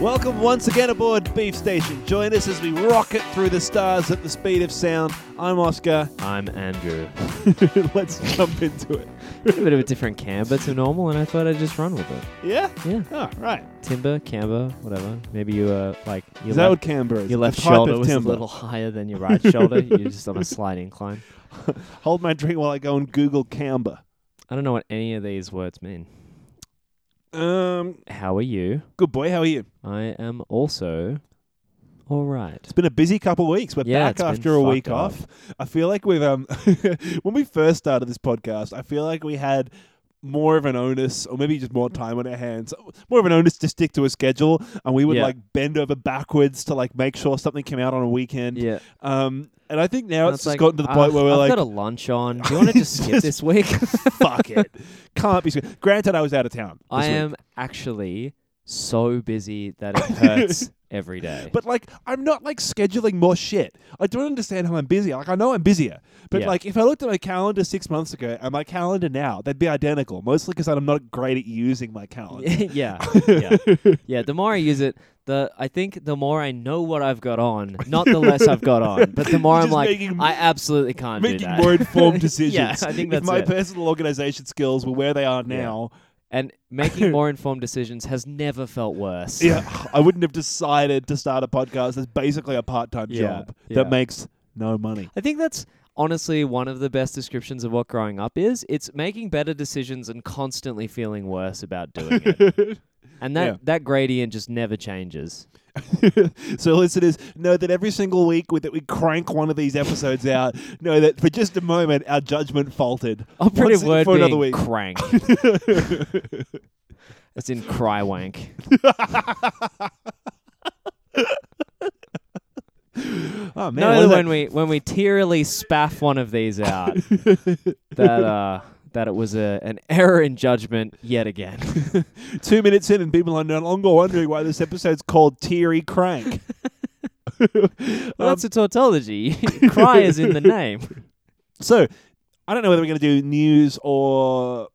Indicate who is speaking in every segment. Speaker 1: once again aboard Beef Station. Join us as we rocket through the stars at the speed of sound. I'm Oscar.
Speaker 2: I'm Andrew.
Speaker 1: Let's jump into it.
Speaker 2: a bit of a different camber to normal, and I thought I'd just run with it.
Speaker 1: Yeah?
Speaker 2: Yeah.
Speaker 1: All right.
Speaker 2: Timber, camber, whatever. Maybe you uh like your
Speaker 1: Is that what
Speaker 2: left,
Speaker 1: Canberra is?
Speaker 2: your
Speaker 1: A
Speaker 2: left
Speaker 1: type
Speaker 2: shoulder
Speaker 1: of
Speaker 2: was a
Speaker 1: timber.
Speaker 2: little higher than your right shoulder. You're just on a slight incline.
Speaker 1: Hold my drink while I go and Google Canberra.
Speaker 2: I don't know what any of these words mean.
Speaker 1: Um,
Speaker 2: How are you?
Speaker 1: good boy. How are you?
Speaker 2: I am also all right.
Speaker 1: It's been a busy couple of weeks. We're
Speaker 2: Yeah,
Speaker 1: back
Speaker 2: it's been
Speaker 1: after a week
Speaker 2: fucked up.
Speaker 1: off. I feel like we've um when we first started this podcast, I feel like we had more of an onus, or maybe just more time on our hands, more of an onus to stick to a schedule, and we would
Speaker 2: Yeah.
Speaker 1: like bend over backwards to like make sure something came out on a weekend.
Speaker 2: Yeah,
Speaker 1: Um, and I think now
Speaker 2: And
Speaker 1: it's, just gotten to the point
Speaker 2: "Ugh,
Speaker 1: where we're
Speaker 2: I've
Speaker 1: like,
Speaker 2: got a lunch on. Do you want to just skip
Speaker 1: Just-
Speaker 2: this week?
Speaker 1: fuck it, can't be. sc- Granted, I was out of town. this
Speaker 2: I
Speaker 1: week.
Speaker 2: am actually so busy that it hurts every day.
Speaker 1: But like, I'm not like scheduling more shit. I don't understand how I'm busy. Like, I know I'm busier, but
Speaker 2: Yeah.
Speaker 1: like, if I looked at my calendar six months ago and my calendar now, they'd be identical. Mostly because I'm not great at using my calendar.
Speaker 2: yeah, yeah, yeah. The more I use it, the I think the more I know what I've got on. Not the less I've got on, but the more
Speaker 1: You're
Speaker 2: I'm
Speaker 1: just
Speaker 2: like,
Speaker 1: making-
Speaker 2: I absolutely can't do
Speaker 1: Making
Speaker 2: that.
Speaker 1: more informed decisions.
Speaker 2: yeah, I think
Speaker 1: if
Speaker 2: that's
Speaker 1: my
Speaker 2: it.
Speaker 1: personal organization skills were where they are now,
Speaker 2: and making more informed decisions has never felt worse.
Speaker 1: yeah. I wouldn't have decided to start a podcast that's basically a part-time
Speaker 2: Yeah,
Speaker 1: job
Speaker 2: yeah.
Speaker 1: that makes no money.
Speaker 2: I think that's honestly one of the best descriptions of what growing up is. It's making better decisions and constantly feeling worse about doing it. And that,
Speaker 1: Yeah.
Speaker 2: that gradient just never changes.
Speaker 1: so listeners know that every single week we, that we crank one of these episodes out know that for just a moment our judgment faltered
Speaker 2: I'll put
Speaker 1: Once-
Speaker 2: a word
Speaker 1: for another
Speaker 2: being
Speaker 1: week
Speaker 2: crank. That's in cry wank.
Speaker 1: oh man what
Speaker 2: No,
Speaker 1: is that?
Speaker 2: when we when we tearily spaff one of these out, that uh, that it was a, an error in judgment yet again.
Speaker 1: two minutes in and people are no longer wondering why this episode's called teary crank
Speaker 2: Well, that's a tautology. cry is in the name.
Speaker 1: so i don't know whether we're going to do news or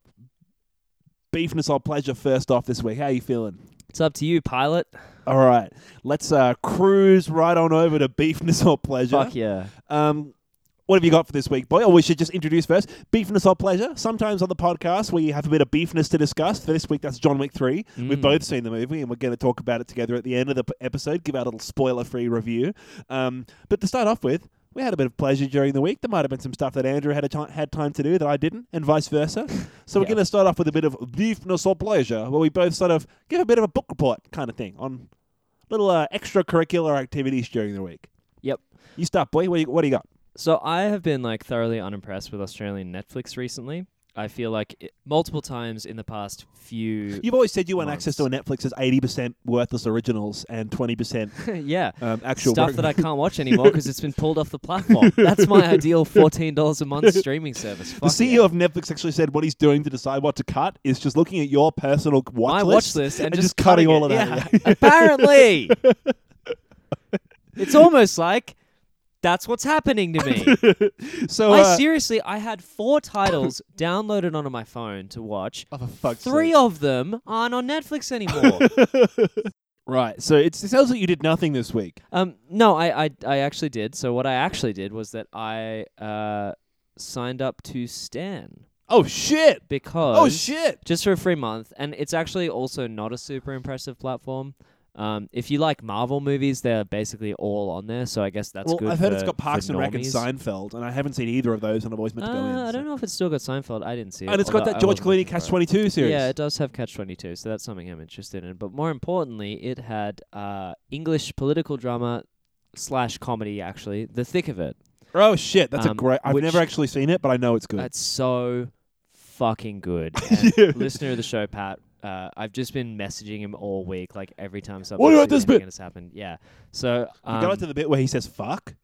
Speaker 1: beefness or pleasure first off this week how are you feeling
Speaker 2: It's up to you, pilot.
Speaker 1: all right let's uh, cruise right on over to beefness or pleasure
Speaker 2: Fuck yeah.
Speaker 1: Um, what have you got for this week, boy? Or we should just introduce first beefness or pleasure. Sometimes on the podcast we have a bit of beefness to discuss. For this week, that's John Wick Three. We've
Speaker 2: Mm.
Speaker 1: both seen the movie, and we're going to talk about it together at the end of the p- episode. Give our little spoiler-free review. Um, but to start off with. We had a bit of pleasure during the week. There might have been some stuff that Andrew had a ti had time to do that I didn't, and vice versa. So we're
Speaker 2: Yeah.
Speaker 1: going to start off with a bit of beefness or pleasure, where we both sort of give a bit of a book report kind of thing on little uh, extracurricular activities during the week.
Speaker 2: Yep.
Speaker 1: You start, boy. What do you, what do you got?
Speaker 2: So I have been like thoroughly unimpressed with Australian Netflix recently. I feel like it, multiple times in the past few
Speaker 1: You've always said you want
Speaker 2: Once.
Speaker 1: access to a Netflix as eighty percent worthless originals and twenty percent
Speaker 2: yeah
Speaker 1: um, actual
Speaker 2: stuff
Speaker 1: work.
Speaker 2: that I can't watch anymore because it's been pulled off the platform. That's my ideal fourteen dollars a month streaming service.
Speaker 1: the
Speaker 2: Fuck
Speaker 1: CEO
Speaker 2: yeah.
Speaker 1: of Netflix actually said what he's doing to decide what to cut is just looking at your personal watch
Speaker 2: my
Speaker 1: list
Speaker 2: watch list and,
Speaker 1: and just cutting all of
Speaker 2: it.
Speaker 1: that.
Speaker 2: Yeah, apparently, it's almost like that's what's happening to me.
Speaker 1: So
Speaker 2: I
Speaker 1: uh,
Speaker 2: seriously, I had four titles downloaded onto my phone to watch.
Speaker 1: oh, for fuck's
Speaker 2: Three
Speaker 1: sake.
Speaker 2: of them aren't on Netflix anymore.
Speaker 1: right. So it's, it sounds like you did nothing this week.
Speaker 2: Um, no, I, I, I actually did. So what I actually did was that I uh, signed up to Stan
Speaker 1: Oh shit!
Speaker 2: because
Speaker 1: Oh shit!
Speaker 2: just for a free month, and it's actually also not a super impressive platform. Um, if you like Marvel movies, they're basically all on there. So I guess that's
Speaker 1: well,
Speaker 2: good.
Speaker 1: I've heard
Speaker 2: for,
Speaker 1: it's got
Speaker 2: for
Speaker 1: Parks and Rec and
Speaker 2: normies.
Speaker 1: Seinfeld, and I haven't seen either of those, and I've always meant to go in.
Speaker 2: Uh, I
Speaker 1: so-
Speaker 2: don't know if it's still got Seinfeld. I didn't see it.
Speaker 1: And it's got
Speaker 2: although
Speaker 1: that
Speaker 2: I
Speaker 1: George
Speaker 2: wasn't
Speaker 1: Clooney
Speaker 2: looking
Speaker 1: Catch
Speaker 2: for
Speaker 1: Twenty
Speaker 2: it.
Speaker 1: Two series.
Speaker 2: Yeah, it does have Catch 22, so that's something I'm interested in. But more importantly, it had uh, English political drama slash comedy, actually, The Thick of It.
Speaker 1: Oh shit! That's a
Speaker 2: Um,
Speaker 1: great. I've
Speaker 2: which-
Speaker 1: never actually seen it, but I know it's good.
Speaker 2: That's so fucking good. And
Speaker 1: Yeah.
Speaker 2: Listener of the show, Pat. Uh, I've just been messaging him all week, like every time something
Speaker 1: What about this
Speaker 2: significant
Speaker 1: bit?
Speaker 2: has happened. Yeah. So
Speaker 1: you
Speaker 2: um,
Speaker 1: got to the bit where he says "fuck."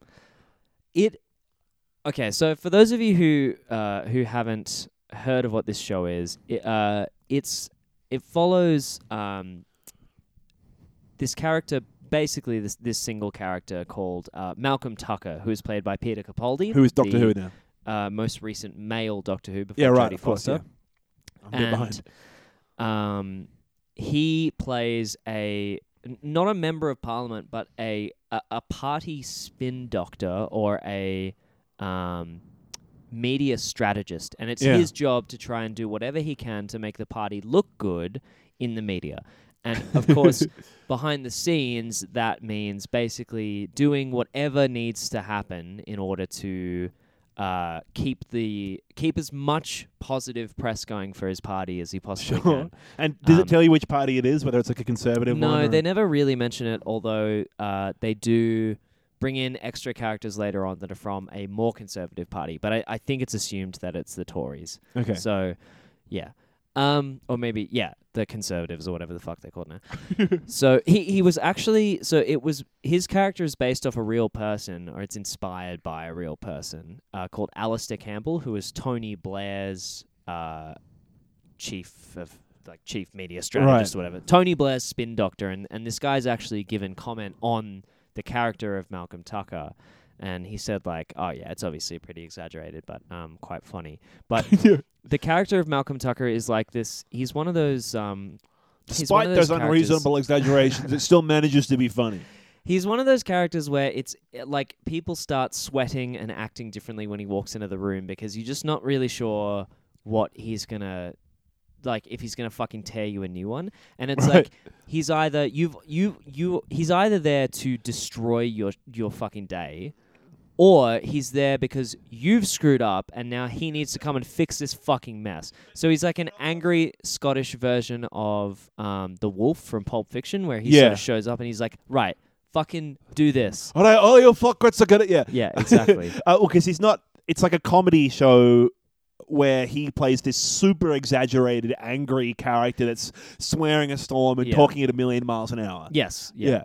Speaker 2: it. Okay, so for those of you who uh, who haven't heard of what this show is, it, uh, it's it follows um, this character, basically this this single character called uh, Malcolm Tucker, who is played by Peter Capaldi,
Speaker 1: Who is Doctor
Speaker 2: the,
Speaker 1: Who now?
Speaker 2: uh, most recent male Doctor Who before
Speaker 1: Yeah, right.
Speaker 2: Jodie
Speaker 1: Of course.
Speaker 2: Foster.
Speaker 1: Yeah. I'm a bit behind.
Speaker 2: and um, he plays a n- not a member of parliament, but a a, a party spin doctor or a um, media strategist, and it's
Speaker 1: Yeah.
Speaker 2: his job to try and do whatever he can to make the party look good in the media. And of course, behind the scenes, that means basically doing whatever needs to happen in order to uh, keep the keep as much positive press going for his party as he possibly
Speaker 1: Sure.
Speaker 2: can.
Speaker 1: And does
Speaker 2: Um,
Speaker 1: it tell you which party it is? Whether it's like a conservative
Speaker 2: No,
Speaker 1: one? or-
Speaker 2: they never really mention it, although uh, they do bring in extra characters later on that are from a more conservative party. But I, I think it's assumed that it's the Tories.
Speaker 1: okay.
Speaker 2: So, yeah. Um, or maybe, yeah, the conservatives or whatever the fuck they're called now. so he, he was actually, so it was, his character is based off a real person, or it's inspired by a real person, uh, called Alistair Campbell, who is Tony Blair's uh, chief of, like, chief media strategist or whatever. Tony Blair's spin doctor, and, and this guy's actually given comment on the character of Malcolm Tucker. And he said, like, oh, yeah, it's obviously pretty exaggerated, but um, quite funny. But the character of Malcolm Tucker is like this. He's one of those. Um, he's one
Speaker 1: Despite
Speaker 2: of
Speaker 1: those,
Speaker 2: characters-
Speaker 1: unreasonable exaggerations, it still manages to be funny.
Speaker 2: He's one of those characters where it's uh, like people start sweating and acting differently when he walks into the room because you're just not really sure what he's gonna like if he's gonna fucking tear you a new one. And it's
Speaker 1: Right.
Speaker 2: like he's either you've you you he's either there to destroy your your fucking day. Or he's there because you've screwed up and now he needs to come and fix this fucking mess. So he's like an angry Scottish version of um, the wolf from Pulp Fiction, where he sort
Speaker 1: Yeah.
Speaker 2: of shows up and he's like, right, fucking do this.
Speaker 1: All right, all your fuckwits are good at yeah.
Speaker 2: Yeah, exactly.
Speaker 1: Uh, well, because he's not. It's like a comedy show where he plays this super exaggerated, angry character that's swearing a storm and
Speaker 2: Yeah.
Speaker 1: talking at a million miles an hour.
Speaker 2: yes. Yeah.
Speaker 1: Yeah.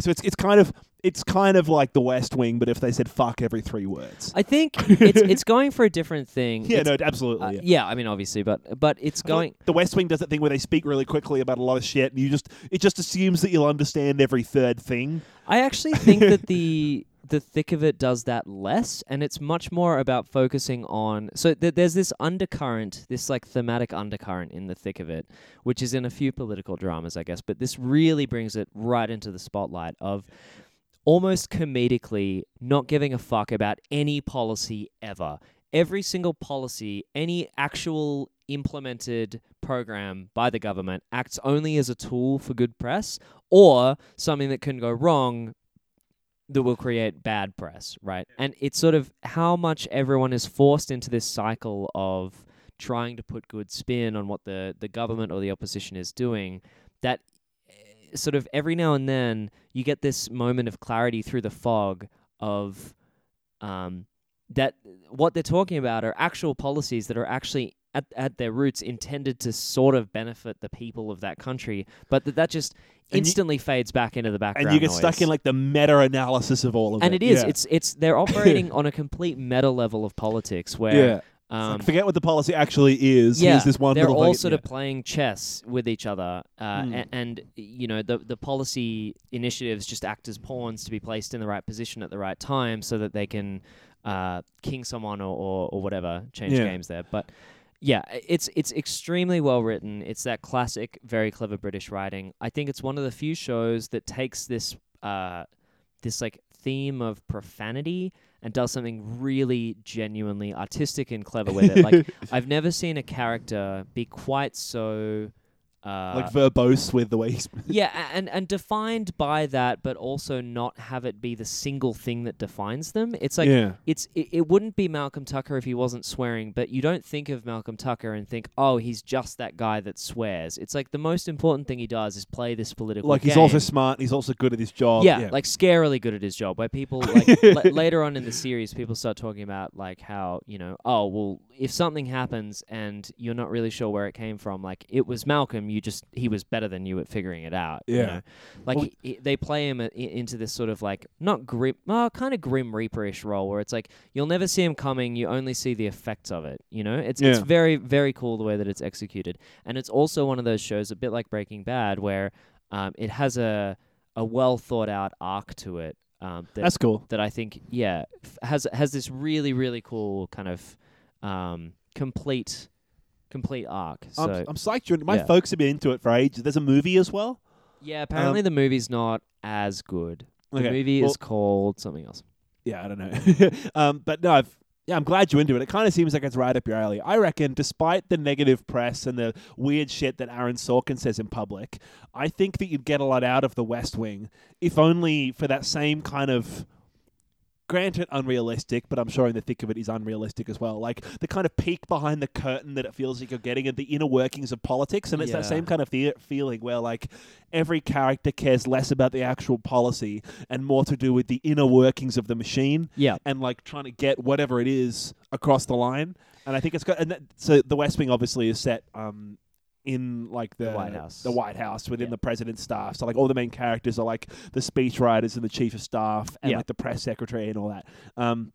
Speaker 1: So it's it's kind of it's kind of like The West Wing, but if they said "fuck" every three words.
Speaker 2: I think it's it's going for a different thing.
Speaker 1: yeah,
Speaker 2: Uh, It's-
Speaker 1: no, absolutely.
Speaker 2: uh,
Speaker 1: yeah.
Speaker 2: yeah, I mean, obviously, but but it's going.
Speaker 1: The West Wing does that thing where they speak really quickly about a lot of shit, and you just it just assumes that you'll understand every third thing.
Speaker 2: I actually think that the the thick of it does that less, and it's much more about focusing on. So th- there's this undercurrent, this like thematic undercurrent in the thick of it, which is in a few political dramas, I guess. But this really brings it right into the spotlight of almost comedically not giving a fuck about any policy ever. Every single policy, any actual implemented program by the government acts only as a tool for good press or something that can go wrong that will create bad press, right? And it's sort of how much everyone is forced into this cycle of trying to put good spin on what the, the government or the opposition is doing that eh, sort of every now and then you get this moment of clarity through the fog of um, that what they're talking about are actual policies that are actually at, at their roots intended to sort of benefit the people of that country but that, that just
Speaker 1: And you-
Speaker 2: instantly fades back into the background
Speaker 1: and you get
Speaker 2: noise.
Speaker 1: stuck in like the meta analysis of all of
Speaker 2: and
Speaker 1: it.
Speaker 2: it is
Speaker 1: Yeah.
Speaker 2: it's it's they're operating on a complete meta level of politics where
Speaker 1: yeah. It's
Speaker 2: um,
Speaker 1: like, forget what the policy actually is.
Speaker 2: yeah,
Speaker 1: Here's this one
Speaker 2: they're
Speaker 1: little
Speaker 2: all
Speaker 1: thing.
Speaker 2: sort of playing chess with each other, uh,
Speaker 1: Mm.
Speaker 2: a- and, you know the the policy initiatives just act as pawns to be placed in the right position at the right time, so that they can uh, king someone or, or, or whatever, change
Speaker 1: Yeah.
Speaker 2: games there. But yeah, i- it's it's extremely well written. It's that classic, very clever British writing. I think it's one of the few shows that takes this uh, this like theme of profanity and does something really genuinely artistic and clever with it. Like I've never seen a character be quite so uh,
Speaker 1: like verbose with the way he's
Speaker 2: yeah, a- and and defined by that, but also not have it be the single thing that defines them. It's like
Speaker 1: yeah.
Speaker 2: it's it, it wouldn't be Malcolm Tucker if he wasn't swearing, but you don't think of Malcolm Tucker and think, oh, he's just that guy that swears. It's like the most important thing he does is play this political
Speaker 1: Like he's
Speaker 2: game.
Speaker 1: also smart. He's also good at his job.
Speaker 2: yeah, like scarily good at his job. Where people like la- later on in the series, people start talking about like how you know, oh well, if something happens and you're not really sure where it came from, like it was Malcolm. You just he was better than you at figuring it out. you
Speaker 1: Yeah.
Speaker 2: know? like
Speaker 1: Well-
Speaker 2: he, he- they play him a, i- into this sort of like not grim, uh, kind of grim reaperish role where it's like you'll never see him coming. You only see the effects of it. You know, it's it's
Speaker 1: Yeah.
Speaker 2: very very cool the way that it's executed, and it's also one of those shows, a bit like Breaking Bad, where um, it has a a well thought out arc to it um, that
Speaker 1: that's cool.
Speaker 2: that I think yeah f- has has this really really cool kind of um, complete complete arc. So
Speaker 1: Um, I'm, I'm psyched. You're, my
Speaker 2: yeah.
Speaker 1: folks have been into it for ages. There's a movie as well.
Speaker 2: Yeah, apparently the movie's not as good. The
Speaker 1: um, Okay,
Speaker 2: movie
Speaker 1: well-
Speaker 2: is called something else.
Speaker 1: Yeah, I don't know. um, but no, I've, yeah, I'm glad you're into it. It kind of seems like it's right up your alley. I reckon, despite the negative press and the weird shit that Aaron Sorkin says in public, I think that you'd get a lot out of The West Wing, if only for that same kind of. Granted, unrealistic, but I'm sure in the thick of it is unrealistic as well. Like the kind of peek behind the curtain that it feels like you're getting at the inner workings of politics. And it's
Speaker 2: Yeah.
Speaker 1: that same kind of the- feeling where, like, every character cares less about the actual policy and more to do with the inner workings of the machine
Speaker 2: Yeah.
Speaker 1: and like trying to get whatever it is across the line. And I think it's got and that, so the West Wing obviously is set um in like the,
Speaker 2: The White House.
Speaker 1: the White House within
Speaker 2: Yeah.
Speaker 1: the president's staff. So like all the main characters are like the speechwriters and the chief of staff and
Speaker 2: Yeah.
Speaker 1: like the press secretary and all that. Um.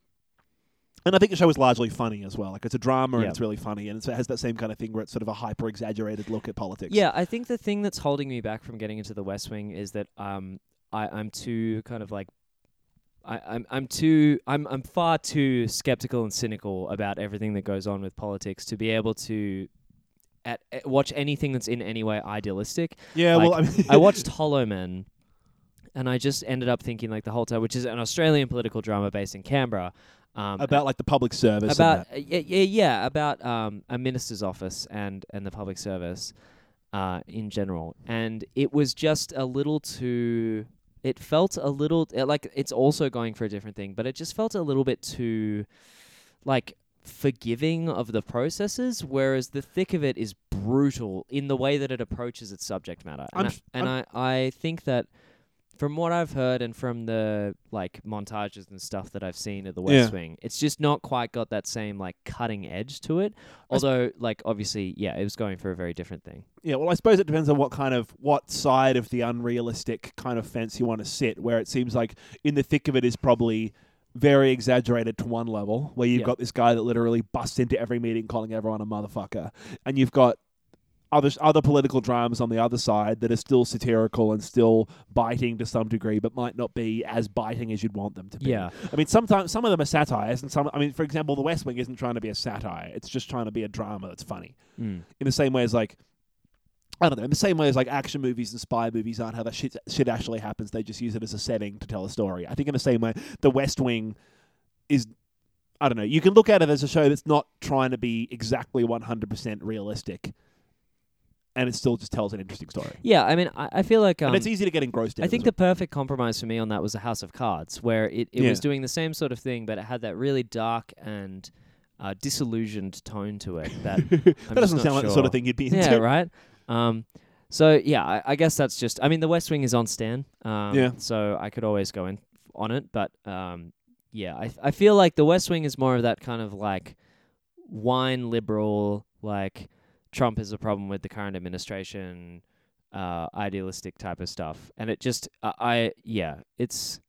Speaker 1: And I think the show is largely funny as well. Like it's a drama and
Speaker 2: Yeah.
Speaker 1: it's really funny, and it's, it has that same kind of thing where it's sort of a hyper exaggerated look at politics.
Speaker 2: Yeah, I think the thing that's holding me back from getting into the West Wing is that um I, I'm too kind of like I, I'm I'm too I'm I'm far too skeptical and cynical about everything that goes on with politics to be able to at, at- watch anything that's in any way idealistic.
Speaker 1: yeah.
Speaker 2: Like,
Speaker 1: well, I, mean,
Speaker 2: I watched Hollow Man and I just ended up thinking like the whole time, which is an Australian political drama based in Canberra. Um,
Speaker 1: about like the public service. and
Speaker 2: about uh, yeah, yeah yeah about um, a minister's office and and the public service uh, in general and it was just a little too it felt a little uh, like it's also going for a different thing but it just felt a little bit too like forgiving of the processes whereas the thick of it is brutal in the way that it approaches its subject matter
Speaker 1: I'm
Speaker 2: and,
Speaker 1: s-
Speaker 2: I, and I, I think that from what I've heard and from the like montages and stuff that I've seen of the West
Speaker 1: Yeah.
Speaker 2: Wing, it's just not quite got that same like cutting edge to it.
Speaker 1: I sp-
Speaker 2: Although, like obviously, yeah, it was going for a very different thing.
Speaker 1: Yeah, well, I suppose it depends on what kind of what side of the unrealistic kind of fence you want to sit. Where it seems like in the thick of it is probably very exaggerated to one level, where you've
Speaker 2: Yeah.
Speaker 1: got this guy that literally busts into every meeting calling everyone a motherfucker, and you've got other other political dramas on the other side that are still satirical and still biting to some degree, but might not be as biting as you'd want them to be.
Speaker 2: Yeah.
Speaker 1: I mean, sometimes some of them are satires, and some. I mean, for example, The West Wing isn't trying to be a satire; it's just trying to be a drama that's funny
Speaker 2: Mm.
Speaker 1: in the same way as like I don't know, in the same way as like action movies and spy movies aren't how that shit, shit actually happens. They just use it as a setting to tell a story. I think in the same way, The West Wing is I don't know. You can look at it as a show that's not trying to be exactly 100% realistic, and it still just tells an interesting story.
Speaker 2: Yeah, I mean, I, I feel like um,
Speaker 1: and it's easy to get engrossed in.
Speaker 2: I
Speaker 1: as
Speaker 2: think the perfect compromise for me on that was a House of Cards, where it, it
Speaker 1: Yeah.
Speaker 2: was doing the same sort of thing, but it had that really dark and uh, disillusioned tone to it. That
Speaker 1: well. that doesn't
Speaker 2: not
Speaker 1: sound like the sort
Speaker 2: sure.
Speaker 1: of thing you'd be into.
Speaker 2: yeah, right. Um, so yeah, I, I guess that's just. I mean, the West Wing is on Stan. Um,
Speaker 1: Yeah.
Speaker 2: So I could always go in on it, but um, yeah, I I feel like the West Wing is more of that kind of like wine liberal, like Trump is a problem with the current administration, uh, idealistic type of stuff, and it just I, I yeah, it's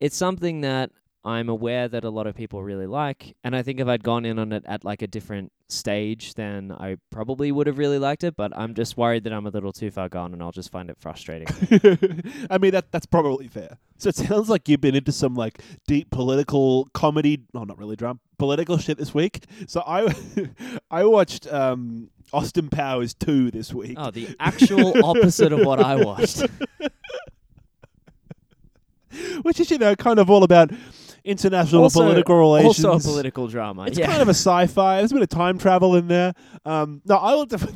Speaker 2: it's something that I'm aware that a lot of people really like, and I think if I'd gone in on it at like a different stage, then I probably would have really liked it. But I'm just worried that I'm a little too far gone, and I'll just find it frustrating.
Speaker 1: I mean that that's probably fair. So it sounds like you've been into some like deep political comedy. No, not really drama. Political shit this week. So I I watched um, Austin Powers two this week.
Speaker 2: oh, the actual opposite of what I watched.
Speaker 1: which is you know kind of all about international
Speaker 2: Also-
Speaker 1: political relations.
Speaker 2: Also, a political drama.
Speaker 1: It's
Speaker 2: yeah.
Speaker 1: kind of a sci-fi. There's a bit of time travel in there. Um, no, I will. Def-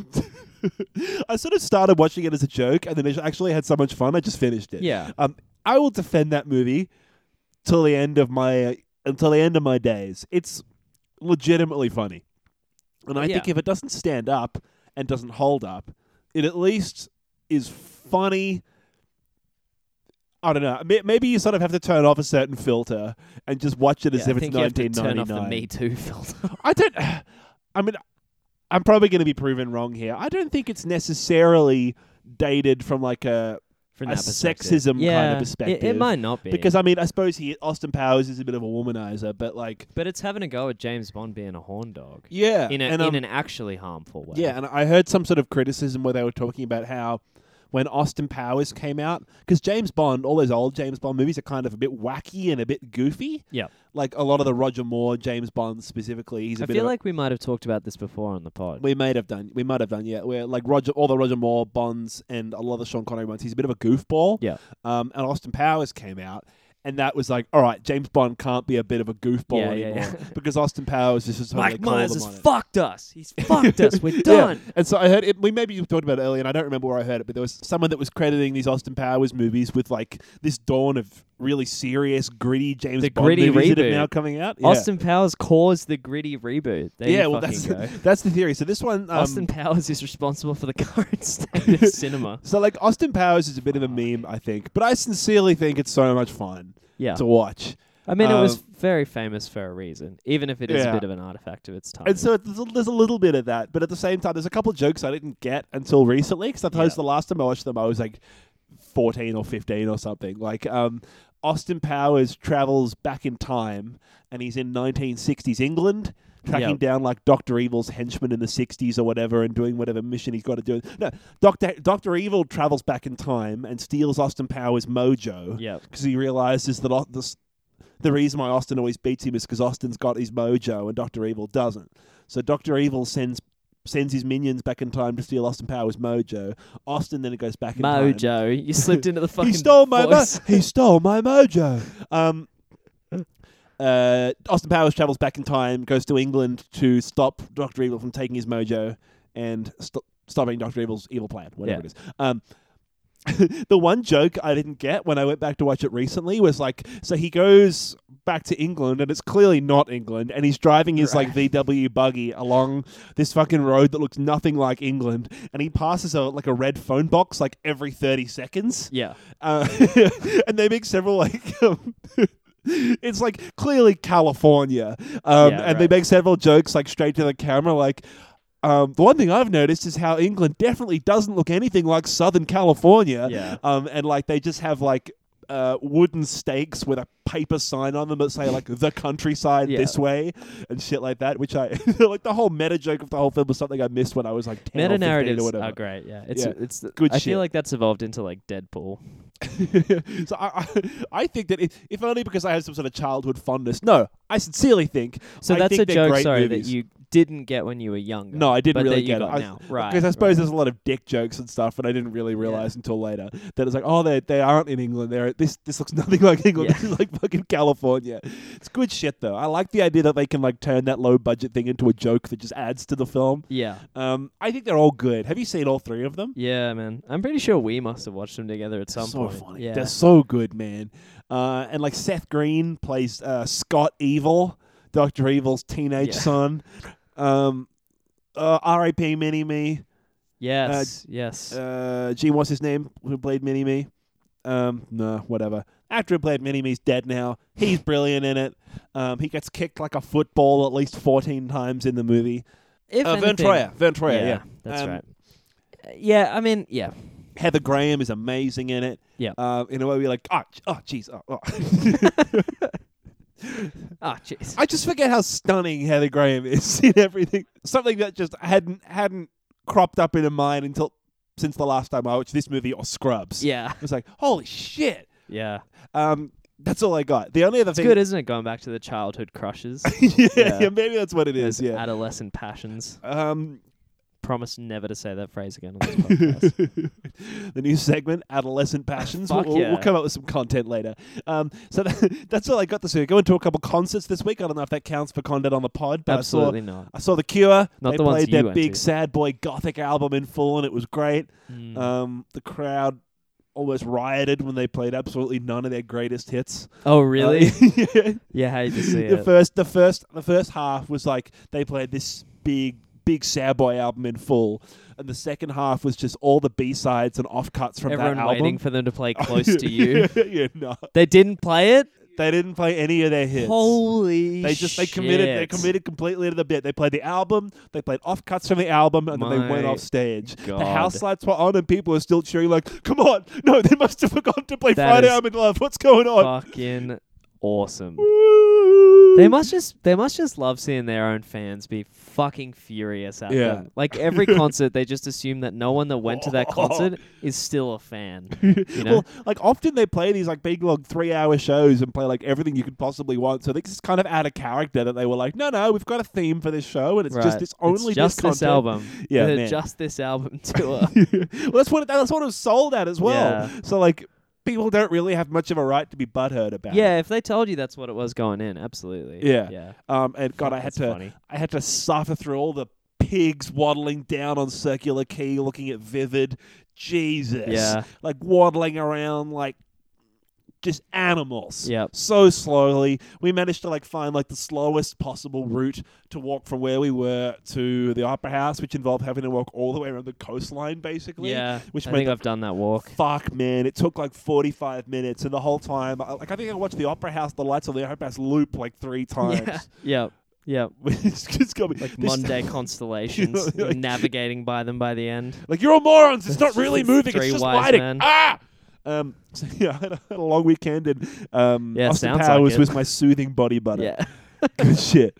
Speaker 1: I sort of started watching it as a joke, and then I actually had so much fun. I just finished it.
Speaker 2: yeah.
Speaker 1: Um, I will defend that movie till the end of my until the end of my days. It's legitimately funny, and I
Speaker 2: Yeah.
Speaker 1: think if it doesn't stand up and doesn't hold up, it at least is funny. I don't know. May- Maybe you sort of have to turn off a certain filter and just watch it as if
Speaker 2: yeah, I
Speaker 1: it's
Speaker 2: think you have to turn off the
Speaker 1: 1999.
Speaker 2: Me Too filter.
Speaker 1: I don't. I mean, I'm probably going to be proven wrong here. I don't think it's necessarily dated from like a
Speaker 2: From
Speaker 1: A
Speaker 2: that perspective.
Speaker 1: sexism kind of
Speaker 2: yeah, It, it
Speaker 1: perspective.
Speaker 2: might not be
Speaker 1: Because I mean, I suppose he Austin Powers is a bit of a womanizer, but like,
Speaker 2: but it's having a go at James Bond being a horn dog
Speaker 1: yeah,
Speaker 2: in a,
Speaker 1: and, um,
Speaker 2: in an actually harmful way.
Speaker 1: yeah, and I heard some sort of criticism where they were talking about how when Austin Powers came out because James Bond, all those old James Bond movies are kind of a bit wacky and a bit goofy.
Speaker 2: Yep.
Speaker 1: Like a lot of the Roger Moore James Bonds specifically, he's a
Speaker 2: I
Speaker 1: bit
Speaker 2: feel
Speaker 1: of a-
Speaker 2: like we might have talked about this before on the pod.
Speaker 1: we might have done. We might have done. Yeah, where like Roger, all the Roger Moore Bonds and a lot of the Sean Connery ones. He's a bit of a goofball.
Speaker 2: Yeah.
Speaker 1: Um, and Austin Powers came out, and that was like, all right, James Bond can't be a bit of a goofball
Speaker 2: Yeah, yeah,
Speaker 1: anymore because Austin Powers is just totally
Speaker 2: Mike
Speaker 1: called
Speaker 2: Myers
Speaker 1: him
Speaker 2: has
Speaker 1: on it.
Speaker 2: fucked us. He's fucked us. We're
Speaker 1: Yeah.
Speaker 2: done.
Speaker 1: And so I heard it. We maybe you talked about it earlier, and I don't remember where I heard it, but there was someone that was crediting these Austin Powers movies with like this dawn of really serious, gritty James
Speaker 2: The
Speaker 1: Bond
Speaker 2: gritty
Speaker 1: movies that
Speaker 2: reboot.
Speaker 1: are now coming out. Yeah.
Speaker 2: Austin Powers caused the gritty reboot. There
Speaker 1: yeah,
Speaker 2: you
Speaker 1: well,
Speaker 2: fucking
Speaker 1: that's
Speaker 2: go.
Speaker 1: that's the theory. So this one, um,
Speaker 2: Austin Powers is responsible for the current state of cinema.
Speaker 1: So like Austin Powers is a bit of a meme, I think, but I sincerely think it's so much fun
Speaker 2: Yeah.
Speaker 1: to watch.
Speaker 2: I mean, it was
Speaker 1: um,
Speaker 2: very famous for a reason, even if it is a
Speaker 1: Yeah.
Speaker 2: bit of an artifact of its time.
Speaker 1: And so it's- there's a, there's a little bit of that, but at the same time, there's a couple jokes I didn't get until recently because I suppose
Speaker 2: Yeah.
Speaker 1: the last time I watched them, I was like 14 or 15 or something. Like um, Austin Powers travels back in time, and he's in 1960s England. Tracking
Speaker 2: Yep.
Speaker 1: down like Doctor Evil's henchmen in the '60s or whatever, and doing whatever mission he's got to do. No, Doctor Doctor Evil travels back in time and steals Austin Powers' mojo.
Speaker 2: yeah.
Speaker 1: because he realizes that Au- this, the reason why Austin always beats him is because Austin's got his mojo and Doctor Evil doesn't. So Doctor Evil sends sends his minions back in time to steal Austin Powers' mojo. Austin then goes back in time.
Speaker 2: Mojo, you slipped into the fucking.
Speaker 1: He stole my mo-
Speaker 2: voice.
Speaker 1: he stole my mojo. Um, uh, Austin Powers travels back in time, goes to England to stop Doctor Evil from taking his mojo and st- stopping Doctor Evil's evil plan, whatever it
Speaker 2: Yeah.
Speaker 1: is. Um, the one joke I didn't get when I went back to watch it recently was like, so he goes back to England and it's clearly not England, and he's driving his like VW buggy along this fucking road that looks nothing like England, and he passes a like a red phone box like every thirty seconds.
Speaker 2: Yeah.
Speaker 1: Uh, and they make several like um, it's like clearly California, um,
Speaker 2: Yeah,
Speaker 1: and they
Speaker 2: right.
Speaker 1: make several jokes like straight to the camera. Like um, the one thing I've noticed is how England definitely doesn't look anything like Southern California.
Speaker 2: Yeah.
Speaker 1: Um, and like they just have like. Uh, wooden stakes with a paper sign on them that say like the countryside
Speaker 2: Yeah.
Speaker 1: this way and shit like that. Which I like the whole meta joke of the whole film was something I missed when I was like ten or
Speaker 2: Meta
Speaker 1: 15
Speaker 2: narratives
Speaker 1: or whatever.
Speaker 2: are great. Yeah. It's
Speaker 1: Yeah.
Speaker 2: it's
Speaker 1: Good
Speaker 2: I
Speaker 1: shit.
Speaker 2: feel like that's evolved into like Deadpool.
Speaker 1: so I, I, I think that if, if only because I have some sort of childhood fondness. No, I sincerely think.
Speaker 2: So
Speaker 1: I
Speaker 2: that's
Speaker 1: think
Speaker 2: a
Speaker 1: they're
Speaker 2: joke.
Speaker 1: great
Speaker 2: Sorry,
Speaker 1: movies.
Speaker 2: that you didn't get when you were younger.
Speaker 1: No, I didn't
Speaker 2: but
Speaker 1: really
Speaker 2: that you
Speaker 1: get
Speaker 2: got
Speaker 1: it.
Speaker 2: now. right.
Speaker 1: Because I
Speaker 2: right.
Speaker 1: suppose there's a lot of dick jokes and stuff, and I didn't really realize until later that it's like, oh, they they aren't in England. They're this this looks nothing like England.
Speaker 2: Yeah.
Speaker 1: This is like fucking California. It's good shit though. I like the idea that they can like turn that low budget thing into a joke that just adds to the film.
Speaker 2: Yeah.
Speaker 1: Um, I think they're all good. Have you seen all three of them?
Speaker 2: Yeah, man. I'm pretty sure we must have watched them together at some
Speaker 1: so
Speaker 2: point.
Speaker 1: funny.
Speaker 2: Yeah.
Speaker 1: They're so good, man. Uh, and like Seth Green plays uh, Scott Evil, Doctor Evil's teenage
Speaker 2: Yeah.
Speaker 1: son. Um, uh, R.A.P. Mini Me.
Speaker 2: yes. yes.
Speaker 1: Uh, Gene, what's his name? Who played Mini Me? Um, no, whatever. Actor who played Mini Me's dead now. He's brilliant in it. Um, he gets kicked like a football at least fourteen times in the movie.
Speaker 2: if
Speaker 1: Uh, Vern
Speaker 2: anything-
Speaker 1: Troyer. Vern Troyer. Yeah.
Speaker 2: That's
Speaker 1: Um,
Speaker 2: right. Uh, Yeah, I mean, yeah.
Speaker 1: Heather Graham is amazing in it.
Speaker 2: Yeah.
Speaker 1: Uh, in a way, we're like, oh, j- oh, jeez, oh, oh.
Speaker 2: Ah, jeez.
Speaker 1: I just forget how stunning Heather Graham is in everything. Something that just hadn't hadn't cropped up into mind until since the last time I watched this movie or Scrubs.
Speaker 2: Yeah.
Speaker 1: It was like, holy shit.
Speaker 2: Yeah.
Speaker 1: Um, that's all I got. The only other
Speaker 2: It's
Speaker 1: thing,
Speaker 2: good, isn't it? Going back to the childhood crushes,
Speaker 1: yeah,
Speaker 2: Yeah.
Speaker 1: yeah, maybe that's what it is.
Speaker 2: those
Speaker 1: Yeah.
Speaker 2: adolescent passions.
Speaker 1: Um,
Speaker 2: Promise never to say that phrase again on this podcast.
Speaker 1: the new segment, Adolescent Passions.
Speaker 2: Fuck
Speaker 1: we'll, we'll-
Speaker 2: yeah.
Speaker 1: we'll come up with some content later. Um, so that, that's all I got this week. I went to a couple concerts this week. I don't know if that counts for content on the pod, but
Speaker 2: Absolutely not.
Speaker 1: I saw. I saw The Cure.
Speaker 2: Not
Speaker 1: they
Speaker 2: the ones
Speaker 1: played
Speaker 2: you
Speaker 1: their
Speaker 2: went
Speaker 1: big
Speaker 2: to.
Speaker 1: sad boy gothic album in full, and it was great.
Speaker 2: Mm.
Speaker 1: Um, the crowd almost rioted when they played absolutely none of their greatest hits.
Speaker 2: oh, really?
Speaker 1: Uh, yeah.
Speaker 2: yeah, how you to see
Speaker 1: The
Speaker 2: it.
Speaker 1: first, the first, the first half was like they played this big, big Sad Boy album in full, and the second half was just all the B sides and offcuts from
Speaker 2: Everyone
Speaker 1: that album.
Speaker 2: waiting for them to play close to you.
Speaker 1: yeah, yeah, no,
Speaker 2: They didn't play it.
Speaker 1: they didn't play any of their hits.
Speaker 2: Holy
Speaker 1: they just they committed they
Speaker 2: shit.
Speaker 1: committed completely to the bit. They played the album, they played offcuts from the album, and then they went
Speaker 2: My
Speaker 1: off stage. The
Speaker 2: God.
Speaker 1: house lights were on, and people were still cheering like, "Come on! No, they must have forgotten to play
Speaker 2: That
Speaker 1: Friday
Speaker 2: is
Speaker 1: I'm in Love. What's going on?"
Speaker 2: Fucking awesome.
Speaker 1: Woo!
Speaker 2: They must just they must just love seeing their own fans be fucking furious at
Speaker 1: Yeah.
Speaker 2: them. Like every concert, they just assume that no one that went to that concert is still a fan. You know?
Speaker 1: Well, like often they play these like big long three hour shows and play like everything you could possibly want. So I think it's kind of out of character that they were like, no, no, we've got a theme for this show and it's
Speaker 2: Right.
Speaker 1: just this only
Speaker 2: it's just this
Speaker 1: content."
Speaker 2: album.
Speaker 1: Yeah,
Speaker 2: The
Speaker 1: man.
Speaker 2: just this album tour.
Speaker 1: well, that's what it, that's what it was sold at as well.
Speaker 2: Yeah.
Speaker 1: So like people don't really have much of a right to be butthurt about. it.
Speaker 2: yeah, if they told you that's what it was going in, absolutely.
Speaker 1: Yeah.
Speaker 2: yeah.
Speaker 1: Um, and God, I had
Speaker 2: That's
Speaker 1: to
Speaker 2: funny.
Speaker 1: I had to suffer through all the pigs waddling down on circular key, looking at vivid. Jesus.
Speaker 2: Yeah.
Speaker 1: Like waddling around like just animals.
Speaker 2: Yep.
Speaker 1: So slowly, we managed to like find like the slowest possible route to walk from where we were to the opera house, which involved having to walk all the way around the coastline, basically.
Speaker 2: Yeah,
Speaker 1: which
Speaker 2: I
Speaker 1: meant
Speaker 2: think I've done that walk.
Speaker 1: Fuck, man. It took like 45 minutes, and the whole time, I- like, I think I watched the Opera House, the lights of the Opera House loop like three
Speaker 2: Yeah,
Speaker 1: times.
Speaker 2: yeah, yeah.
Speaker 1: it's just got me.
Speaker 2: Like
Speaker 1: this-
Speaker 2: Monday constellations,
Speaker 1: know, like-
Speaker 2: navigating by them by the end.
Speaker 1: Like, you're all morons. It's not really
Speaker 2: It's
Speaker 1: moving.
Speaker 2: three
Speaker 1: It's just
Speaker 2: wise
Speaker 1: lighting.
Speaker 2: men.
Speaker 1: Ah! Um, so, yeah, I had a, had a long weekend, and um,
Speaker 2: Yeah,
Speaker 1: Austin
Speaker 2: sounds like
Speaker 1: Powers
Speaker 2: it.
Speaker 1: was my soothing body butter.
Speaker 2: Yeah,
Speaker 1: Good shit.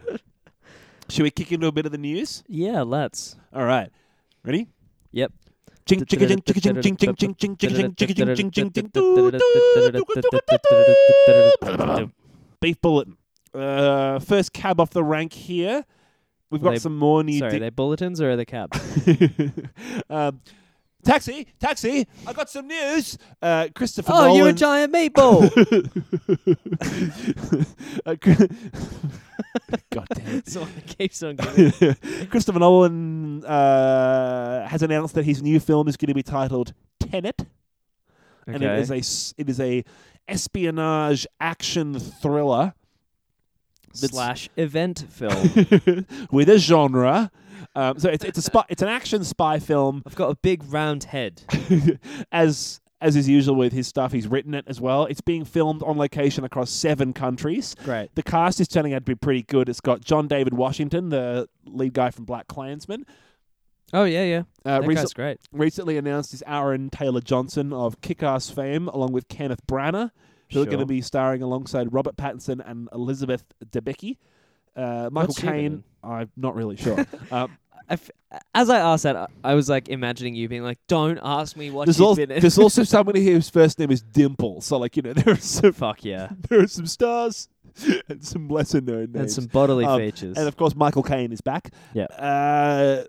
Speaker 1: Should we kick into a bit of the news?
Speaker 2: yeah. Let's.
Speaker 1: All right. Ready?
Speaker 2: Yep.
Speaker 1: Ching ching ching ching ching ching ching ching ching ching ching ching ching ching ching doo, doo, doo, doo, doo, doo, doo, doo. Beef bulletin. Uh, first cab off the rank here. We've got
Speaker 2: They-
Speaker 1: some more new.
Speaker 2: Sorry, are they bulletins or are they cabs?
Speaker 1: di- um, taxi, taxi! I got some news. Uh, Christopher
Speaker 2: oh,
Speaker 1: Nolan.
Speaker 2: you're a giant meatball.
Speaker 1: Uh, Chri- God damn it.
Speaker 2: Someone keeps on giving.
Speaker 1: Christopher Nolan uh, has announced that his new film is going to be titled Tenet, and it
Speaker 2: Okay.
Speaker 1: is a s- it is a espionage action thriller that's-
Speaker 2: slash event film.
Speaker 1: with a genre. Um, so it's it's a spy, it's an action spy film
Speaker 2: I've got a big round head.
Speaker 1: as as is usual with his stuff. He's written it as well. It's being filmed on location across seven countries.
Speaker 2: Great.
Speaker 1: The cast is turning out to be pretty good. It's got John David Washington, the lead guy from Black Klansman.
Speaker 2: Oh yeah, yeah.
Speaker 1: Uh,
Speaker 2: that
Speaker 1: recent-
Speaker 2: guy's great.
Speaker 1: recently announced is Aaron Taylor Johnson of Kick Ass fame, along with Kenneth Branagh, who are going
Speaker 2: Sure.
Speaker 1: to be starring alongside Robert Pattinson and Elizabeth Debicki. Uh, Michael
Speaker 2: What's he been
Speaker 1: Caine, I'm not really sure. um,
Speaker 2: I f- as I asked that, I, I was like imagining you being like, "Don't ask me what
Speaker 1: there's,
Speaker 2: you've
Speaker 1: also,
Speaker 2: been in."
Speaker 1: there's also somebody here whose first name is Dimple, so like you know there are some
Speaker 2: Fuck yeah,
Speaker 1: there are some stars and some lesser known
Speaker 2: and
Speaker 1: names.
Speaker 2: some bodily
Speaker 1: Um,
Speaker 2: features.
Speaker 1: And of course, Michael Caine is back.
Speaker 2: Yeah.
Speaker 1: Uh,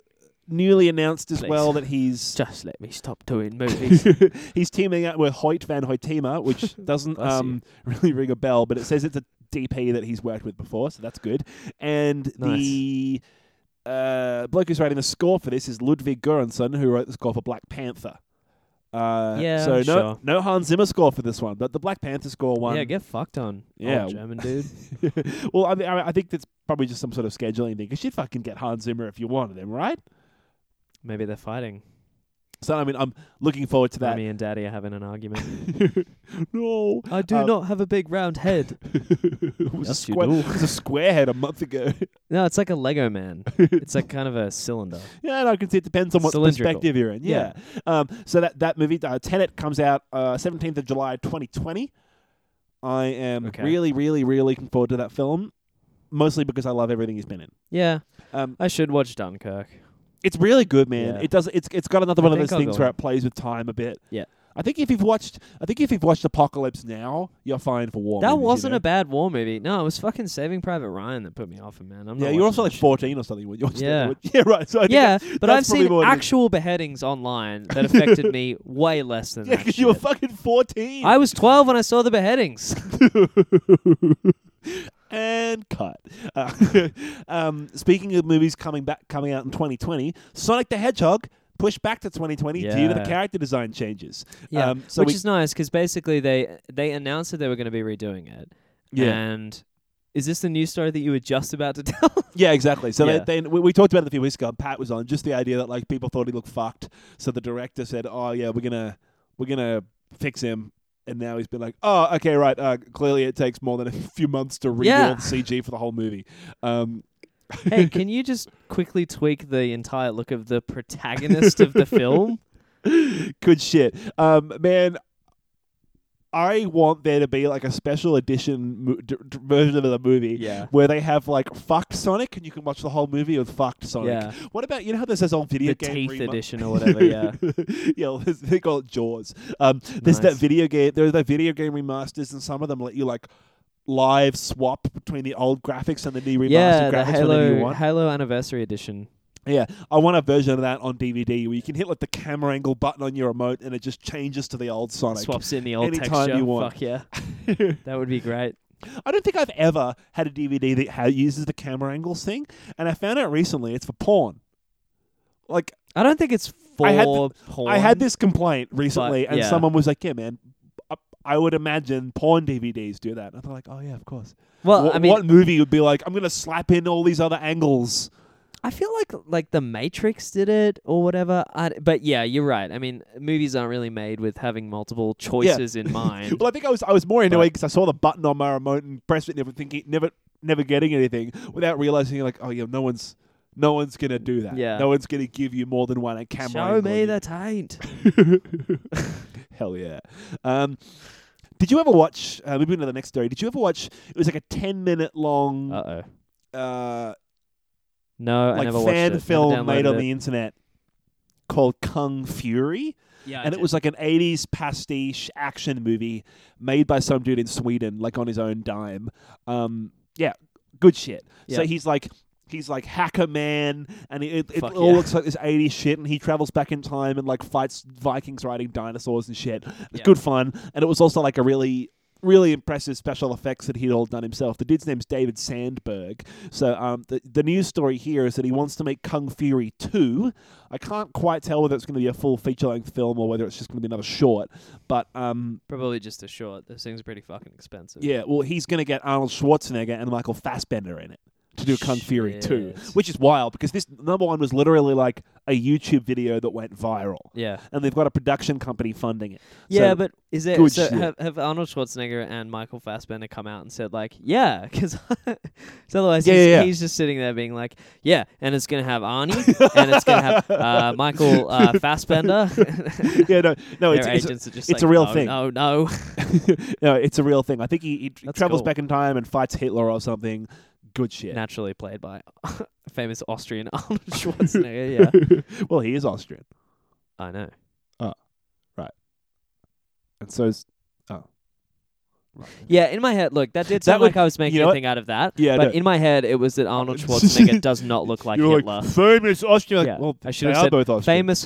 Speaker 1: newly announced as
Speaker 2: Please.
Speaker 1: well that he's
Speaker 2: Just let me stop doing movies.
Speaker 1: he's teaming up with Hoyt van Hoytema, which doesn't
Speaker 2: Bless
Speaker 1: um, really ring a bell, but it says it's a DP that he's worked with before, so that's good. And the uh, bloke who's writing the score for this is Ludwig Göransson, who wrote the score for Black Panther. Uh,
Speaker 2: Yeah,
Speaker 1: so
Speaker 2: I'm
Speaker 1: no,
Speaker 2: sure.
Speaker 1: no Hans Zimmer score for this one, but the Black Panther score one.
Speaker 2: Yeah, get fucked on,
Speaker 1: Yeah.
Speaker 2: old German dude.
Speaker 1: well, I, mean, I I think that's probably just some sort of scheduling thing. Cause you fucking get Hans Zimmer if you wanted him, right?
Speaker 2: Maybe they're fighting.
Speaker 1: So I mean, I'm looking forward to that.
Speaker 2: Mummy and Daddy are having an argument.
Speaker 1: no,
Speaker 2: I do
Speaker 1: Um,
Speaker 2: not have a big round head.
Speaker 1: it, was
Speaker 2: Yes,
Speaker 1: a
Speaker 2: you
Speaker 1: square,
Speaker 2: do.
Speaker 1: it was a square head a month ago.
Speaker 2: No, it's like a Lego man. it's like kind of a cylinder.
Speaker 1: yeah, and I can see it depends on what
Speaker 2: Cylindrical.
Speaker 1: perspective you're in. Yeah. Um, so that that movie uh, Tenet comes out uh, seventeenth of July, twenty twenty. I am
Speaker 2: Okay.
Speaker 1: really, really, really looking forward to that film, mostly because I love everything he's been in.
Speaker 2: Yeah,
Speaker 1: Um,
Speaker 2: I should watch Dunkirk.
Speaker 1: it's really good, man.
Speaker 2: Yeah.
Speaker 1: It does. It's it's got another
Speaker 2: I
Speaker 1: one of
Speaker 2: think
Speaker 1: those
Speaker 2: I'll
Speaker 1: things
Speaker 2: go
Speaker 1: where
Speaker 2: in.
Speaker 1: it plays with time a bit.
Speaker 2: Yeah.
Speaker 1: I think if you've watched, I think if you've watched Apocalypse Now, you're fine for war.
Speaker 2: That
Speaker 1: movies, you
Speaker 2: wasn't
Speaker 1: know?
Speaker 2: a bad war movie. No, it was fucking Saving Private Ryan that put me off, man. I'm
Speaker 1: Yeah,
Speaker 2: not
Speaker 1: you're also like
Speaker 2: watching
Speaker 1: 14
Speaker 2: that shit.
Speaker 1: or something. When you watched that.
Speaker 2: Yeah.
Speaker 1: yeah, right. So I think
Speaker 2: Yeah,
Speaker 1: that's-
Speaker 2: but
Speaker 1: that's
Speaker 2: I've
Speaker 1: probably
Speaker 2: seen
Speaker 1: more than-
Speaker 2: actual beheadings online that affected me way less than
Speaker 1: Yeah,
Speaker 2: that.
Speaker 1: because you were
Speaker 2: shit.
Speaker 1: fucking Um, 14.
Speaker 2: I was 12 when I saw the beheadings.
Speaker 1: and cut. Uh, um, speaking of movies coming back, coming out in 2020, Sonic the Hedgehog pushed back to 2020 due to the
Speaker 2: Yeah.
Speaker 1: character design changes.
Speaker 2: Yeah,
Speaker 1: Um, so
Speaker 2: which
Speaker 1: we-
Speaker 2: is nice because basically they they announced that they were going to be redoing it.
Speaker 1: Yeah.
Speaker 2: And is this the news story that you were just about to tell?
Speaker 1: Yeah, exactly. So
Speaker 2: Yeah.
Speaker 1: They, they, we, we talked about it a few weeks ago. and Pat was on just the idea that like people thought he looked fucked. So the director said, "Oh yeah, we're gonna we're gonna fix him." And now he's been like, "Oh, okay, right. Uh, clearly, it takes more than a few months to redo
Speaker 2: Yeah.
Speaker 1: all the CG for the whole movie." Um,
Speaker 2: hey, can you just quickly tweak the entire look of the protagonist of the film?
Speaker 1: good shit, um, man. I want there to be like a special edition mo- d- d- version of the movie
Speaker 2: Yeah.
Speaker 1: where they have like fucked Sonic and you can watch the whole movie with fucked Sonic.
Speaker 2: Yeah.
Speaker 1: What about you know how there's those old video
Speaker 2: The
Speaker 1: game
Speaker 2: teeth
Speaker 1: remo-
Speaker 2: edition or whatever, yeah.
Speaker 1: yeah, well, there's- they call it Jaws. Um, there's that
Speaker 2: Nice.
Speaker 1: video game. There's that video game remasters, and some of them let you like live swap between the old graphics and the new remastered
Speaker 2: yeah,
Speaker 1: graphics
Speaker 2: the
Speaker 1: whenever you
Speaker 2: Halo
Speaker 1: want.
Speaker 2: Halo Anniversary Edition.
Speaker 1: Yeah, I want a version of that on DVD where you can hit like the camera angle button on your remote and it just changes to the old Sonic.
Speaker 2: Swaps in the old
Speaker 1: anytime
Speaker 2: texture.
Speaker 1: you want.
Speaker 2: Fuck yeah, that would be great.
Speaker 1: I don't think I've ever had a DVD that ha- uses the camera angles thing, and I found out recently it's for porn. Like
Speaker 2: I don't think it's for
Speaker 1: I had
Speaker 2: porn.
Speaker 1: I had this complaint recently,
Speaker 2: But,
Speaker 1: and
Speaker 2: yeah.
Speaker 1: someone was like, "Yeah, man." I- I would imagine porn DVDs do that. And I thought, like, oh yeah, of course.
Speaker 2: Well,
Speaker 1: what,
Speaker 2: I mean,
Speaker 1: what movie would be like? I'm gonna slap in all these other angles.
Speaker 2: I feel like like the Matrix did it or whatever. I, but yeah, you're right. I mean, movies aren't really made with having multiple choices in mind.
Speaker 1: Well, I think I was I was more into
Speaker 2: But-
Speaker 1: it because I saw the button on my remote and pressed it, never thinking, never never getting anything, without realizing like, oh yeah, no one's no one's gonna do that.
Speaker 2: Yeah.
Speaker 1: no one's gonna give you more than one camera.
Speaker 2: Show
Speaker 1: angle
Speaker 2: me
Speaker 1: you-
Speaker 2: the taint.
Speaker 1: Hell yeah. Um, did you ever watch? Uh, moving to the next story. Did you ever watch? It was like a ten minute long,
Speaker 2: Uh
Speaker 1: uh,
Speaker 2: oh. No, I
Speaker 1: like
Speaker 2: never watched it.
Speaker 1: fan
Speaker 2: Never
Speaker 1: film made
Speaker 2: downloaded
Speaker 1: on
Speaker 2: it.
Speaker 1: the internet called Kung Fury.
Speaker 2: yeah,
Speaker 1: and it was like an 80s pastiche action movie made by some dude in Sweden, like on his own dime. Um, yeah, good shit. So
Speaker 2: Yeah.
Speaker 1: he's like. He's like hacker man, and it, it
Speaker 2: Fuck
Speaker 1: all
Speaker 2: yeah.
Speaker 1: looks like this 80s shit. And he travels back in time and like fights Vikings riding dinosaurs and shit. It's
Speaker 2: Yeah.
Speaker 1: good fun, and it was also like a really, really impressive special effects that he'd all done himself. The dude's name's David Sandberg. So um, the the news story here is that he wants to make Kung Fury two, I can't quite tell whether it's going to be a full feature length film or whether it's just going to be another short. But um,
Speaker 2: probably just a short. Those things are pretty fucking expensive.
Speaker 1: yeah, well, he's going to get Arnold Schwarzenegger and Michael Fassbender in it to do Kung Fury 2,
Speaker 2: Shit.
Speaker 1: which is wild because this number one was literally like a YouTube video that went viral.
Speaker 2: Yeah.
Speaker 1: And they've got a production company funding it.
Speaker 2: Yeah,
Speaker 1: So-
Speaker 2: but is there
Speaker 1: good
Speaker 2: so
Speaker 1: shit.
Speaker 2: have, have Arnold Schwarzenegger and Michael Fassbender come out and said like, yeah, because otherwise
Speaker 1: Yeah,
Speaker 2: he's,
Speaker 1: yeah, yeah.
Speaker 2: he's just sitting there being like, yeah, and it's gonna have Arnie and it's gonna have uh, Michael uh, Fassbender.
Speaker 1: yeah, no, no,
Speaker 2: Their
Speaker 1: it's, it's,
Speaker 2: agents are just
Speaker 1: it's a
Speaker 2: like,
Speaker 1: real
Speaker 2: "Oh,
Speaker 1: thing."
Speaker 2: No, no.
Speaker 1: no, it's a real thing. I think he, he
Speaker 2: That's
Speaker 1: travels
Speaker 2: cool.
Speaker 1: back in time and fights Hitler or something. Good shit.
Speaker 2: Naturally played by famous Austrian Arnold Schwarzenegger. Yeah,
Speaker 1: well, he is Austrian.
Speaker 2: I know.
Speaker 1: And so is. Oh. Right.
Speaker 2: Yeah, in my head, look, that did
Speaker 1: That
Speaker 2: sound
Speaker 1: would-
Speaker 2: like I was making
Speaker 1: you know
Speaker 2: a
Speaker 1: what?
Speaker 2: thing out of that.
Speaker 1: Yeah,
Speaker 2: but
Speaker 1: no.
Speaker 2: in my head, it was that Arnold Schwarzenegger does not look like
Speaker 1: You're
Speaker 2: Hitler.
Speaker 1: like, famous Austrian. Like,
Speaker 2: Yeah.
Speaker 1: Well,
Speaker 2: I should
Speaker 1: they
Speaker 2: have
Speaker 1: are
Speaker 2: said
Speaker 1: both Austrian.
Speaker 2: famous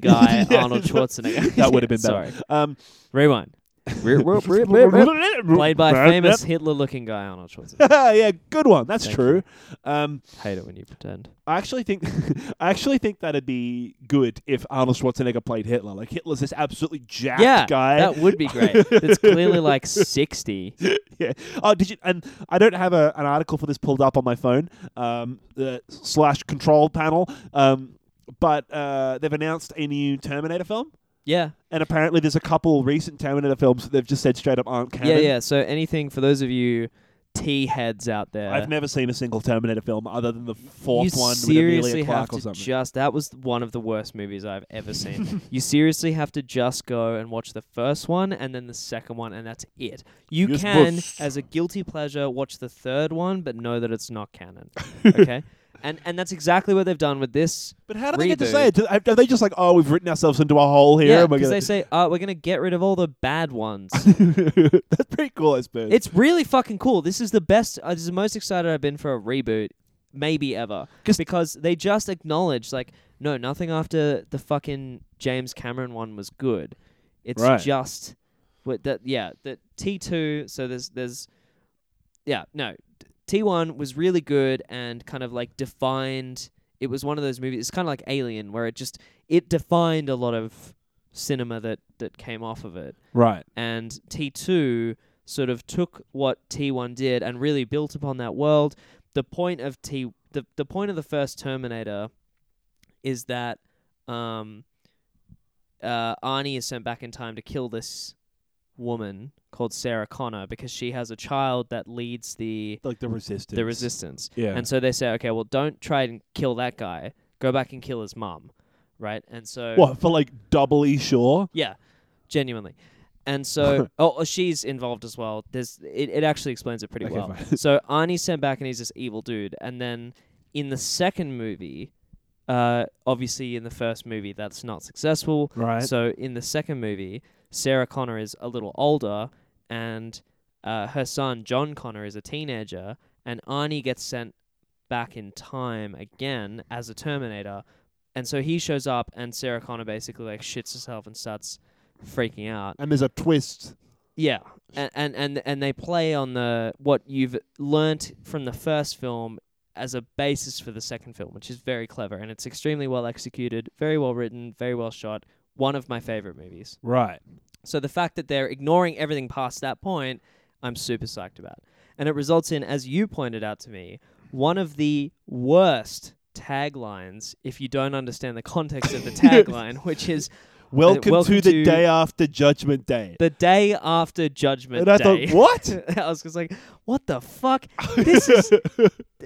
Speaker 2: guy
Speaker 1: Yeah.
Speaker 2: Arnold Schwarzenegger.
Speaker 1: That would have been
Speaker 2: Sorry.
Speaker 1: better. Um,
Speaker 2: Rewind. Played
Speaker 1: Played
Speaker 2: by famous Hitler-looking guy Arnold Schwarzenegger.
Speaker 1: yeah, good one. That's
Speaker 2: Thank
Speaker 1: true. Um,
Speaker 2: Hate it when you pretend.
Speaker 1: I actually think I actually think that'd be good if Arnold Schwarzenegger played Hitler. Like Hitler's this absolutely jacked
Speaker 2: yeah,
Speaker 1: guy.
Speaker 2: that would be great. It's clearly like sixty.
Speaker 1: yeah. Oh, did you? And I don't have a, an article for this pulled up on my phone. Um, the slash control panel. Um, but uh, they've announced a new Terminator film.
Speaker 2: Yeah,
Speaker 1: And apparently, there's a couple recent Terminator films that they've just said straight up aren't canon.
Speaker 2: yeah, yeah. So anything for those of you T heads out there,
Speaker 1: I've never seen a single Terminator film other than the
Speaker 2: you
Speaker 1: fourth one with
Speaker 2: seriously
Speaker 1: Amelia
Speaker 2: have
Speaker 1: Clarke or
Speaker 2: to
Speaker 1: something.
Speaker 2: just. That was one of the worst movies I've ever seen. you seriously have to just go and watch the first one and then the second one, and that's it. You
Speaker 1: Yes,
Speaker 2: can,
Speaker 1: boss.
Speaker 2: as a guilty pleasure, watch the third one, but know that it's not canon. Okay. And, and that's exactly what they've done with this.
Speaker 1: but how do they get to
Speaker 2: Reboot.
Speaker 1: say it? Do- Are they just like, oh, we've written ourselves into a hole here?
Speaker 2: yeah,
Speaker 1: and we're
Speaker 2: because they
Speaker 1: gonna-
Speaker 2: say, uh, we're going to get rid of all the bad ones.
Speaker 1: That's pretty cool, I suppose.
Speaker 2: it's really fucking cool. This is the best, uh, this is the most excited I've been for a reboot, maybe ever.
Speaker 1: 'Cause-
Speaker 2: Because they just acknowledge, like, no, nothing after the fucking James Cameron one was good. It's
Speaker 1: Right.
Speaker 2: just, what that yeah, that T2, so there's, there's, yeah, no, T1 was really good and kind of like defined. It was one of those movies. It's kind of like Alien, where it just it defined a lot of cinema that that came off of it.
Speaker 1: right.
Speaker 2: And T2 sort of took what T1 did and really built upon that world. The point of T the the point of the first Terminator is that um, uh, Arnie is sent back in time to kill this woman called Sarah Connor because she has a child that leads the
Speaker 1: Like the resistance.
Speaker 2: the resistance.
Speaker 1: Yeah.
Speaker 2: And so they say, okay, well, don't try and kill that guy. Go back and kill his mum, right? And so
Speaker 1: what for? Like doubly sure.
Speaker 2: yeah, genuinely. And so, oh, oh, she's involved as well. There's it, it actually explains it pretty
Speaker 1: Okay,
Speaker 2: well.
Speaker 1: fine.
Speaker 2: So Arnie's sent back and he's this evil dude. And then in the second movie, uh, obviously in the first movie that's not successful.
Speaker 1: Right.
Speaker 2: So in the second movie, Sarah Connor is a little older, and uh, her son John Connor is a teenager, and Arnie gets sent back in time again as a Terminator, and so he shows up, and Sarah Connor basically like shits herself and starts freaking out.
Speaker 1: and there's a twist.
Speaker 2: Yeah, and and and, and they play on the what you've learnt from the first film as a basis for the second film, which is very clever and it's extremely well executed, very well written, very well shot. One of my favorite movies.
Speaker 1: Right.
Speaker 2: So the fact that they're ignoring everything past that point, I'm super psyched about. And it results in, as you pointed out to me, one of the worst taglines if you don't understand the context of the tagline, which is
Speaker 1: Welcome,
Speaker 2: welcome
Speaker 1: to the
Speaker 2: to-
Speaker 1: day after Judgment Day.
Speaker 2: the day after judgment
Speaker 1: and I
Speaker 2: day.
Speaker 1: thought, what?
Speaker 2: I was just like, "What the fuck? This is are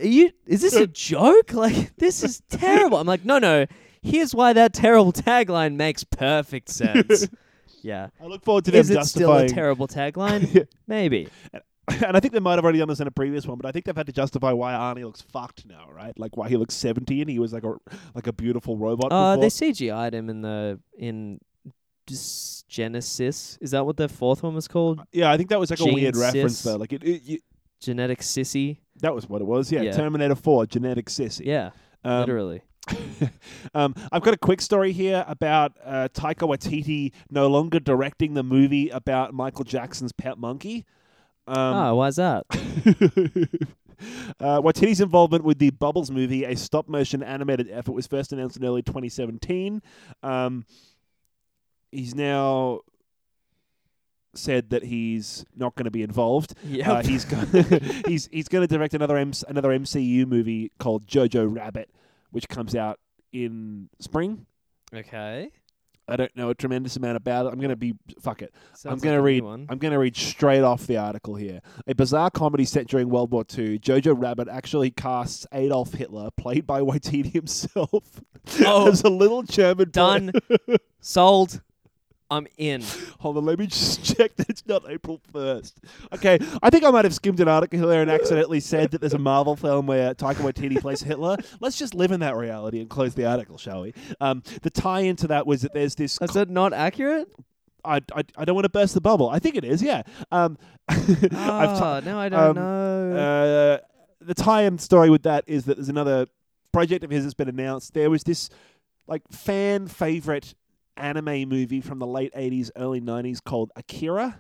Speaker 2: you? Is this a joke? Like, this is terrible." I'm like, "No, no. Here's why that terrible tagline makes perfect sense." yeah.
Speaker 1: I look forward to them
Speaker 2: Is it still a
Speaker 1: justifying.
Speaker 2: terrible tagline? Maybe.
Speaker 1: and I think they might have already done this in a previous one, but I think they've had to justify why Arnie looks fucked now, right? Like why he looks seventy and he was like a like a beautiful robot.
Speaker 2: Uh, they
Speaker 1: before.
Speaker 2: CGI'd him in the in Dis- Genesis. Is that what the fourth one was called?
Speaker 1: yeah, I think that was like a
Speaker 2: Gene
Speaker 1: weird reference
Speaker 2: Sis.
Speaker 1: though. Like it, it, you-
Speaker 2: Genetic sissy.
Speaker 1: that was what it was. Yeah,
Speaker 2: Yeah.
Speaker 1: Terminator Four, genetic sissy.
Speaker 2: Yeah,
Speaker 1: um,
Speaker 2: literally.
Speaker 1: Um, I've got a quick story here about uh, Taika Waititi no longer directing the movie about Michael Jackson's pet monkey. Um,
Speaker 2: oh, why's that?
Speaker 1: uh, Waititi's involvement with the Bubbles movie, a stop motion animated effort, was first announced in early 2017. Um, he's now said that he's not going to be involved.
Speaker 2: yeah.
Speaker 1: Uh, he's go- he's he's going to direct another M- another MCU movie called Jojo Rabbit, which comes out in spring.
Speaker 2: okay.
Speaker 1: I don't know a tremendous amount about it. I'm going to be fuck it. I'm
Speaker 2: Sounds
Speaker 1: going
Speaker 2: like
Speaker 1: to
Speaker 2: a new
Speaker 1: read.
Speaker 2: one.
Speaker 1: I'm going to read straight off the article here. A bizarre comedy set during World War II, Jojo Rabbit actually casts Adolf Hitler, played by Waititi himself,
Speaker 2: Oh.
Speaker 1: as a little German. boy.
Speaker 2: Done. Sold. I'm in.
Speaker 1: Hold on, let me just check that it's not April first. Okay, I think I might have skimmed an article here and accidentally said that there's a Marvel film where Taika Waititi plays Hitler. Let's just live in that reality and close the article, shall we? Um, the tie-in to that was that there's this
Speaker 2: Is it not accurate?
Speaker 1: I, I, I don't want to burst the bubble. I think it is, yeah. Um, I've t-
Speaker 2: Ah, no, I
Speaker 1: um,
Speaker 2: don't know.
Speaker 1: uh, the tie-in story with that is that there's another project of his that's been announced. There was this like fan favorite anime movie from the late 80s, early 90s called Akira.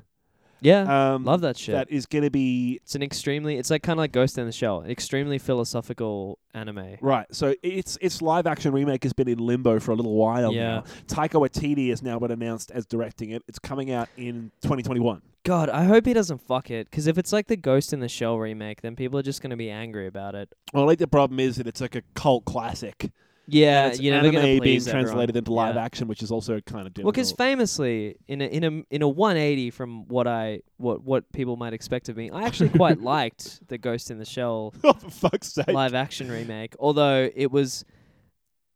Speaker 2: yeah,
Speaker 1: Um,
Speaker 2: love that shit.
Speaker 1: That is going to be
Speaker 2: it's an extremely. It's like kind of like Ghost in the Shell. an Extremely philosophical anime.
Speaker 1: Right, so its its live action remake has been in limbo for a little while
Speaker 2: Yeah.
Speaker 1: now. Taika Waititi has now been announced as directing it. It's coming out in 2021.
Speaker 2: God, I hope he doesn't fuck it. Because if it's like the Ghost in the Shell remake, then people are just gonna be angry about it.
Speaker 1: Well, I think the problem is that it's like a cult classic.
Speaker 2: Yeah,
Speaker 1: it's
Speaker 2: you know,
Speaker 1: anime
Speaker 2: they're gonna
Speaker 1: being
Speaker 2: please
Speaker 1: translated
Speaker 2: everyone.
Speaker 1: into live
Speaker 2: yeah.
Speaker 1: action, which is also kind of
Speaker 2: Well,
Speaker 1: difficult.
Speaker 2: because famously, in a in a in a 180 from what I what what people might expect of me, I actually quite liked the Ghost in the Shell
Speaker 1: oh, for fuck's sake!
Speaker 2: live action remake. Although it was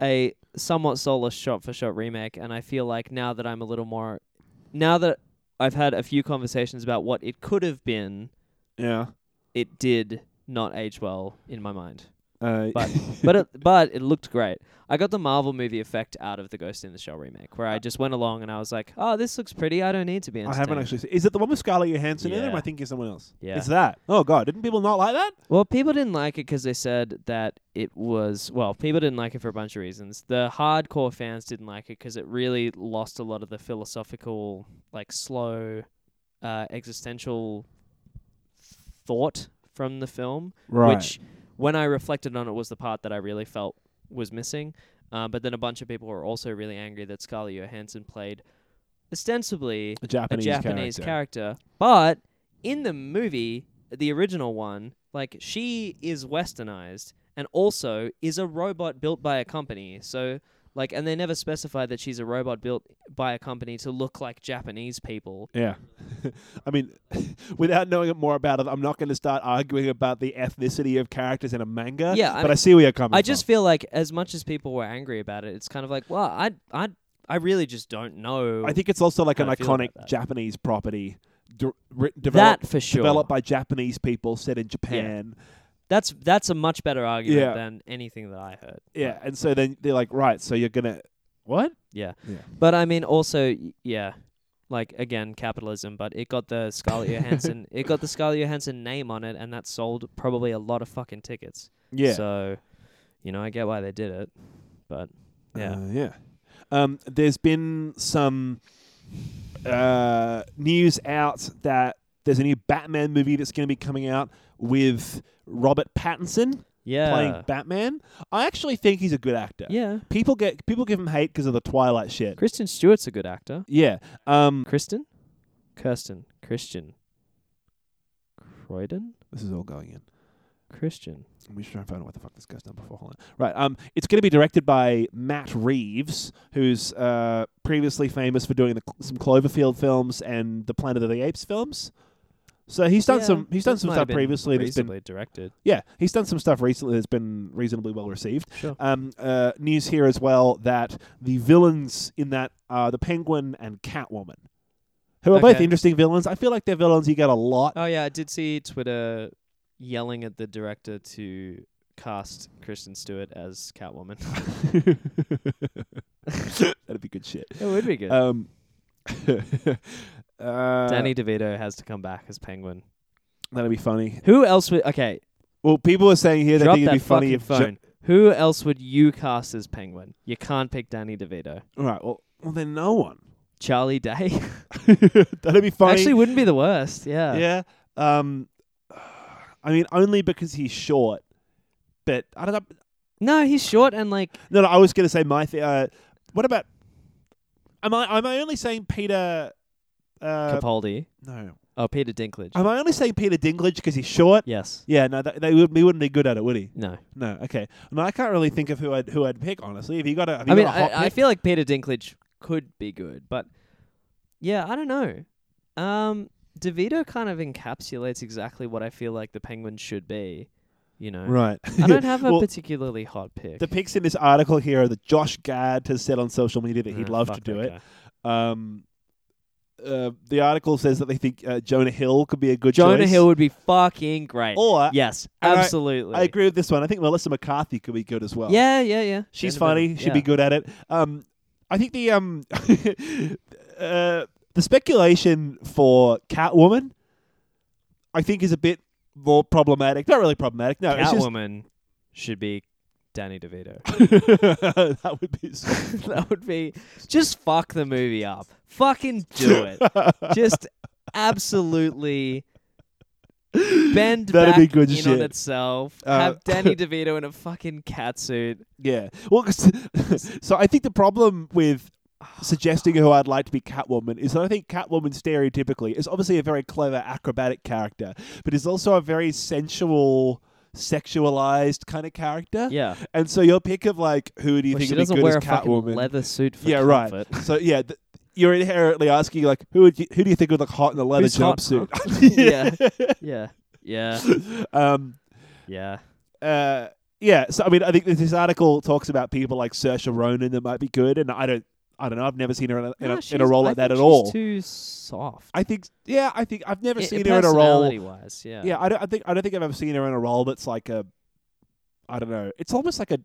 Speaker 2: a somewhat soulless shot for shot remake, and I feel like now that I'm a little more, now that I've had a few conversations about what it could have been,
Speaker 1: Yeah,
Speaker 2: it did not age well in my mind.
Speaker 1: uh,
Speaker 2: But but it, but it looked great. I got the Marvel movie effect out of the Ghost in the Shell remake, where I just went along and I was like, oh, this looks pretty. I don't need to be.
Speaker 1: I haven't
Speaker 2: entertained."
Speaker 1: actually. Seen. Is it the one with Scarlett Johansson in it? Or am
Speaker 2: Yeah.
Speaker 1: I thinking of someone else?
Speaker 2: Yeah.
Speaker 1: it's that. Oh god, didn't people not like that?
Speaker 2: Well, people didn't like it 'cause they said that it was. Well, people didn't like it for a bunch of reasons. The hardcore fans didn't like it 'cause it really lost a lot of the philosophical, like slow, uh, existential thought from the film. Which, when I reflected on it, was the part that I really felt was missing. Uh, but then a bunch of people were also really angry that Scarlett Johansson played ostensibly
Speaker 1: a Japanese,
Speaker 2: a Japanese
Speaker 1: character.
Speaker 2: character. But in the movie, the original one, like she is westernized and also is a robot built by a company. So like and they never specify that she's a robot built by a company to look like Japanese people.
Speaker 1: Yeah. I mean, without knowing more about it, I'm not going to start arguing about the ethnicity of characters in a manga.
Speaker 2: Yeah, I
Speaker 1: but I
Speaker 2: mean,
Speaker 1: see where you're coming
Speaker 2: I just feel like as much as people were angry about it, it's kind of like, well, I I I really just don't know.
Speaker 1: I think it's also like an
Speaker 2: How I feel about
Speaker 1: iconic
Speaker 2: that.
Speaker 1: Japanese property de- re- developed,
Speaker 2: that for sure.
Speaker 1: developed by Japanese people, set in Japan.
Speaker 2: that's that's a much better argument
Speaker 1: Yeah.
Speaker 2: than anything that I heard.
Speaker 1: Yeah. and so then they're like, right, so you're gonna what?
Speaker 2: Yeah.
Speaker 1: Yeah.
Speaker 2: But I mean, also, y- yeah, like again, capitalism. But it got the Scarlett Johansson. It got the Scarlett Johansson name on it, and that sold probably a lot of fucking tickets.
Speaker 1: Yeah,
Speaker 2: So, you know, I get why they did it, but yeah.
Speaker 1: Uh, yeah. Um, there's been some uh, news out that there's a new Batman movie that's going to be coming out with Robert Pattinson
Speaker 2: yeah.
Speaker 1: playing Batman. I actually think he's a good actor.
Speaker 2: yeah.
Speaker 1: People get people give him hate because of the Twilight shit.
Speaker 2: Kristen Stewart's a good actor.
Speaker 1: Yeah. Um,
Speaker 2: Kristen? Kirsten. Christian. Croydon?
Speaker 1: this is all going in.
Speaker 2: Christian.
Speaker 1: We should try and find out what the fuck this guy's done before. Hold on. Right. Um, it's going to be directed by Matt Reeves, who's uh, previously famous for doing the, some Cloverfield films and the Planet of the Apes films. So he's done
Speaker 2: Yeah,
Speaker 1: some he's done
Speaker 2: this
Speaker 1: some
Speaker 2: might
Speaker 1: stuff
Speaker 2: have been
Speaker 1: previously that's been
Speaker 2: reasonably directed.
Speaker 1: yeah he's done some stuff recently that's been reasonably well received.
Speaker 2: Sure.
Speaker 1: Um, uh, news here as well that the villains in that are the Penguin and Catwoman, who are both
Speaker 2: Okay.
Speaker 1: interesting villains. I feel like they're villains you get a lot.
Speaker 2: Oh yeah, I did see Twitter yelling at the director to cast Kristen Stewart as Catwoman.
Speaker 1: That'd be good shit.
Speaker 2: it would be good.
Speaker 1: Um, uh,
Speaker 2: Danny DeVito has to come back as Penguin.
Speaker 1: that'd be funny.
Speaker 2: Who else would okay,
Speaker 1: Well, people are saying here they
Speaker 2: drop
Speaker 1: think
Speaker 2: that
Speaker 1: it'd be funny
Speaker 2: fucking
Speaker 1: if.
Speaker 2: phone. Who else would you cast as Penguin? You can't pick Danny DeVito.
Speaker 1: All right. Well, well, then no one.
Speaker 2: Charlie Day
Speaker 1: that'd be funny.
Speaker 2: actually uh, wouldn't be the worst. Yeah.
Speaker 1: yeah. Um, I mean, only because he's short. But I don't know.
Speaker 2: No, he's short and like
Speaker 1: No, no. I was gonna say my. Th- uh, what about? Am I? Am I only saying Peter? Uh,
Speaker 2: Capaldi.
Speaker 1: no.
Speaker 2: Oh, Peter Dinklage.
Speaker 1: Am I only saying Peter Dinklage because he's short?
Speaker 2: yes.
Speaker 1: Yeah. No. That, they would. He wouldn't be good at it, would he?
Speaker 2: No.
Speaker 1: No, okay. No, I can't really think of who I'd who I'd pick. Honestly, have you got a? Have you
Speaker 2: I mean,
Speaker 1: got a hot
Speaker 2: I, I
Speaker 1: pick?
Speaker 2: feel like Peter Dinklage could be good, but yeah, I don't know. Um, DeVito kind of encapsulates exactly what I feel like the Penguin should be. You know,
Speaker 1: right.
Speaker 2: I don't have a
Speaker 1: Well,
Speaker 2: particularly hot pick.
Speaker 1: The picks in this article here are that Josh Gad has said on social media that he'd
Speaker 2: Ah,
Speaker 1: love to
Speaker 2: fuck
Speaker 1: do
Speaker 2: that
Speaker 1: it.
Speaker 2: guy.
Speaker 1: Um, uh, the article says that they think uh, Jonah Hill could be a good
Speaker 2: Jonah
Speaker 1: choice.
Speaker 2: Hill would be fucking great.
Speaker 1: or
Speaker 2: yes,
Speaker 1: and I-
Speaker 2: absolutely.
Speaker 1: I agree with this one. I think Melissa McCarthy could be good as well.
Speaker 2: Yeah, yeah, yeah.
Speaker 1: she's
Speaker 2: Gender
Speaker 1: funny.
Speaker 2: balance,
Speaker 1: She'd
Speaker 2: yeah.
Speaker 1: be good at it. Um, I think the um, uh, the speculation for Catwoman, I think, is a bit more problematic. Not really problematic. No, it's just
Speaker 2: Catwoman should be Danny DeVito.
Speaker 1: that would be so
Speaker 2: that would be just fuck the movie up. Fucking do it. just absolutely bend
Speaker 1: That'd
Speaker 2: back
Speaker 1: be good
Speaker 2: in
Speaker 1: shit.
Speaker 2: on itself.
Speaker 1: Uh,
Speaker 2: have Danny DeVito in a fucking catsuit.
Speaker 1: yeah. Well, 'cause- so I think the problem with suggesting who I'd like to be Catwoman is that I think Catwoman stereotypically is obviously a very clever acrobatic character, but is also a very sensual, sexualized kind of character.
Speaker 2: Yeah,
Speaker 1: And so your pick of like who do you
Speaker 2: Well,
Speaker 1: think
Speaker 2: she
Speaker 1: would be
Speaker 2: doesn't
Speaker 1: good
Speaker 2: wear a
Speaker 1: as
Speaker 2: fucking
Speaker 1: Catwoman?
Speaker 2: leather suit for
Speaker 1: yeah,
Speaker 2: comfort.
Speaker 1: right. So yeah. Th- you're inherently asking like who would you, who do you think would look hot in a leather
Speaker 2: Who's hot,
Speaker 1: jumpsuit?
Speaker 2: Yeah. Yeah, yeah,
Speaker 1: um,
Speaker 2: yeah.
Speaker 1: uh, yeah. So I mean, I think this, this article talks about people like Saoirse Ronan that might be good, and I don't, I don't know. I've never seen her in a, in
Speaker 2: Nah,
Speaker 1: a, in a
Speaker 2: she's-
Speaker 1: role
Speaker 2: I
Speaker 1: like that at
Speaker 2: think
Speaker 1: all.
Speaker 2: She's too soft.
Speaker 1: I think, yeah, I think I've never
Speaker 2: I-
Speaker 1: seen her in a role.
Speaker 2: Wise, yeah.
Speaker 1: Yeah, I don't, I think I don't think I've ever seen her in a role that's like a, I don't know. It's almost like a.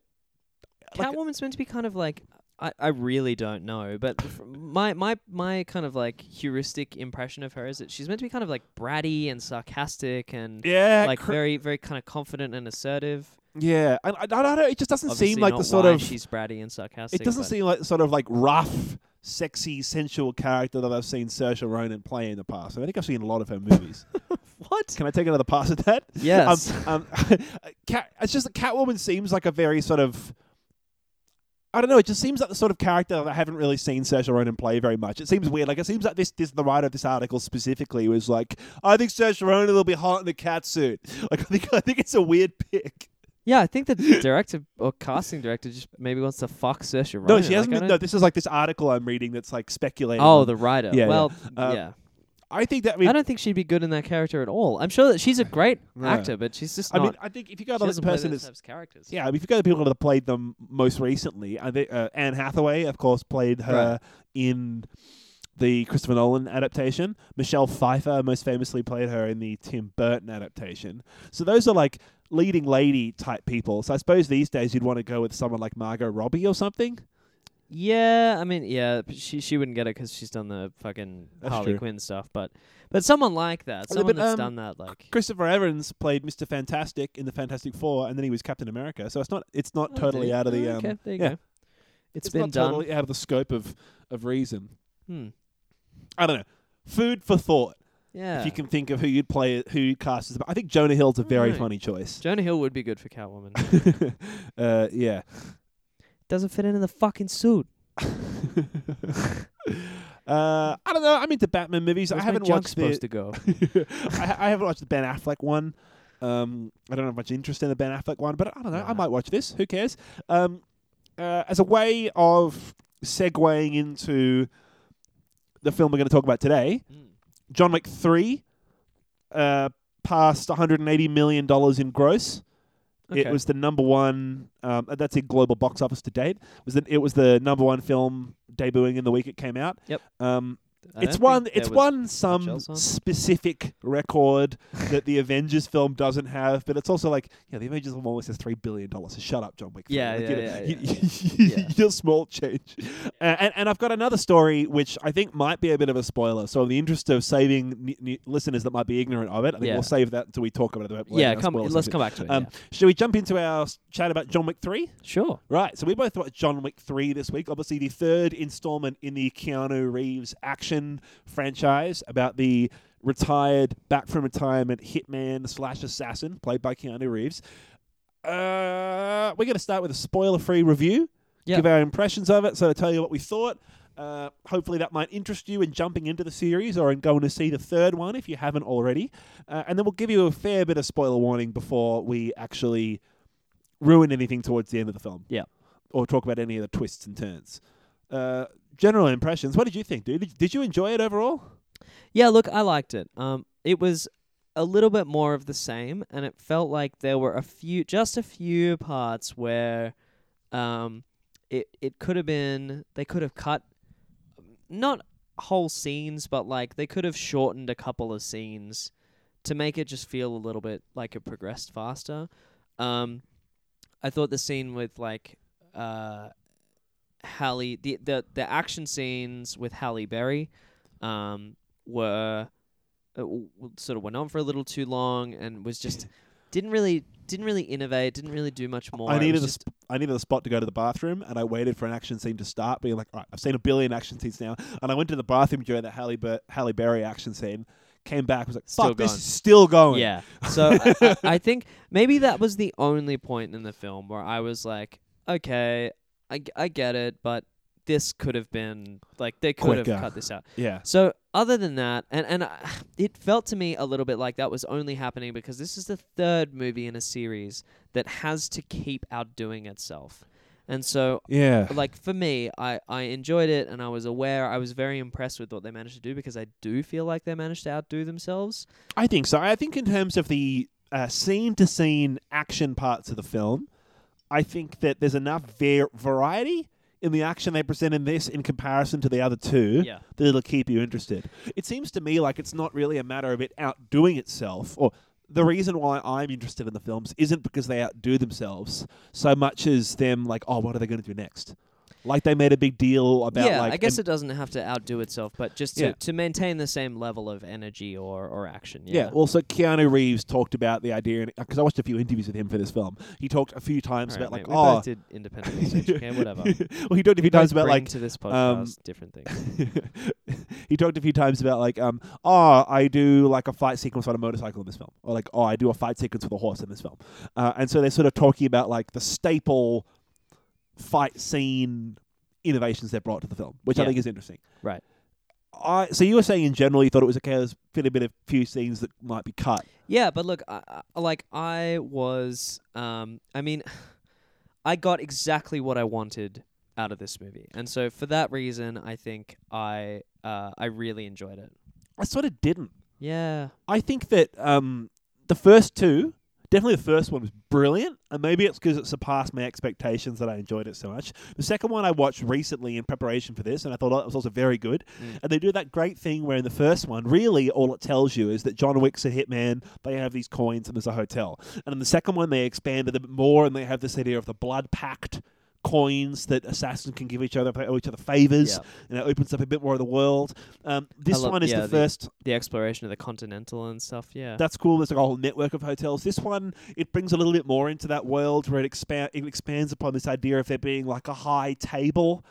Speaker 1: like a-
Speaker 2: Catwoman's meant to be kind of like I, I really don't know, but f- my my my kind of like heuristic impression of her is that she's meant to be kind of like bratty and sarcastic and
Speaker 1: yeah,
Speaker 2: like
Speaker 1: cr-
Speaker 2: very very kind of confident and assertive.
Speaker 1: yeah. I, I, I don't know. It just doesn't
Speaker 2: Obviously
Speaker 1: seem like
Speaker 2: not
Speaker 1: the sort
Speaker 2: why
Speaker 1: of.
Speaker 2: she's bratty and sarcastic.
Speaker 1: It doesn't
Speaker 2: but-
Speaker 1: seem like the sort of like rough, sexy, sensual character that I've seen Saoirse Ronan play in the past. I think I've seen a lot of her movies.
Speaker 2: what?
Speaker 1: Can I take another pass at that?
Speaker 2: Yes.
Speaker 1: Um, um, cat, it's just that Catwoman seems like a very sort of. I don't know. It just seems like the sort of character that I haven't really seen Saoirse Ronan play very much. It seems weird. Like it seems like this, this the writer of this article specifically was like, I think Saoirse Ronan will be hot in a cat suit. Like I think I think it's a weird pick.
Speaker 2: yeah, I think the director or casting director just maybe wants to fuck Saoirse Ronan.
Speaker 1: No, she hasn't.
Speaker 2: like, I
Speaker 1: been, no,
Speaker 2: don't-
Speaker 1: this is like this article I'm reading that's like speculating.
Speaker 2: Oh,
Speaker 1: on-
Speaker 2: the writer.
Speaker 1: Yeah, yeah.
Speaker 2: well,
Speaker 1: Uh,
Speaker 2: yeah.
Speaker 1: I think that. I mean,
Speaker 2: I don't think she'd be good in that character at all. I'm sure that she's a great
Speaker 1: No.
Speaker 2: actor, but she's just
Speaker 1: I,
Speaker 2: not.
Speaker 1: mean, I think if you go
Speaker 2: she
Speaker 1: to the
Speaker 2: doesn't play
Speaker 1: person
Speaker 2: those
Speaker 1: that's
Speaker 2: types of characters.
Speaker 1: yeah, if you go to people that have played them most recently, I think uh, Anne Hathaway, of course, played her in the Christopher Nolan adaptation. Michelle Pfeiffer most famously played her in the Tim Burton adaptation. So those are like leading lady type people. So I suppose these days you'd want to go with someone like Margot Robbie or something.
Speaker 2: Yeah, I mean, yeah, but she she wouldn't get it 'cause she's done the fucking
Speaker 1: That's
Speaker 2: Harley
Speaker 1: true.
Speaker 2: Quinn stuff, but but someone like that,
Speaker 1: Oh, but,
Speaker 2: someone that's
Speaker 1: um,
Speaker 2: done that, like
Speaker 1: Christopher Evans played Mr. Fantastic in the Fantastic Four, and then he was Captain America. So it's not it's not
Speaker 2: Oh,
Speaker 1: totally
Speaker 2: did it?
Speaker 1: out of the
Speaker 2: Oh,
Speaker 1: um,
Speaker 2: okay, there you
Speaker 1: yeah.
Speaker 2: go.
Speaker 1: it's
Speaker 2: been
Speaker 1: not
Speaker 2: done.
Speaker 1: totally out of the scope of of reason.
Speaker 2: Hmm.
Speaker 1: I don't know. Food for thought.
Speaker 2: Yeah,
Speaker 1: If you can think of who you'd play, who you'd cast as, I think Jonah Hill's a very
Speaker 2: Alright.
Speaker 1: funny choice.
Speaker 2: Jonah Hill would be good for Catwoman.
Speaker 1: uh, yeah.
Speaker 2: Doesn't fit into the fucking suit.
Speaker 1: uh, I don't know. I'm into Batman movies.
Speaker 2: Where's
Speaker 1: I
Speaker 2: my
Speaker 1: haven't
Speaker 2: junk
Speaker 1: watched
Speaker 2: supposed
Speaker 1: the.
Speaker 2: to go.
Speaker 1: I, I haven't watched the Ben Affleck one. Um, I don't have much interest in the Ben Affleck one, but I don't know. I
Speaker 2: Nah.
Speaker 1: might watch this. Who cares? Um, uh, as a way of segueing into the film we're going to talk about today, John Wick 3 uh, passed $180 million in gross. It
Speaker 2: Okay.
Speaker 1: was the number one, um, uh, that's in global box office to date. It was, the, it was the number one film debuting in the week it came out.
Speaker 2: Yep.
Speaker 1: Um,
Speaker 2: I don't
Speaker 1: it's
Speaker 2: think
Speaker 1: won,
Speaker 2: there
Speaker 1: it's
Speaker 2: was-
Speaker 1: won some
Speaker 2: else on?
Speaker 1: specific record that the Avengers film doesn't have, but it's also like, you know, the Avengers film always has $3 billion. So shut up, John Wick. three.
Speaker 2: Yeah,
Speaker 1: Like,
Speaker 2: yeah,
Speaker 1: you know,
Speaker 2: yeah,
Speaker 1: you-
Speaker 2: yeah.
Speaker 1: you-
Speaker 2: Yeah.
Speaker 1: Your small change. Uh, and, and I've got another story which I think might be a bit of a spoiler. So, in the interest of saving n- n- listeners that might be ignorant of it, I think
Speaker 2: Yeah.
Speaker 1: we'll save that until we talk about it. later
Speaker 2: Yeah,
Speaker 1: in our
Speaker 2: come.
Speaker 1: spoiler
Speaker 2: Let's
Speaker 1: section.
Speaker 2: come back to it.
Speaker 1: Um,
Speaker 2: yeah.
Speaker 1: Should we jump into our s- chat about John Wick 3?
Speaker 2: Sure.
Speaker 1: Right, so we both watched John Wick 3 this week. Obviously, the third installment in the Keanu Reeves action franchise about the retired, back from retirement hitman slash assassin played by Keanu Reeves. Uh, we're going to start with a spoiler free review,
Speaker 2: Yeah.
Speaker 1: give our impressions of it, so to tell you what we thought. Uh, hopefully, that might interest you in jumping into the series or in going to see the third one if you haven't already. Uh, and then we'll give you a fair bit of spoiler warning before we actually ruin anything towards the end of the film.
Speaker 2: Yeah.
Speaker 1: Or talk about any of the twists and turns. Uh, general impressions. What did you think, dude? Did, did you enjoy it overall?
Speaker 2: Yeah, look, I liked it. Um, it was a little bit more of the same, and it felt like there were a few, just a few parts where, um, it it could have been they could have cut, not whole scenes, but like they could have shortened a couple of scenes to make it just feel a little bit like it progressed faster. Um, I thought the scene with like, uh. Halle the, the the action scenes with Halle Berry um were uh, w- w- sort of went on for a little too long and was just didn't really didn't really innovate, didn't really do much more.
Speaker 1: I
Speaker 2: It
Speaker 1: needed
Speaker 2: was
Speaker 1: a
Speaker 2: just-
Speaker 1: sp- I needed a spot to go to the bathroom, and I waited for an action scene to start. Being like, all right, I've seen a billion action scenes now, and I went to the bathroom during the Halle, Ber- Halle Berry action scene. Came back, was like,
Speaker 2: Still
Speaker 1: fuck, this
Speaker 2: gone.
Speaker 1: is still going.
Speaker 2: yeah. So I, I, I think maybe that was the only point in the film where I was like, okay, I, g- I get it, but this could have been like they could
Speaker 1: Quicker.
Speaker 2: have cut this out.
Speaker 1: yeah,
Speaker 2: So other than that, and and I, it felt to me a little bit like that was only happening because this is the third movie in a series that has to keep outdoing itself, and so
Speaker 1: yeah.
Speaker 2: like for me, I I enjoyed it and I was aware I was very impressed with what they managed to do because I do feel like they managed to outdo themselves.
Speaker 1: I think so. I think in terms of the uh, scene-to-scene action parts of the film, I think that there's enough var- variety in the action they present in this in comparison to the other two
Speaker 2: Yeah.
Speaker 1: that it'll keep you interested. It seems to me like it's not really a matter of it outdoing itself or the reason why I'm interested in the films isn't because they outdo themselves so much as them like, oh, what are they going to do next? Like they made a big deal about
Speaker 2: yeah,
Speaker 1: like
Speaker 2: I guess
Speaker 1: em-
Speaker 2: it doesn't have to outdo itself, but just to,
Speaker 1: Yeah.
Speaker 2: to maintain the same level of energy or, or action.
Speaker 1: Yeah.
Speaker 2: Yeah.
Speaker 1: Also, Keanu Reeves talked about the idea because I watched a few interviews with him for this film. He talked a few times
Speaker 2: Alright,
Speaker 1: about like,
Speaker 2: mate, we
Speaker 1: oh,
Speaker 2: both did independent research, okay, whatever. We
Speaker 1: well, he talked a few times
Speaker 2: both
Speaker 1: about
Speaker 2: bring
Speaker 1: like,
Speaker 2: to this podcast
Speaker 1: um,
Speaker 2: different things.
Speaker 1: he talked a few times about like, um, oh, I do like a fight sequence on a motorcycle in this film, or like, oh, I do a fight sequence with a horse in this film, uh, and so they're sort of talking about like the staple fight scene innovations they brought to the film, which I
Speaker 2: Yeah.
Speaker 1: think is interesting.
Speaker 2: Right.
Speaker 1: I, so you were saying in general you thought it was okay. There's been a bit of few scenes that might be cut.
Speaker 2: Yeah, but look, I, I- like I was, um, I mean, I got exactly what I wanted out of this movie, and so for that reason, I think I, uh, I really enjoyed it.
Speaker 1: I sort of didn't.
Speaker 2: Yeah.
Speaker 1: I think that um, the first two, definitely the first one was brilliant, and maybe it's because it surpassed my expectations that I enjoyed it so much. The second one I watched recently in preparation for this, and I thought oh, that was also very good.
Speaker 2: Mm.
Speaker 1: And they do that great thing where in the first one, really all it tells you is that John Wick's a hitman, they have these coins, and there's a hotel. And in the second one, they expand it a bit more, and they have this idea of the blood pact coins that assassins can give each other, they owe each other favors,
Speaker 2: Yeah.
Speaker 1: and it opens up a bit more of the world. Um, this
Speaker 2: love-
Speaker 1: one is
Speaker 2: yeah,
Speaker 1: the
Speaker 2: the-
Speaker 1: first
Speaker 2: The exploration of the continental and stuff. Yeah.
Speaker 1: that's cool. There's like a whole network of hotels. This one, it brings a little bit more into that world where it, expa- it expands upon this idea of there being like a high table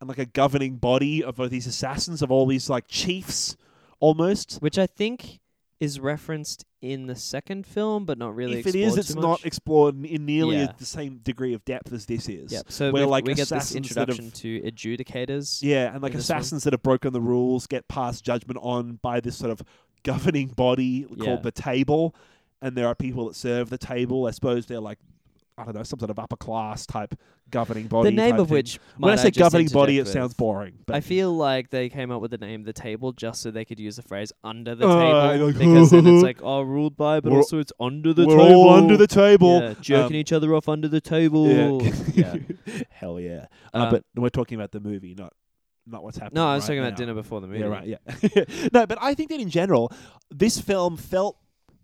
Speaker 1: and like a governing body of all these assassins, of all these like chiefs almost.
Speaker 2: Which I think is referenced in the second film, but not really.
Speaker 1: if it is,
Speaker 2: explored
Speaker 1: it's
Speaker 2: too
Speaker 1: not
Speaker 2: much.
Speaker 1: explored in nearly
Speaker 2: Yeah.
Speaker 1: the same degree of depth as this is.
Speaker 2: Yeah. So
Speaker 1: where,
Speaker 2: we,
Speaker 1: like,
Speaker 2: we get this
Speaker 1: assassins that have-
Speaker 2: introduction to adjudicators.
Speaker 1: Yeah, and like
Speaker 2: In this one.
Speaker 1: assassins that have broken the rules get passed judgment on by this sort of governing body
Speaker 2: Yeah.
Speaker 1: called the table. And there are people that serve the table. I suppose they're like, I don't know, some sort of upper class type governing body.
Speaker 2: the name
Speaker 1: type
Speaker 2: of
Speaker 1: thing.
Speaker 2: which.
Speaker 1: when I
Speaker 2: might
Speaker 1: say
Speaker 2: just
Speaker 1: governing body, it
Speaker 2: interject with-
Speaker 1: sounds boring. But
Speaker 2: I feel like they came up with the name the table just so they could use the phrase under the
Speaker 1: Oh, I
Speaker 2: table
Speaker 1: like,
Speaker 2: because then it's like oh ruled by but
Speaker 1: We're-
Speaker 2: also it's under the
Speaker 1: we're
Speaker 2: table.
Speaker 1: all under the table.
Speaker 2: Yeah, jerking
Speaker 1: Um,
Speaker 2: each other off under the table. Yeah.
Speaker 1: Hell yeah!
Speaker 2: Um,
Speaker 1: uh, but we're talking about the movie, not not what's happening.
Speaker 2: no, I was
Speaker 1: right
Speaker 2: talking about
Speaker 1: now.
Speaker 2: dinner before the movie.
Speaker 1: Yeah, right. Yeah. no, but I think that in general, this film felt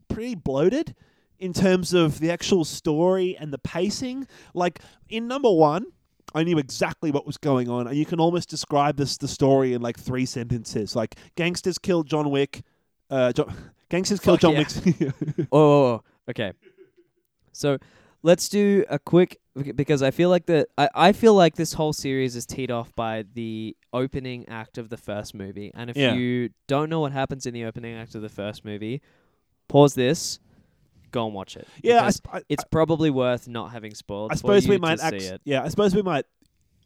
Speaker 1: pretty bloated in terms of the actual story and the pacing. Like in number one, I knew exactly what was going on, and you can almost describe this the story in like three sentences. Like gangsters killed John Wick. Uh, John, gangsters killed
Speaker 2: Fuck
Speaker 1: John
Speaker 2: yeah.
Speaker 1: Wick.
Speaker 2: Oh, oh, oh, okay. So let's do a quick because I feel like the I, I feel like this whole series is teed off by the opening act of the first movie. And if
Speaker 1: Yeah.
Speaker 2: you don't know what happens in the opening act of the first movie, pause this, go and watch it.
Speaker 1: yeah, I,
Speaker 2: because
Speaker 1: sp- I-
Speaker 2: it's probably worth not having spoiled.
Speaker 1: I
Speaker 2: for
Speaker 1: suppose
Speaker 2: you
Speaker 1: we
Speaker 2: to
Speaker 1: might.
Speaker 2: see
Speaker 1: Act,
Speaker 2: it.
Speaker 1: Yeah, I suppose we might.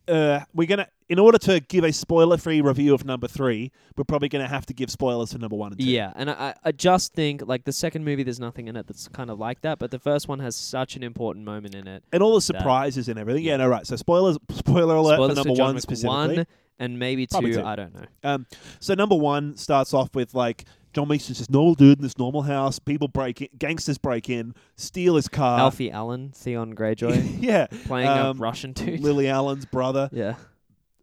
Speaker 1: Uh, we're gonna, in order to give a spoiler-free review of number three, we're probably gonna have to give spoilers for number one and two.
Speaker 2: Yeah, and I, I- I just think like the second movie, there's nothing in it that's kind of like that, but the first one has such an important moment in it.
Speaker 1: and all the
Speaker 2: that.
Speaker 1: surprises and everything. Yeah, no, right. So spoilers, spoiler alert
Speaker 2: Spoilers
Speaker 1: uh, for
Speaker 2: for
Speaker 1: number
Speaker 2: John
Speaker 1: one
Speaker 2: Wick
Speaker 1: specifically.
Speaker 2: one and maybe
Speaker 1: Probably
Speaker 2: two,
Speaker 1: two.
Speaker 2: I don't know.
Speaker 1: Um, so number one starts off with like John Wick's just this normal dude in this normal house. People break in, gangsters break in, steal his car.
Speaker 2: Alfie Allen, Theon Greyjoy,
Speaker 1: yeah,
Speaker 2: playing
Speaker 1: Um,
Speaker 2: a Russian dude.
Speaker 1: Lily Allen's brother.
Speaker 2: yeah.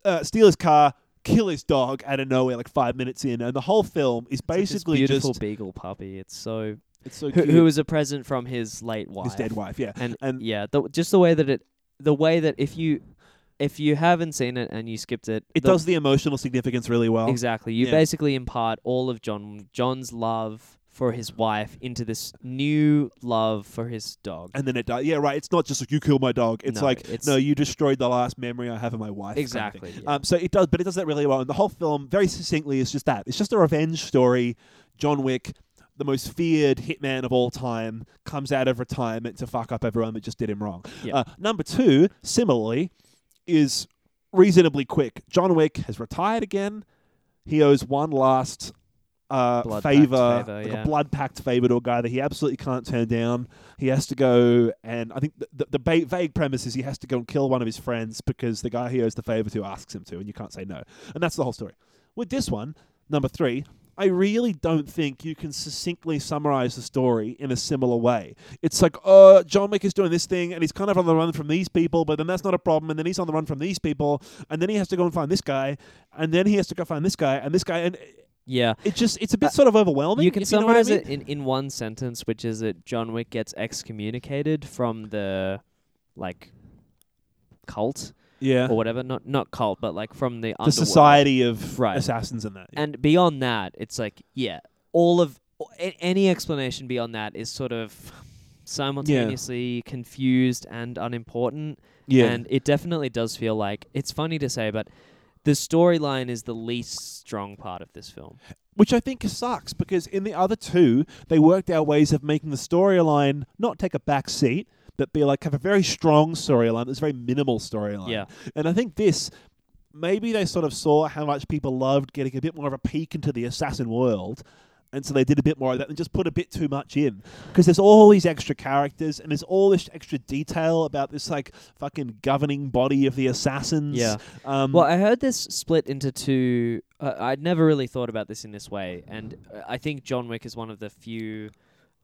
Speaker 1: Uh, steal his car, kill his dog out of nowhere, like five minutes in, and the whole film is
Speaker 2: Basically,
Speaker 1: basically
Speaker 2: beautiful
Speaker 1: just
Speaker 2: beagle puppy. It's so
Speaker 1: it's so
Speaker 2: who,
Speaker 1: cute.
Speaker 2: who was a present from his late wife.
Speaker 1: his dead wife, yeah,
Speaker 2: And,
Speaker 1: and
Speaker 2: yeah, the, just the way that it, the way that if you, if you haven't seen it and you skipped it,
Speaker 1: it
Speaker 2: the-
Speaker 1: does the emotional significance really well.
Speaker 2: exactly. You
Speaker 1: Yeah.
Speaker 2: basically impart all of John John's love for his wife into this new love for his dog.
Speaker 1: And then it dies. Yeah, right. It's not just like you killed my dog. It's
Speaker 2: No,
Speaker 1: like
Speaker 2: it's-
Speaker 1: no, you destroyed the last memory I have of my wife. kind of thing.
Speaker 2: Exactly. yeah.
Speaker 1: Um, so it does, but it does that really well. And the whole film, very succinctly, is just that. It's just a revenge story. John Wick, the most feared hitman of all time, comes out of retirement to fuck up everyone that just did him wrong.
Speaker 2: Yeah.
Speaker 1: Uh, number two, similarly, is reasonably quick. John Wick has retired again. He owes one last uh,
Speaker 2: Blood pact
Speaker 1: favor,
Speaker 2: favor,
Speaker 1: like a
Speaker 2: yeah.
Speaker 1: blood pact favor to a guy that he absolutely can't turn down. He has to go, and I think the, the, the ba- vague premise is he has to go and kill one of his friends because the guy he owes the favor to asks him to, and you can't say no. And that's the whole story. With this one, number three, I really don't think you can succinctly summarize the story in a similar way. It's like, uh, John Wick is doing this thing, and he's kind of on the run from these people, but then that's not a problem, and then he's on the run from these people, and then he has to go and find this guy, and then he has to go find this guy, and this guy, and
Speaker 2: yeah.
Speaker 1: it just, it's a bit sort of overwhelming.
Speaker 2: Uh, you can
Speaker 1: if know what I
Speaker 2: summarize
Speaker 1: mean.
Speaker 2: it in, in one sentence, which is that John Wick gets excommunicated from the like cult
Speaker 1: Yeah.
Speaker 2: or whatever. Not not cult, but like from the,
Speaker 1: the
Speaker 2: underworld.
Speaker 1: society of
Speaker 2: Right.
Speaker 1: assassins and that.
Speaker 2: And beyond that, it's like yeah, all of a- any explanation beyond that is sort of simultaneously confused and unimportant.
Speaker 1: yeah.
Speaker 2: And it definitely does feel like it's funny to say, but the storyline is the least strong part of this film.
Speaker 1: Which I think sucks because in the other two, they worked out ways of making the storyline not take a back seat, but be like have a very strong storyline. It's a very minimal storyline.
Speaker 2: Yeah.
Speaker 1: And I think this, maybe they sort of saw how much people loved getting a bit more of a peek into the assassin world. And so they did a bit more of that and just put a bit too much in because there's all these extra characters and there's all this extra detail about this like fucking governing body of the assassins.
Speaker 2: Yeah.
Speaker 1: Um,
Speaker 2: Well, I heard this split into two. Uh, I'd never really thought about this in this way, and uh, I think John Wick is one of the few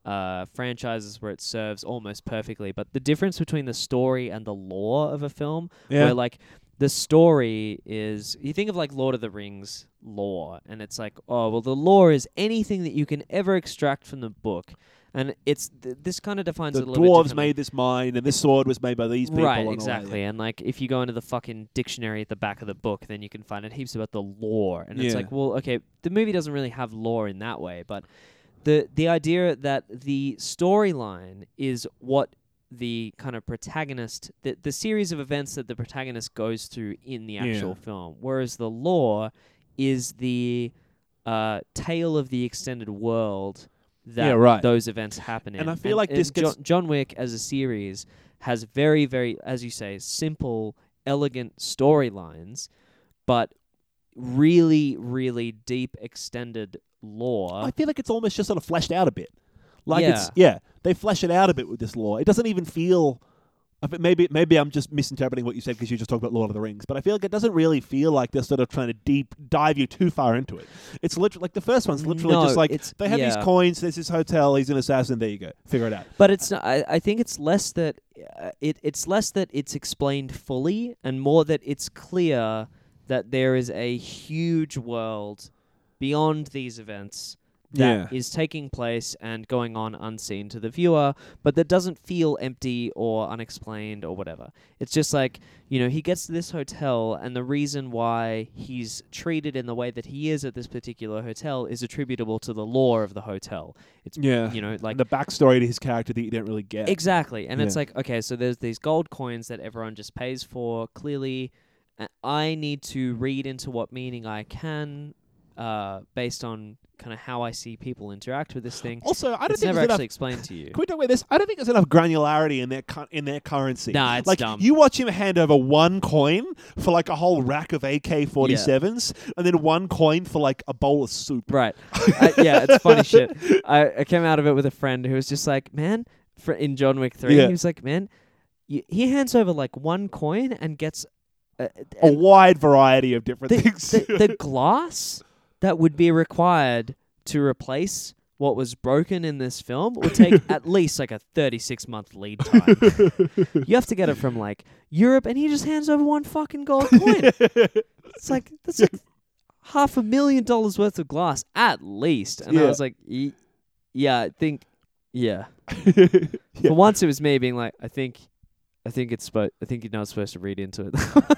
Speaker 2: uh, franchises where it serves almost perfectly. But the difference between the story and the lore of a film,
Speaker 1: yeah.
Speaker 2: where like the story is, you think of like Lord of the Rings lore, and it's like, oh well, the lore is anything that you can ever extract from the book, and it's th- this kind of defines
Speaker 1: the
Speaker 2: it a little bit
Speaker 1: dwarves
Speaker 2: differently.
Speaker 1: made this mine and this sword was made by these people. and
Speaker 2: Right,
Speaker 1: all that.
Speaker 2: exactly. And like if you go into the fucking dictionary at the back of the book, then you can find it heaps about the lore. And it's
Speaker 1: Yeah.
Speaker 2: like, well, okay, the movie doesn't really have lore in that way, but the the idea that the storyline is what the kind of protagonist the, the series of events that the protagonist goes through in the
Speaker 1: Yeah.
Speaker 2: actual film. Whereas the lore is the uh, tale of the extended world that
Speaker 1: Yeah, right.
Speaker 2: those events happen in.
Speaker 1: And I feel like this
Speaker 2: John,
Speaker 1: gets-
Speaker 2: John Wick as a series has very, very, as you say, simple, elegant storylines, but really, really deep, extended lore.
Speaker 1: I feel like it's almost just sort of fleshed out a bit. Like it's yeah, they flesh it out a bit with this lore. It doesn't even feel. I think maybe maybe I'm just misinterpreting what you said because you just talked about Lord of the Rings, but I feel like it doesn't really feel like they're sort of trying to deep dive you too far into it. It's literally like the first one's literally
Speaker 2: No,
Speaker 1: just like
Speaker 2: it's-
Speaker 1: they have
Speaker 2: yeah.
Speaker 1: these coins. There's this hotel. He's an assassin. There you go. Figure it out.
Speaker 2: But it's not, I, I think it's less that uh, it it's less that it's explained fully and more that it's clear that there is a huge world beyond these events that is
Speaker 1: Yeah.
Speaker 2: taking place and going on unseen to the viewer, but that doesn't feel empty or unexplained or whatever. It's just like, you know, he gets to this hotel and the reason why he's treated in the way that he is at this particular hotel is attributable to the lore of the hotel. It's
Speaker 1: Yeah.
Speaker 2: you know, like
Speaker 1: and the backstory to his character that you don't really get.
Speaker 2: Exactly. And it's
Speaker 1: Yeah.
Speaker 2: like, okay, so there's these gold coins that everyone just pays for. Clearly, uh, I need to read into what meaning I can uh, based on kind of how I see people interact with this thing.
Speaker 1: also, I don't
Speaker 2: it's
Speaker 1: think
Speaker 2: never
Speaker 1: there's enough.
Speaker 2: actually explained to you.
Speaker 1: Can we talk about this? I don't think there's enough granularity in their cu- in their currency.
Speaker 2: Nah, it's
Speaker 1: like
Speaker 2: dumb.
Speaker 1: you watch him hand over one coin for like a whole rack of AK-47s, and then one coin for like a bowl of soup.
Speaker 2: Right. Uh, yeah, it's funny shit. I, I came out of it with a friend who was just like, man, fr- in John Wick 3,
Speaker 1: Yeah.
Speaker 2: he was like, man, y- he hands over like one coin and gets. Uh,
Speaker 1: A
Speaker 2: and
Speaker 1: wide variety of different
Speaker 2: the,
Speaker 1: things.
Speaker 2: the, the glass that would be required to replace what was broken in this film would take at least like a 36 month lead time. you have to get it from like Europe, and he just hands over one fucking gold coin. it's like, that's like half a million dollars worth of glass at least. And I
Speaker 1: Yeah.
Speaker 2: was like, "Ye- yeah, I think, yeah.
Speaker 1: Yeah.
Speaker 2: For once, it was me being like, I think. I think it's spo- I think you're not supposed to read into it.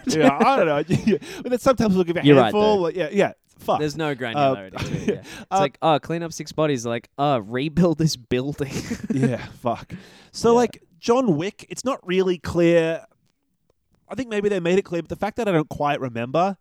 Speaker 1: yeah, I don't know. yeah. But then sometimes we'll give a
Speaker 2: You're right,
Speaker 1: handful. like, yeah, yeah. Fuck.
Speaker 2: There's no granularity. to it, yeah. It's
Speaker 1: uh,
Speaker 2: like, oh, clean up six bodies. Like, oh, rebuild this building.
Speaker 1: yeah, fuck. So
Speaker 2: Yeah.
Speaker 1: like John Wick, it's not really clear. I think maybe they made it clear, but the fact that I don't quite remember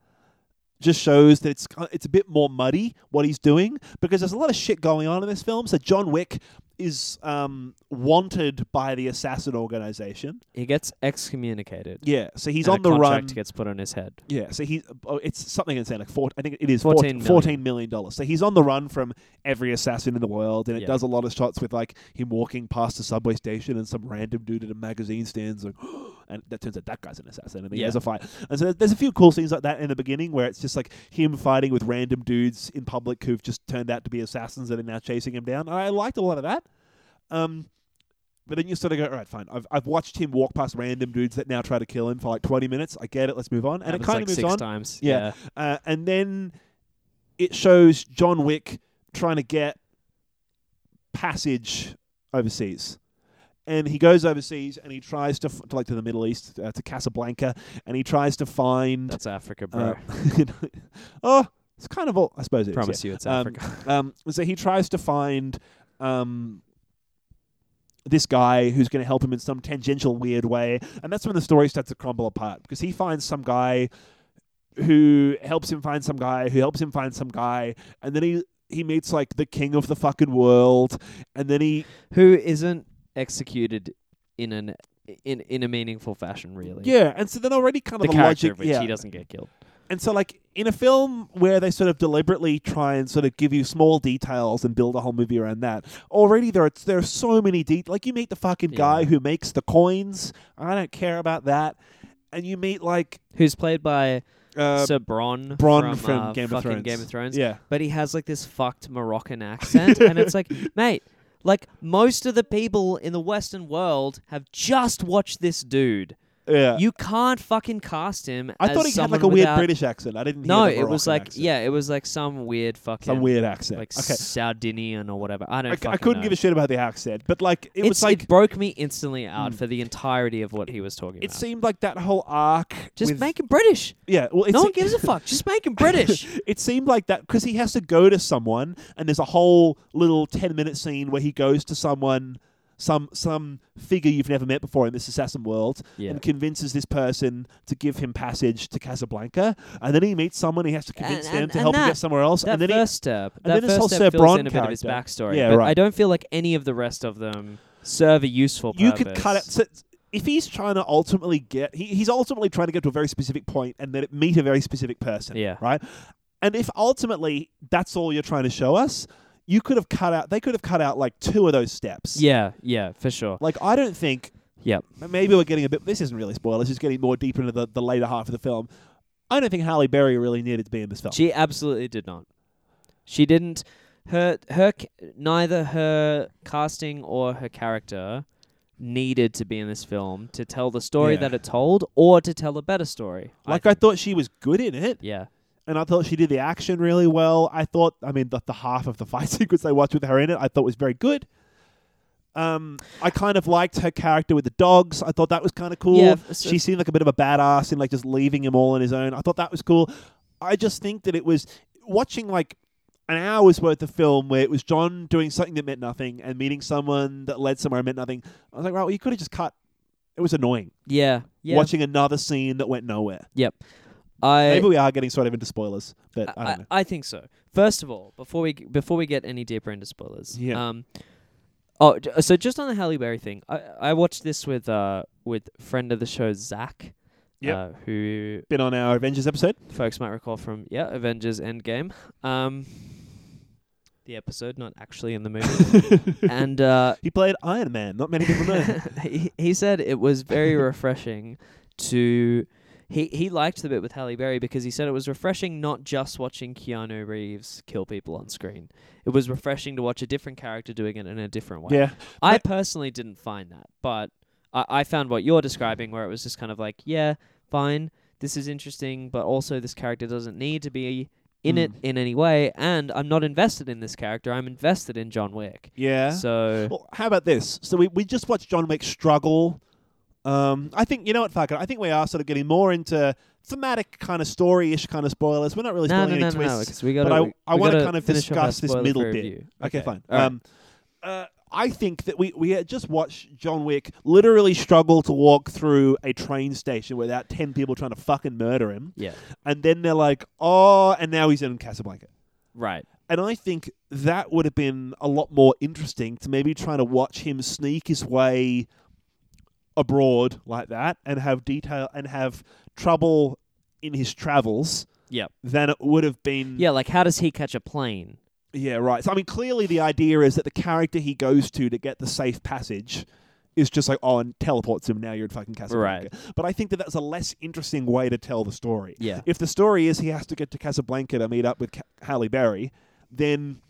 Speaker 1: just shows that it's ki- it's a bit more muddy what he's doing because there's a lot of shit going on in this film. So John Wick is um, wanted by the assassin organization.
Speaker 2: he gets excommunicated.
Speaker 1: Yeah, so he's
Speaker 2: and
Speaker 1: on
Speaker 2: a
Speaker 1: the
Speaker 2: contract
Speaker 1: run.
Speaker 2: Gets put on his head.
Speaker 1: Yeah, so he's oh, it's something insane. Like four, I think it is
Speaker 2: 14
Speaker 1: 14
Speaker 2: million.
Speaker 1: $14 million dollars. So he's on the run from every assassin in the world, and it
Speaker 2: Yeah.
Speaker 1: does a lot of shots with like him walking past a subway station and some random dude at a magazine stands like, and that turns out that guy's an assassin, and he
Speaker 2: Yeah.
Speaker 1: has a fight. And so there's, there's a few cool scenes like that in the beginning where it's just like him fighting with random dudes in public who've just turned out to be assassins and are now chasing him down. And I liked a lot of that. Um, but then you sort of go, all right, fine. I've, I've watched him walk past random dudes that now try to kill him for like 20 minutes. I get it. Let's move on. And it
Speaker 2: Happens
Speaker 1: kind
Speaker 2: like
Speaker 1: of moves
Speaker 2: six
Speaker 1: on.
Speaker 2: times.
Speaker 1: Yeah. Uh, and then it shows John Wick trying to get passage overseas. And he goes overseas and he tries to, f- to like to the Middle East, uh, to Casablanca, and he tries to find.
Speaker 2: that's Africa, bro.
Speaker 1: Uh, oh, it's kind of all. I suppose it is,
Speaker 2: Promise you, it's
Speaker 1: Um,
Speaker 2: Africa.
Speaker 1: yeah. Um, so he tries to find um, this guy who's going to help him in some tangential, weird way. And that's when the story starts to crumble apart because he finds some guy who helps him find some guy who helps him find some guy. And then he. He meets like the king of the fucking world, and then he
Speaker 2: Who isn't executed in an in in a meaningful fashion, really?
Speaker 1: yeah, and so then already kind
Speaker 2: The
Speaker 1: of the,
Speaker 2: character
Speaker 1: logic
Speaker 2: of which
Speaker 1: yeah,
Speaker 2: he doesn't get killed.
Speaker 1: And so, like, in a film where they sort of deliberately try and sort of give you small details and build a whole movie around that, already there are, there are so many details. Like, you meet the fucking guy
Speaker 2: Yeah.
Speaker 1: who makes the coins. I don't care about that. And you meet, like,
Speaker 2: Who's played by
Speaker 1: uh,
Speaker 2: Sir Bron,
Speaker 1: Bron
Speaker 2: from,
Speaker 1: from
Speaker 2: uh,
Speaker 1: Game of
Speaker 2: fucking
Speaker 1: Thrones.
Speaker 2: Game of Thrones.
Speaker 1: yeah.
Speaker 2: But he has like this fucked Moroccan accent, and it's like, mate, like most of the people in the Western world have just watched this dude.
Speaker 1: Yeah.
Speaker 2: You can't fucking cast him.
Speaker 1: Uh, I
Speaker 2: as
Speaker 1: thought he had like
Speaker 2: someone
Speaker 1: a weird
Speaker 2: without-
Speaker 1: British accent. I didn't hear
Speaker 2: No,
Speaker 1: the
Speaker 2: it was
Speaker 1: Moroccan
Speaker 2: like
Speaker 1: accent.
Speaker 2: yeah, it was like some weird fucking
Speaker 1: Some weird accent.
Speaker 2: like
Speaker 1: okay.
Speaker 2: Sardinian or whatever. I don't.
Speaker 1: I, c-
Speaker 2: fucking
Speaker 1: I couldn't
Speaker 2: know.
Speaker 1: give a shit about the accent, but like it
Speaker 2: It's-
Speaker 1: was like
Speaker 2: it broke me instantly
Speaker 1: Mm.
Speaker 2: out for the entirety of what he was talking
Speaker 1: it
Speaker 2: about.
Speaker 1: seemed like that whole arc.
Speaker 2: Just
Speaker 1: with-
Speaker 2: make him British.
Speaker 1: yeah. Well, it
Speaker 2: no
Speaker 1: se-
Speaker 2: one gives a fuck. Just make him British.
Speaker 1: it seemed like that because he has to go to someone, and there's a whole little ten minute scene where he goes to someone, some some figure you've never met before in this assassin world,
Speaker 2: Yeah.
Speaker 1: and convinces this person to give him passage to Casablanca, and then he meets someone he has to convince
Speaker 2: And-
Speaker 1: them
Speaker 2: and-
Speaker 1: to
Speaker 2: and
Speaker 1: help him
Speaker 2: that-
Speaker 1: get somewhere else,
Speaker 2: That
Speaker 1: and then
Speaker 2: first step,
Speaker 1: and
Speaker 2: that
Speaker 1: then this
Speaker 2: first
Speaker 1: whole
Speaker 2: step
Speaker 1: Sir
Speaker 2: fills
Speaker 1: Bron
Speaker 2: in a bit of his
Speaker 1: character.
Speaker 2: backstory.
Speaker 1: Yeah,
Speaker 2: but
Speaker 1: right.
Speaker 2: I don't feel like any of the rest of them serve a useful
Speaker 1: he,
Speaker 2: purpose.
Speaker 1: you could cut it. So if he's trying to ultimately get, he, he's ultimately trying to get to a very specific point, and then meet a very specific person.
Speaker 2: Yeah.
Speaker 1: right? And if ultimately that's all you're trying to show us, you could have cut out. They could have cut out like two of those steps.
Speaker 2: Yeah, yeah, for sure.
Speaker 1: Like I don't think.
Speaker 2: Yep.
Speaker 1: Maybe we're getting a bit. This isn't really spoilers. It's getting more deep into the, the later half of the film. I don't think Halle Berry really needed to be in this film.
Speaker 2: She absolutely did not. She didn't. Her her c- neither her casting or her character needed to be in this film to tell the story
Speaker 1: Yeah.
Speaker 2: that it told or to tell a better story.
Speaker 1: like
Speaker 2: I,
Speaker 1: I, thought she was good in it,
Speaker 2: yeah,
Speaker 1: and I thought she did the action really well. I thought, I mean, the, the half of the fight sequence they watched with her in it, I thought was very good. Um, I kind of liked her character with the dogs. I thought that was kind of cool.
Speaker 2: Yeah, f- so-
Speaker 1: she seemed like a bit of a badass in like just leaving him all on his own. I thought that was cool. I just think that it was watching like an hour's worth of film where it was John doing something that meant nothing and meeting someone that led somewhere and meant nothing. I was like, right, well, you could have just cut. It was annoying
Speaker 2: yeah, yeah.
Speaker 1: watching another scene that went nowhere.
Speaker 2: I
Speaker 1: Maybe we are getting sort of into spoilers, but I, don't know.
Speaker 2: I think so. First of all, before we before we get any deeper into spoilers,
Speaker 1: Yeah.
Speaker 2: Um, oh, j- so just on the Halle Berry thing, I I watched this with uh with friend of the show Zach,
Speaker 1: Yep.
Speaker 2: uh, who
Speaker 1: Been on our Avengers episode.
Speaker 2: folks might recall from yeah Avengers Endgame, um, the episode not actually in the movie, and uh,
Speaker 1: He played Iron Man. Not many people know.
Speaker 2: he, he said it was very refreshing to. He, he liked the bit with Halle Berry because he said it was refreshing not just watching Keanu Reeves kill people on screen. It was refreshing to watch a different character doing it in a different way.
Speaker 1: yeah,
Speaker 2: I
Speaker 1: But-
Speaker 2: personally didn't find that, but I, I found what you're describing where it was just kind of like, yeah, fine, this is interesting, but also this character doesn't need to be in it
Speaker 1: Mm.
Speaker 2: in any way, and I'm not invested in this character. I'm invested in John Wick.
Speaker 1: yeah.
Speaker 2: So
Speaker 1: well, how about this? So we, we just watched John Wick struggle. Um, I think you know what, fuck it. I think we are sort of getting more into thematic kind of story-ish kind of spoilers. We're not really
Speaker 2: no,
Speaker 1: spoiling
Speaker 2: no,
Speaker 1: any
Speaker 2: no, no,
Speaker 1: twists.
Speaker 2: no, because we got.
Speaker 1: but I-
Speaker 2: we,
Speaker 1: I
Speaker 2: we
Speaker 1: wanna
Speaker 2: gotta
Speaker 1: kind of
Speaker 2: finish off our
Speaker 1: discuss this
Speaker 2: spoiler
Speaker 1: middle
Speaker 2: for
Speaker 1: bit.
Speaker 2: review.
Speaker 1: Okay, fine.
Speaker 2: all right.
Speaker 1: Um, uh, I think that we, we had just watched John Wick literally struggle to walk through a train station without 10 people trying to fucking murder him.
Speaker 2: yeah,
Speaker 1: And then they're like, oh, and now he's in Casablanca.
Speaker 2: right.
Speaker 1: And I think that would have been a lot more interesting to maybe trying to watch him sneak his way abroad like that and have detail and have trouble in his travels
Speaker 2: Yep.
Speaker 1: than it would have been
Speaker 2: Yeah, like how does he catch a plane?
Speaker 1: yeah, right. So I mean, clearly the idea is that the character he goes to to get the safe passage is just like, oh, and teleports him. Now you're in fucking Casablanca. But I think that that's a less interesting way to tell the story.
Speaker 2: Yeah.
Speaker 1: If the story is he has to get to Casablanca to meet up with Ca- Halle Berry, then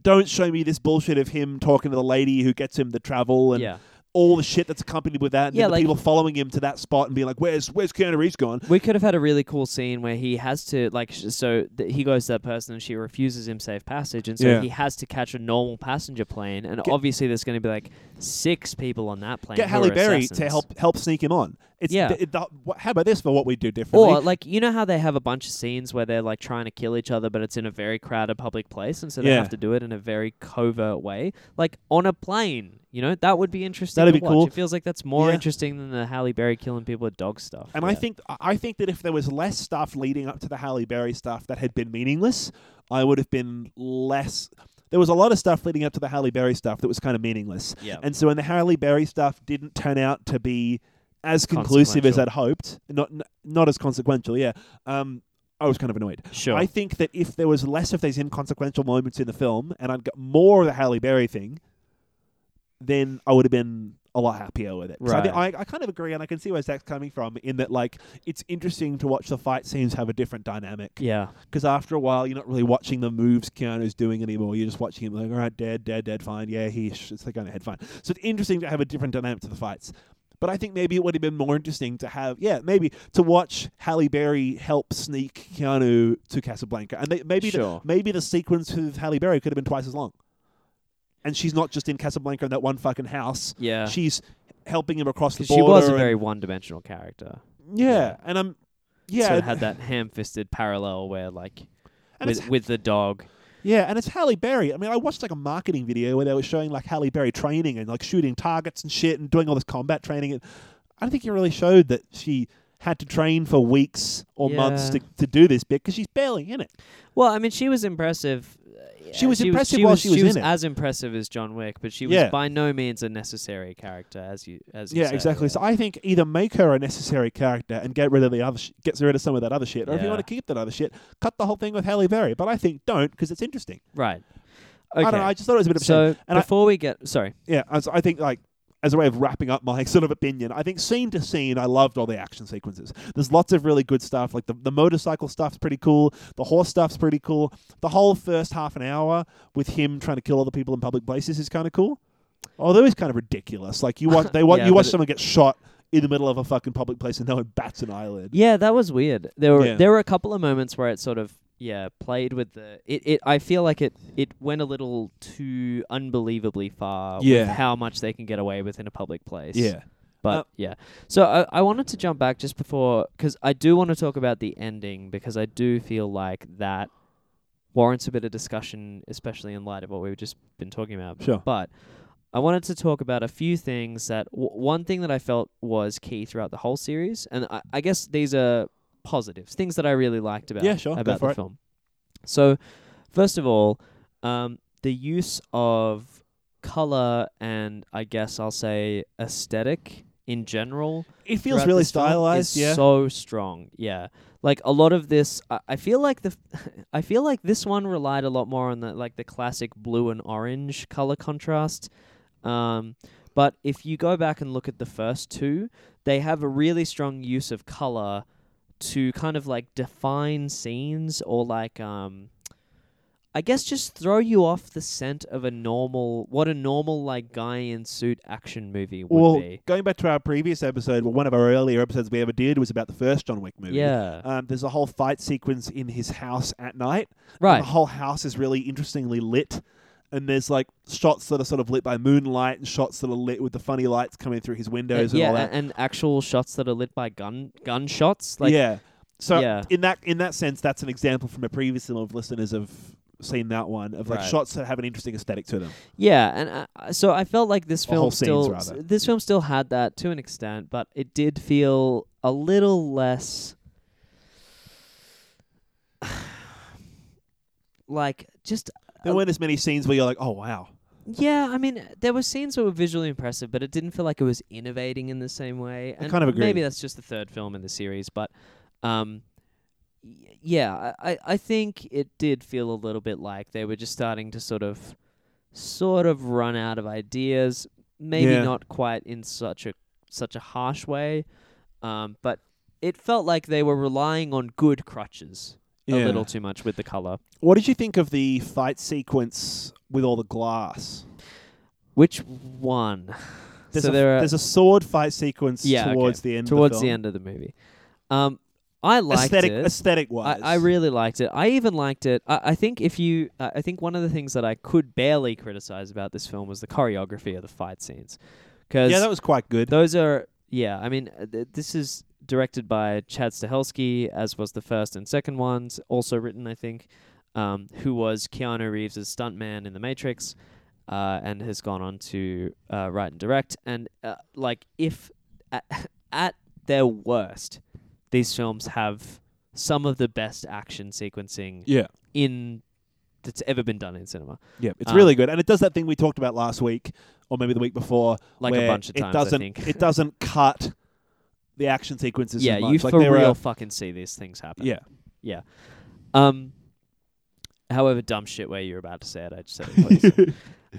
Speaker 1: don't show me this bullshit of him talking to the lady who gets him the travel and
Speaker 2: yeah,
Speaker 1: all the shit that's accompanied with that, and
Speaker 2: Yeah,
Speaker 1: then the
Speaker 2: like-
Speaker 1: people following him to that spot and being like, "Where's Where's Keanu Reeves gone?"
Speaker 2: we could have had a really cool scene where he has to like, sh- so th- he goes to that person and she refuses him safe passage, and so
Speaker 1: Yeah.
Speaker 2: he has to catch a normal passenger plane, and
Speaker 1: Get-
Speaker 2: obviously there's going to be like six people on that plane.
Speaker 1: Get
Speaker 2: who are
Speaker 1: Halle Berry to
Speaker 2: assassins.
Speaker 1: help help sneak him on. It's
Speaker 2: Yeah.
Speaker 1: the- the- what- how about this for what we do differently?
Speaker 2: Or like you know how they have a bunch of scenes where they're like trying to kill each other, but it's in a very crowded public place, and so they
Speaker 1: Yeah.
Speaker 2: have to do it in a very covert way, like on a plane. You know that would be interesting.
Speaker 1: That'd
Speaker 2: to
Speaker 1: be
Speaker 2: watch.
Speaker 1: cool.
Speaker 2: It feels like that's more
Speaker 1: Yeah.
Speaker 2: interesting than the Halle Berry killing people with dog stuff.
Speaker 1: And I
Speaker 2: Yeah.
Speaker 1: think I think that if there was less stuff leading up to the Halle Berry stuff that had been meaningless, I would have been less. There was a lot of stuff leading up to the Halle Berry stuff that was kind of meaningless,
Speaker 2: yeah,
Speaker 1: and so when the Halle Berry stuff didn't turn out to be as conclusive as I'd hoped, not not as consequential, yeah. Um, I was kind of annoyed.
Speaker 2: Sure.
Speaker 1: I think that if there was less of these inconsequential moments in the film, and I'd got more of the Halle Berry thing, then I would have been a lot happier with it. So I, thi-
Speaker 2: Right.
Speaker 1: I, I kind of agree, and I can see where Zach's coming from. In that, like, it's interesting to watch the fight scenes have a different dynamic.
Speaker 2: yeah.
Speaker 1: Because after a while, you're not really watching the moves Keanu's doing anymore. You're just watching him like, all right, dead, dead, dead, fine. Yeah, he, sh- it's like going ahead, fine. So it's interesting to have a different dynamic to the fights. But I think maybe it would have been more interesting to have, yeah, maybe to watch Halle Berry help sneak Keanu to Casablanca, and they, maybe
Speaker 2: Sure.
Speaker 1: the, maybe the sequence with Halle Berry could have been twice as long. And she's not just in Casablanca in that one fucking house.
Speaker 2: Yeah.
Speaker 1: She's helping him across the
Speaker 2: 'Cause
Speaker 1: border.
Speaker 2: she was a
Speaker 1: and-
Speaker 2: very one-dimensional character.
Speaker 1: yeah, and I'm yeah,
Speaker 2: Sort of had that ham-fisted parallel where like
Speaker 1: and it's
Speaker 2: with, with the dog.
Speaker 1: Yeah, and it's Halle Berry. I mean, I watched like a marketing video where they were showing like Halle Berry training and like shooting targets and shit and doing all this combat training. And I don't think it really showed that she had to train for weeks or months to,
Speaker 2: Yeah.
Speaker 1: to do this bit because she's barely in it.
Speaker 2: Well, I mean, she was impressive. uh,
Speaker 1: She
Speaker 2: yeah,
Speaker 1: was impressive while she was
Speaker 2: she was
Speaker 1: in it.
Speaker 2: as impressive as John Wick, but she was
Speaker 1: Yeah.
Speaker 2: by no means a necessary character, as you as you
Speaker 1: yeah,
Speaker 2: say,
Speaker 1: exactly. So I think either make her a necessary character and get rid of the other, sh- gets rid of some of that other shit, or if you
Speaker 2: Yeah.
Speaker 1: want to keep that other shit, cut the whole thing with Halle Berry. But I think don't because it's interesting.
Speaker 2: right. Okay.
Speaker 1: I don't know. I just thought it was a bit of a shame.
Speaker 2: so
Speaker 1: And I-
Speaker 2: before we get sorry,
Speaker 1: yeah, as I think like as a way of wrapping up my sort of opinion, I think scene to scene, I loved all the action sequences. There's lots of really good stuff. Like the, the motorcycle stuff's pretty cool. The horse stuff's pretty cool. The whole first half an hour with him trying to kill other people in public places is kind of cool. Although it's kind of ridiculous. Like you watch, they watch,
Speaker 2: Yeah,
Speaker 1: you watch
Speaker 2: but it-
Speaker 1: someone get shot in the middle of a fucking public place and no one bats an eyelid.
Speaker 2: yeah, that was weird. There were
Speaker 1: Yeah.
Speaker 2: there were a couple of moments where it sort of yeah played with the it, it I feel like it it went a little too unbelievably far
Speaker 1: Yeah.
Speaker 2: with how much they can get away with in a public place.
Speaker 1: Yeah.
Speaker 2: But
Speaker 1: Uh,
Speaker 2: yeah, so I, I wanted to jump back just before because I do want to talk about the ending because I do feel like that warrants a bit of discussion, especially in light of what we've just been talking about.
Speaker 1: Sure.
Speaker 2: But I wanted to talk about a few things that w- one thing that I felt was key throughout the whole series, and I, I guess these are positives, things that I really liked about
Speaker 1: Yeah, sure, go
Speaker 2: about
Speaker 1: for
Speaker 2: the
Speaker 1: it.
Speaker 2: film. So, first of all, um, the use of color and I guess I'll say aesthetic in general
Speaker 1: It feels
Speaker 2: throughout
Speaker 1: really
Speaker 2: this film
Speaker 1: stylized.
Speaker 2: is
Speaker 1: Yeah.
Speaker 2: so strong. Yeah, like a lot of this, I, I feel like the, I feel like this one relied a lot more on the like the classic blue and orange color contrast. Um, but if you go back and look at the first two, they have a really strong use of color to kind of like define scenes or like um. I guess just throw you off the scent of a normal, what a normal like guy in suit action movie would
Speaker 1: well,
Speaker 2: be.
Speaker 1: going back to our previous episode, well, one of our earlier episodes we ever did was about the first John Wick movie.
Speaker 2: Yeah,
Speaker 1: Um, there's a whole fight sequence in his house at night.
Speaker 2: right.
Speaker 1: The whole house is really interestingly lit. And there's like shots that are sort of lit by moonlight and shots that are lit with the funny lights coming through his
Speaker 2: Uh,
Speaker 1: windows and
Speaker 2: yeah,
Speaker 1: all
Speaker 2: a-
Speaker 1: that.
Speaker 2: and actual shots that are lit by gun gunshots. Like,
Speaker 1: yeah. So
Speaker 2: Yeah.
Speaker 1: in that in that sense, that's an example from a previous film of listeners have seen that one of like
Speaker 2: Right.
Speaker 1: shots that have an interesting aesthetic to them.
Speaker 2: yeah, and I- I, so I felt like this
Speaker 1: Or whole
Speaker 2: film
Speaker 1: scenes,
Speaker 2: still
Speaker 1: rather.
Speaker 2: s- this film still had that to an extent, but it did feel a little less like just
Speaker 1: There
Speaker 2: Uh,
Speaker 1: weren't as many scenes where you're like, oh wow.
Speaker 2: yeah. I mean, there were scenes that were visually impressive, but it didn't feel like it was innovating in the same way. And
Speaker 1: kind of agree.
Speaker 2: Maybe that's just the third film in the series, but um, y- yeah, I, I I think it did feel a little bit like they were just starting to sort of sort of run out of ideas. Maybe
Speaker 1: Yeah.
Speaker 2: not quite in such a such a harsh way, um, but it felt like they were relying on good crutches a
Speaker 1: Yeah.
Speaker 2: little too much with the color.
Speaker 1: What did you think of the fight sequence with all the glass?
Speaker 2: Which one?
Speaker 1: There's,
Speaker 2: so
Speaker 1: a,
Speaker 2: there are
Speaker 1: there's a sword fight sequence
Speaker 2: Yeah, okay.
Speaker 1: towards the end. of
Speaker 2: towards
Speaker 1: the,
Speaker 2: the,
Speaker 1: film.
Speaker 2: end of the movie. Um, I liked
Speaker 1: aesthetic
Speaker 2: it.
Speaker 1: aesthetic wise.
Speaker 2: I, I really liked it. I even liked it. I, I think if you, I I think one of the things that I could barely criticize about this film was the choreography of the fight scenes, because
Speaker 1: yeah, that was quite good.
Speaker 2: those are yeah. I mean, uh, th- this is directed by Chad Stahelski, as was the first and second ones. Also written, I think, um, who was Keanu Reeves' stuntman in The Matrix, uh, and has gone on to uh, write and direct. And uh, like, if at, at their worst, these films have some of the best action sequencing
Speaker 1: yeah,
Speaker 2: in that's ever been done in cinema.
Speaker 1: yeah, it's
Speaker 2: Um,
Speaker 1: really good, and it does that thing we talked about last week, or maybe the week before,
Speaker 2: Like a
Speaker 1: where
Speaker 2: bunch of
Speaker 1: it
Speaker 2: times, I
Speaker 1: doesn't,
Speaker 2: think.
Speaker 1: it doesn't cut the action sequences.
Speaker 2: Yeah,
Speaker 1: as
Speaker 2: you
Speaker 1: much.
Speaker 2: for
Speaker 1: like there
Speaker 2: real
Speaker 1: Are,
Speaker 2: fucking see these things happen.
Speaker 1: yeah,
Speaker 2: Yeah. Um. However, dumb shit where you're about to say it, I just said it. Please.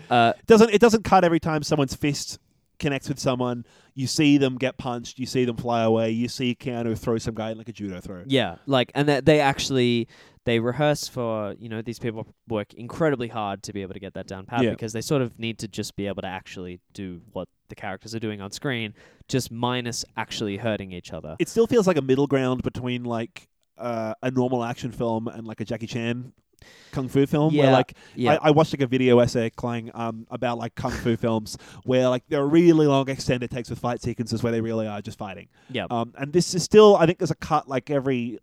Speaker 2: uh,
Speaker 1: doesn't it doesn't cut every time someone's fist connects with someone. You see them get punched. You see them fly away. You see Keanu throw some guy in like a judo throw.
Speaker 2: yeah, like, and that they actually they rehearse for you know these people work incredibly hard to be able to get that down pat
Speaker 1: Yeah.
Speaker 2: because they sort of need to just be able to actually do what the characters are doing on screen, just minus actually hurting each other.
Speaker 1: It still feels like a middle ground between like uh, a normal action film and like a Jackie Chan kung fu film where
Speaker 2: Yeah,
Speaker 1: like I, I watched like a video essay clang um, about like kung fu films where like there are really long extended takes with fight sequences where they really are just fighting.
Speaker 2: yeah.
Speaker 1: Um, and this is still I think there's a cut like every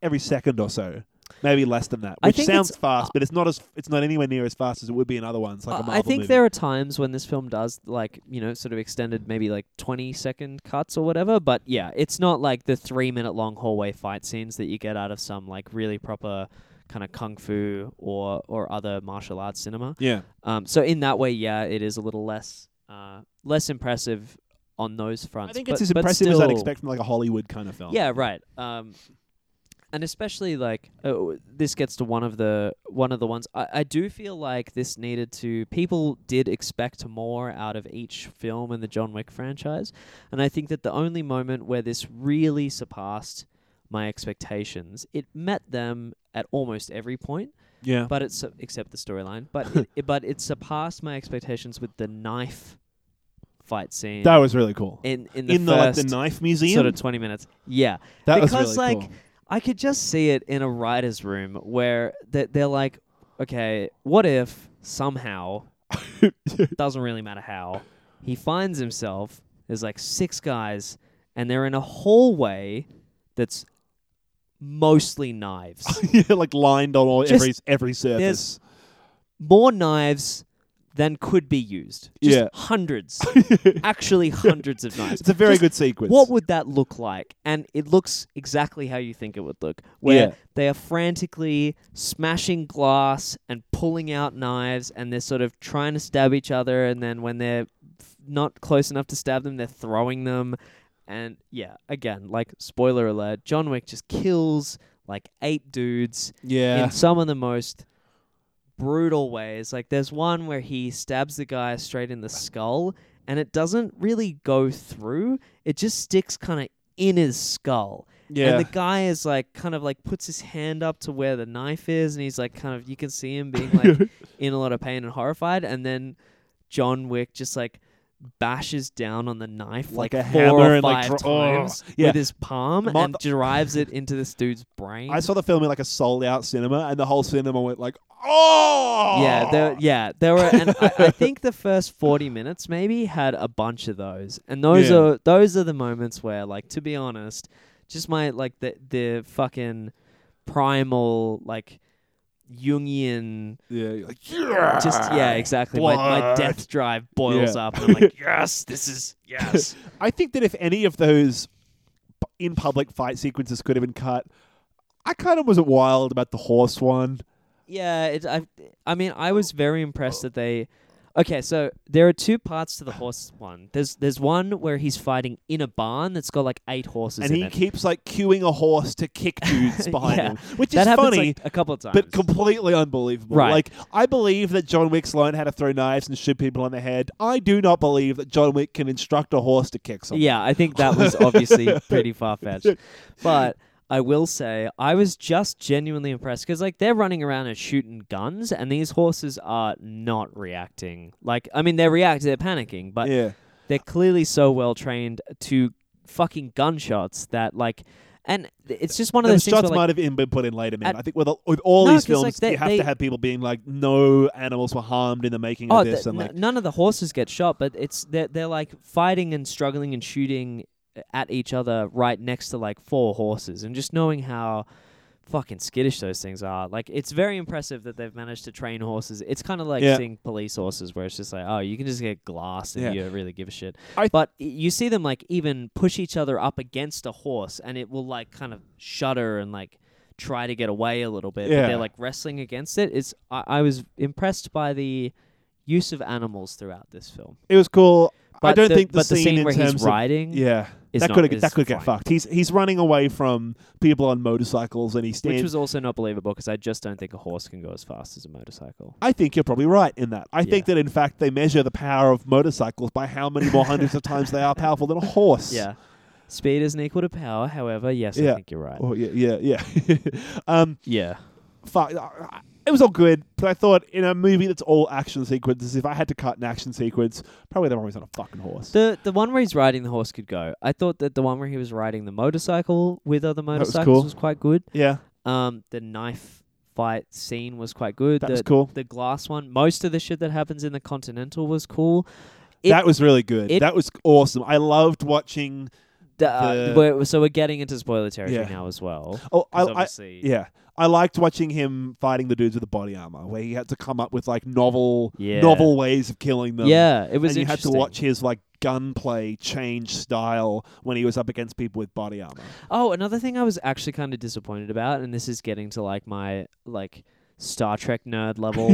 Speaker 1: every second or so. Maybe less than that,
Speaker 2: I
Speaker 1: which
Speaker 2: think
Speaker 1: sounds
Speaker 2: it's- uh,
Speaker 1: fast, but it's not as it's not anywhere near as fast as it would be in other ones, like a
Speaker 2: I-
Speaker 1: Marvel
Speaker 2: I think
Speaker 1: movie.
Speaker 2: there are times when this film does like you know sort of extended maybe like twenty second cuts or whatever, but yeah, it's not like the three minute long hallway fight scenes that you get out of some like really proper kind of kung fu or or other martial arts cinema.
Speaker 1: yeah,
Speaker 2: Um, so in that way, yeah, it is a little less uh, less impressive on those
Speaker 1: I
Speaker 2: fronts.
Speaker 1: think
Speaker 2: but,
Speaker 1: it's as
Speaker 2: but
Speaker 1: impressive as I'd
Speaker 2: still-
Speaker 1: expect from like a Hollywood kind of film.
Speaker 2: yeah, right. Um, and especially like uh, this gets to one of the one of the ones I, I do feel like this needed to people did expect more out of each film in the John Wick franchise, and I think that the only moment where this really surpassed my expectations, it met them at almost every point,
Speaker 1: yeah.
Speaker 2: but it's except the storyline, but it, it- but it surpassed my expectations with the knife fight scene
Speaker 1: that was really cool.
Speaker 2: in in the
Speaker 1: in the like
Speaker 2: first
Speaker 1: the knife museum,
Speaker 2: sort of twenty minutes. Yeah,
Speaker 1: that was
Speaker 2: because
Speaker 1: really
Speaker 2: like
Speaker 1: cool.
Speaker 2: I could just see it in a writer's room where they- they're like, okay, what if somehow doesn't really matter how he finds himself there's like six guys and they're in a hallway that's mostly knives,
Speaker 1: yeah, like lined on all,
Speaker 2: Just-
Speaker 1: every every surface.
Speaker 2: there's- more knives than could be used, just
Speaker 1: Yeah.
Speaker 2: hundreds, actually hundreds of knives.
Speaker 1: It's a very
Speaker 2: Just
Speaker 1: good sequence.
Speaker 2: What would that look like? And it looks exactly how you think it would look, where
Speaker 1: Yeah.
Speaker 2: they are frantically smashing glass and pulling out knives, and they're sort of trying to stab each other, and then when they're f- not close enough to stab them, they're throwing them. And yeah, again, like spoiler alert, John Wick just kills like eight dudes
Speaker 1: yeah,
Speaker 2: in some of the most brutal ways. Like there's one where he stabs the guy straight in the skull and it doesn't really go through. It just sticks kind of in his skull.
Speaker 1: yeah.
Speaker 2: And the guy is like kind of like puts his hand up to where the knife is and he's like kind of you can see him being like in a lot of pain and horrified and then John Wick just like bashes down on the knife
Speaker 1: Like
Speaker 2: like,
Speaker 1: a
Speaker 2: four
Speaker 1: hammer
Speaker 2: or
Speaker 1: and, like,
Speaker 2: five
Speaker 1: dr- oh,
Speaker 2: times
Speaker 1: yeah.
Speaker 2: with his palm
Speaker 1: Mon-
Speaker 2: and drives it into this dude's brain.
Speaker 1: I saw the film in like a sold out cinema, and the whole cinema went like, "Oh,
Speaker 2: Yeah, there, yeah, there were, and I, I think the first forty minutes maybe had a bunch of those, and those
Speaker 1: Yeah.
Speaker 2: are those are the moments where, like, to be honest, just my like the the fucking primal like Jungian,
Speaker 1: yeah, you're like, yeah,
Speaker 2: just yeah, exactly. My, my
Speaker 1: Ah, blood."
Speaker 2: death drive boils
Speaker 1: Yeah.
Speaker 2: up, and I'm like, yes, this is yes.
Speaker 1: I think that if any of those p- in public fight sequences could have been cut, I kind of wasn't wild about the horse one.
Speaker 2: Yeah, it, I, I mean, I was very impressed that they. Okay, so there are two parts to the horse one. There's there's one where he's fighting in a barn that's got like eight horses
Speaker 1: and
Speaker 2: in
Speaker 1: he
Speaker 2: it.
Speaker 1: keeps like queuing a horse to kick dudes behind
Speaker 2: Yeah.
Speaker 1: him, which
Speaker 2: that
Speaker 1: is
Speaker 2: happens
Speaker 1: funny.
Speaker 2: like, a couple of times.
Speaker 1: but completely unbelievable.
Speaker 2: Right.
Speaker 1: Like I believe that John Wick's learned how to throw knives and shoot people on the head. I do not believe that John Wick can instruct a horse to kick someone.
Speaker 2: yeah, I think that was obviously pretty far fetched. But I will say I was just genuinely impressed because like they're running around and shooting guns, and these horses are not reacting. Like I mean, they're reacting, they're panicking, but
Speaker 1: yeah.
Speaker 2: they're clearly so well trained to fucking gunshots that like and th- it's just one of
Speaker 1: the
Speaker 2: those things
Speaker 1: shots
Speaker 2: where, like,
Speaker 1: might have even been put in later, man.
Speaker 2: At-
Speaker 1: I think with, all- with all
Speaker 2: No,
Speaker 1: these
Speaker 2: 'cause, like,
Speaker 1: films,
Speaker 2: they-
Speaker 1: you have
Speaker 2: they-
Speaker 1: to have people being like, "No animals were harmed in the making of
Speaker 2: oh
Speaker 1: this,"
Speaker 2: th-
Speaker 1: and
Speaker 2: n-
Speaker 1: like,
Speaker 2: none of the horses get shot but it's they're, they're like fighting and struggling and shooting uh, at each other right next to like four horses and just knowing how fucking skittish those things are like it's very impressive that they've managed to train horses it's kind of like
Speaker 1: Yeah.
Speaker 2: seeing police horses where it's just like oh you can just get glass and
Speaker 1: Yeah.
Speaker 2: you don't really give a shit
Speaker 1: I-
Speaker 2: but y- you see them like even push each other up against a horse and it will like kind of shudder and like try to get away a little bit but
Speaker 1: Yeah.
Speaker 2: they're like wrestling against it it's I, I was impressed by the use of animals throughout this film
Speaker 1: it was cool.
Speaker 2: but
Speaker 1: I don't
Speaker 2: the,
Speaker 1: think the
Speaker 2: but
Speaker 1: scene,
Speaker 2: the scene
Speaker 1: in
Speaker 2: where
Speaker 1: terms
Speaker 2: he's
Speaker 1: of-
Speaker 2: riding
Speaker 1: yeah,
Speaker 2: is
Speaker 1: that
Speaker 2: not-
Speaker 1: could
Speaker 2: is
Speaker 1: that could get
Speaker 2: fine.
Speaker 1: fucked. He's he's running away from people on motorcycles, and he stands.
Speaker 2: Which was also not believable because I just don't think a horse can go as fast as a motorcycle.
Speaker 1: I think you're probably right in that. I think
Speaker 2: Yeah.
Speaker 1: that in fact they measure the power of motorcycles by how many more hundreds of times they are powerful than a horse.
Speaker 2: Yeah. Speed isn't equal to power, however, yes,
Speaker 1: Yeah.
Speaker 2: I think you're right.
Speaker 1: Oh yeah, yeah, yeah. um,
Speaker 2: yeah.
Speaker 1: fuck. I- It was all good, but I thought in a movie that's all action sequences, if I had to cut an action sequence, probably the one where he's on a fucking horse.
Speaker 2: The the one where he's riding the horse could go. I thought that the one where he was riding the motorcycle with other
Speaker 1: was
Speaker 2: motorcycles
Speaker 1: cool.
Speaker 2: was quite good.
Speaker 1: yeah,
Speaker 2: Um, the knife fight scene was quite good.
Speaker 1: that
Speaker 2: the,
Speaker 1: was cool.
Speaker 2: the glass one. Most of the shit that happens in the Continental was cool. it-
Speaker 1: that was really good.
Speaker 2: it-
Speaker 1: that was awesome. I loved watching.
Speaker 2: The, uh,
Speaker 1: The-
Speaker 2: we're, so we're getting into spoiler territory
Speaker 1: Yeah.
Speaker 2: now as well.
Speaker 1: Oh, I,
Speaker 2: 'cause
Speaker 1: I,
Speaker 2: obviously,
Speaker 1: Yeah. I liked watching him fighting the dudes with the body armor, where he had to come up with like novel,
Speaker 2: Yeah.
Speaker 1: novel ways of killing them.
Speaker 2: yeah, it
Speaker 1: um,
Speaker 2: was.
Speaker 1: and you had to
Speaker 2: interesting.
Speaker 1: watch his like gunplay change style when he was up against people with body armor.
Speaker 2: Oh, another thing I was actually kind of disappointed about, and this is getting to like my like Star Trek nerd level,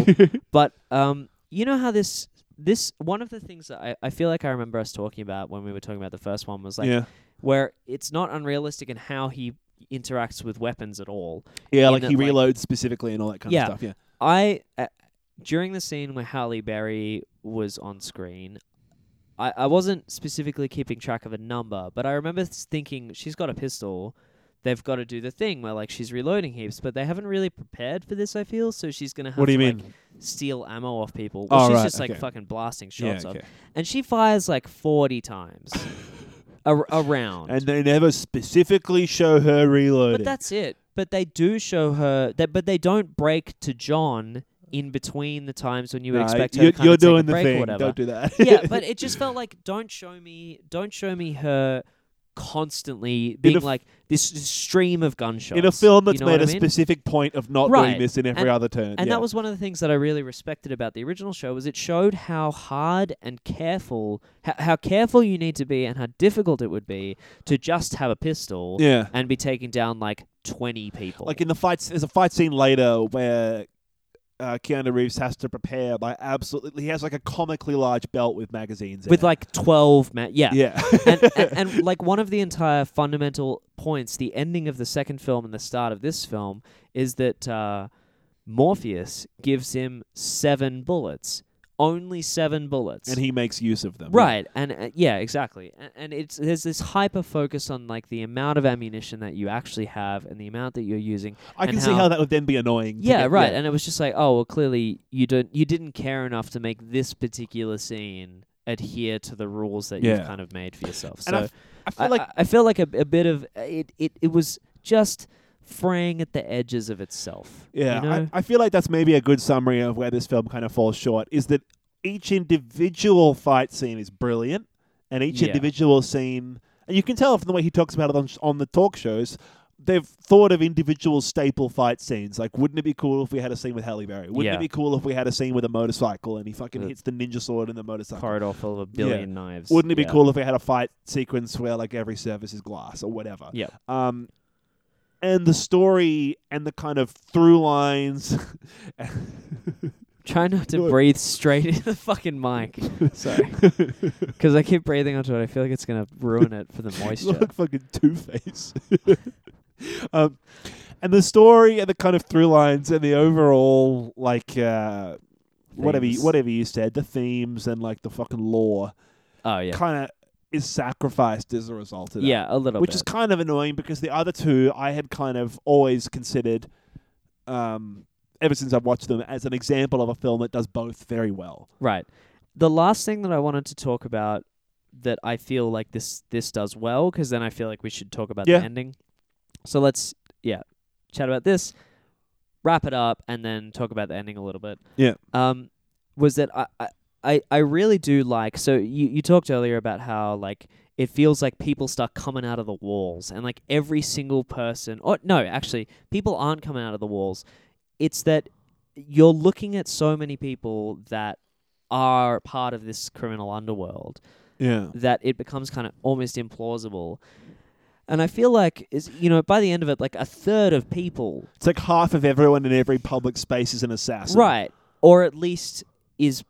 Speaker 2: but um, you know how this this one of the things that I, I feel like I remember us talking about when we were talking about the first one was like
Speaker 1: yeah,
Speaker 2: where it's not unrealistic in how he interacts with weapons at all.
Speaker 1: yeah,
Speaker 2: in
Speaker 1: like he
Speaker 2: that, like-
Speaker 1: reloads specifically and all that kind
Speaker 2: Yeah.
Speaker 1: of stuff. Yeah,
Speaker 2: I uh, during the scene where Halle Berry was on screen, I, I wasn't specifically keeping track of a number, but I remember s- thinking she's got a pistol. They've got to do the thing where like she's reloading heaps, but they haven't really prepared for this. I feel so she's gonna have
Speaker 1: What do
Speaker 2: to
Speaker 1: you
Speaker 2: like
Speaker 1: mean?
Speaker 2: steal ammo off people.
Speaker 1: Oh,
Speaker 2: Well, she's
Speaker 1: right,
Speaker 2: just like
Speaker 1: okay.
Speaker 2: fucking blasting
Speaker 1: Yeah,
Speaker 2: shots off,
Speaker 1: okay.
Speaker 2: and she fires like forty times ar- around.
Speaker 1: And they never specifically show her reloading.
Speaker 2: But that's it. But they do show her that, but they don't break to John in between the times when you would
Speaker 1: No,
Speaker 2: expect her
Speaker 1: you're,
Speaker 2: to kind
Speaker 1: you're
Speaker 2: of
Speaker 1: doing
Speaker 2: take a break
Speaker 1: the thing.
Speaker 2: or whatever.
Speaker 1: Don't do that.
Speaker 2: yeah, but it just felt like don't show me, don't show me her constantly being
Speaker 1: a f-
Speaker 2: like this, this stream of gunshots
Speaker 1: in a film
Speaker 2: You
Speaker 1: that's
Speaker 2: know
Speaker 1: made
Speaker 2: what I
Speaker 1: a
Speaker 2: mean?
Speaker 1: specific point of not
Speaker 2: Right.
Speaker 1: doing this in every
Speaker 2: And-
Speaker 1: other turn. yeah.
Speaker 2: And that was one of the things that I really respected about the original show was it showed how hard and careful, how, how careful you need to be, and how difficult it would be to just have a pistol
Speaker 1: yeah.
Speaker 2: and be taking down like twenty people.
Speaker 1: Like in the fights, there's a fight scene later where uh, Keanu Reeves has to prepare by absolutely. He has like a comically large belt with magazines.
Speaker 2: with
Speaker 1: in it.
Speaker 2: like 12 ma- yeah,
Speaker 1: yeah,
Speaker 2: and, and, and like one of the entire fundamental points the ending of the second film and the start of this film is that uh, morpheus gives him seven bullets only seven bullets
Speaker 1: and he makes use of them.
Speaker 2: right and uh, yeah exactly and, and it's there's this hyper focus on like the amount of ammunition that you actually have and the amount that you're using
Speaker 1: I can
Speaker 2: And
Speaker 1: see
Speaker 2: how-
Speaker 1: how that would then be annoying. to
Speaker 2: yeah
Speaker 1: get-
Speaker 2: right and it was just like oh well clearly you don't you didn't care enough to make this particular scene adhere to the rules that you've
Speaker 1: Yeah.
Speaker 2: kind of made for yourself so
Speaker 1: And I f- I feel
Speaker 2: I,
Speaker 1: like
Speaker 2: I- I feel like a, a bit of uh, it, it. It was just fraying at the edges of itself.
Speaker 1: Yeah,
Speaker 2: you know?
Speaker 1: I, I feel like that's maybe a good summary of where this film kind of falls short is that each individual fight scene is brilliant, and each
Speaker 2: Yeah.
Speaker 1: individual scene, and you can tell from the way he talks about it on, sh- on the talk shows, they've thought of individual staple fight scenes. Like, wouldn't it be cool if we had a scene with Halle Berry? Wouldn't
Speaker 2: Yeah.
Speaker 1: it be cool if we had a scene with a motorcycle and he fucking
Speaker 2: The-
Speaker 1: hits the ninja sword in the motorcycle?
Speaker 2: corridor full of a billion knives.
Speaker 1: Wouldn't it be
Speaker 2: Yeah.
Speaker 1: cool if we had a fight sequence where like every surface is glass or whatever?
Speaker 2: Yeah,
Speaker 1: um, and the story and the kind of through lines.
Speaker 2: try not to
Speaker 1: No.
Speaker 2: breathe straight into the fucking mic. Sorry, because I keep breathing onto it. I feel like it's gonna ruin it for the
Speaker 1: You
Speaker 2: moisture.
Speaker 1: look fucking Two Face. um, and the story and the kind of through lines and the overall like uh, whatever you,
Speaker 2: Themes.
Speaker 1: whatever you said, the themes and like the fucking lore
Speaker 2: Oh yeah,
Speaker 1: kind of is sacrificed as a result of that.
Speaker 2: yeah, a little
Speaker 1: which
Speaker 2: bit.
Speaker 1: is kind of annoying because the other two I had kind of always considered, um, ever since I've watched them, as an example of a film that does both very well.
Speaker 2: Right. The last thing that I wanted to talk about that I feel like this this does well because then I feel like we should talk about
Speaker 1: Yeah.
Speaker 2: the ending. So let's yeah, chat about this, wrap it up, and then talk about the ending a little bit.
Speaker 1: Yeah.
Speaker 2: Um, was that I I- I, I really do like so you you talked earlier about how like it feels like people start coming out of the walls and like every single person or no actually people aren't coming out of the walls it's that you're looking at so many people that are part of this criminal underworld
Speaker 1: Yeah.
Speaker 2: that it becomes kind of almost implausible. And I feel like is you know by the end of it, like a third of people,
Speaker 1: It's like half of everyone in every public space is an assassin.
Speaker 2: right, or at least is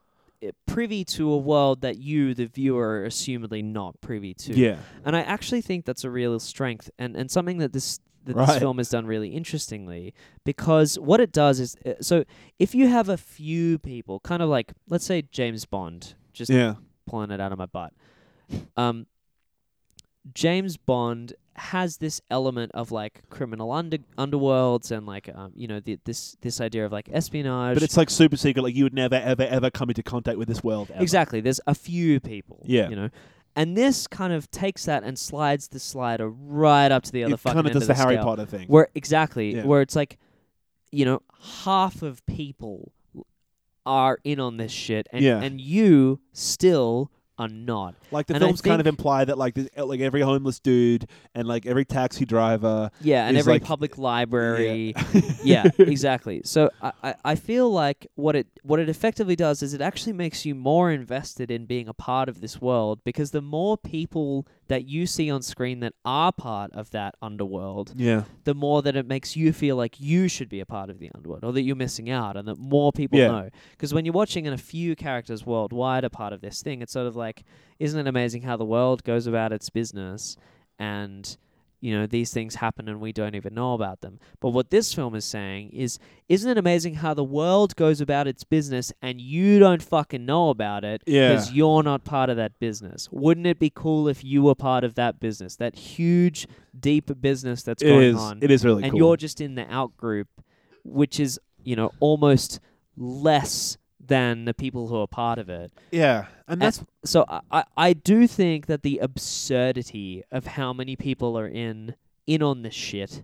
Speaker 2: eh, privy to a world that you, the viewer, are assumedly not privy to.
Speaker 1: Yeah.
Speaker 2: And I actually think that's a real strength and, and something that this that this
Speaker 1: Right.
Speaker 2: film has done really interestingly because what it does is uh, so if you have a few people, kind of like let's say James Bond, just
Speaker 1: Yeah.
Speaker 2: pulling it out of my butt. Um, James Bond has this element of like criminal under underworlds and like um, you know the, this this idea of like espionage.
Speaker 1: But it's like super secret. Like you would never, ever, ever come into contact with this world. Ever.
Speaker 2: Exactly. There's a few people.
Speaker 1: Yeah.
Speaker 2: You know, and this kind of takes that and slides the slider right up to the other
Speaker 1: It
Speaker 2: fucking
Speaker 1: kind of
Speaker 2: end
Speaker 1: does
Speaker 2: of
Speaker 1: the, Harry
Speaker 2: scale.
Speaker 1: Potter thing.
Speaker 2: Where exactly
Speaker 1: Yeah.
Speaker 2: where it's like, you know, half of people are in on this shit, and
Speaker 1: Yeah.
Speaker 2: and you still are not.
Speaker 1: Like the
Speaker 2: and I
Speaker 1: films kind of
Speaker 2: think-
Speaker 1: imply that like this, like every homeless dude and like every taxi driver.
Speaker 2: Yeah, and
Speaker 1: is
Speaker 2: every
Speaker 1: like-
Speaker 2: public library. Yeah, exactly. So I, I, I feel like what it what it effectively does is it actually makes you more invested in being a part of this world because the more people that you see on screen that are part of that underworld,
Speaker 1: Yeah.
Speaker 2: the more that it makes you feel like you should be a part of the underworld or that you're missing out and that more people
Speaker 1: Yeah.
Speaker 2: know. Because when you're watching and a few characters worldwide are part of this thing, it's sort of like, isn't it amazing how the world goes about its business and, you know, these things happen and we don't even know about them. But what this film is saying is, isn't it amazing how the world goes about its business and you don't fucking know about it
Speaker 1: Yeah.
Speaker 2: because you're not part of that business? Wouldn't it be cool if you were part of that business, that huge, deep business that's
Speaker 1: It
Speaker 2: going
Speaker 1: is.
Speaker 2: on?
Speaker 1: It is really
Speaker 2: and
Speaker 1: cool.
Speaker 2: you're just in the out group, which is you know almost less than the people who are part of it.
Speaker 1: yeah, and that's
Speaker 2: So I- I I do think that the absurdity of how many people are in in on this shit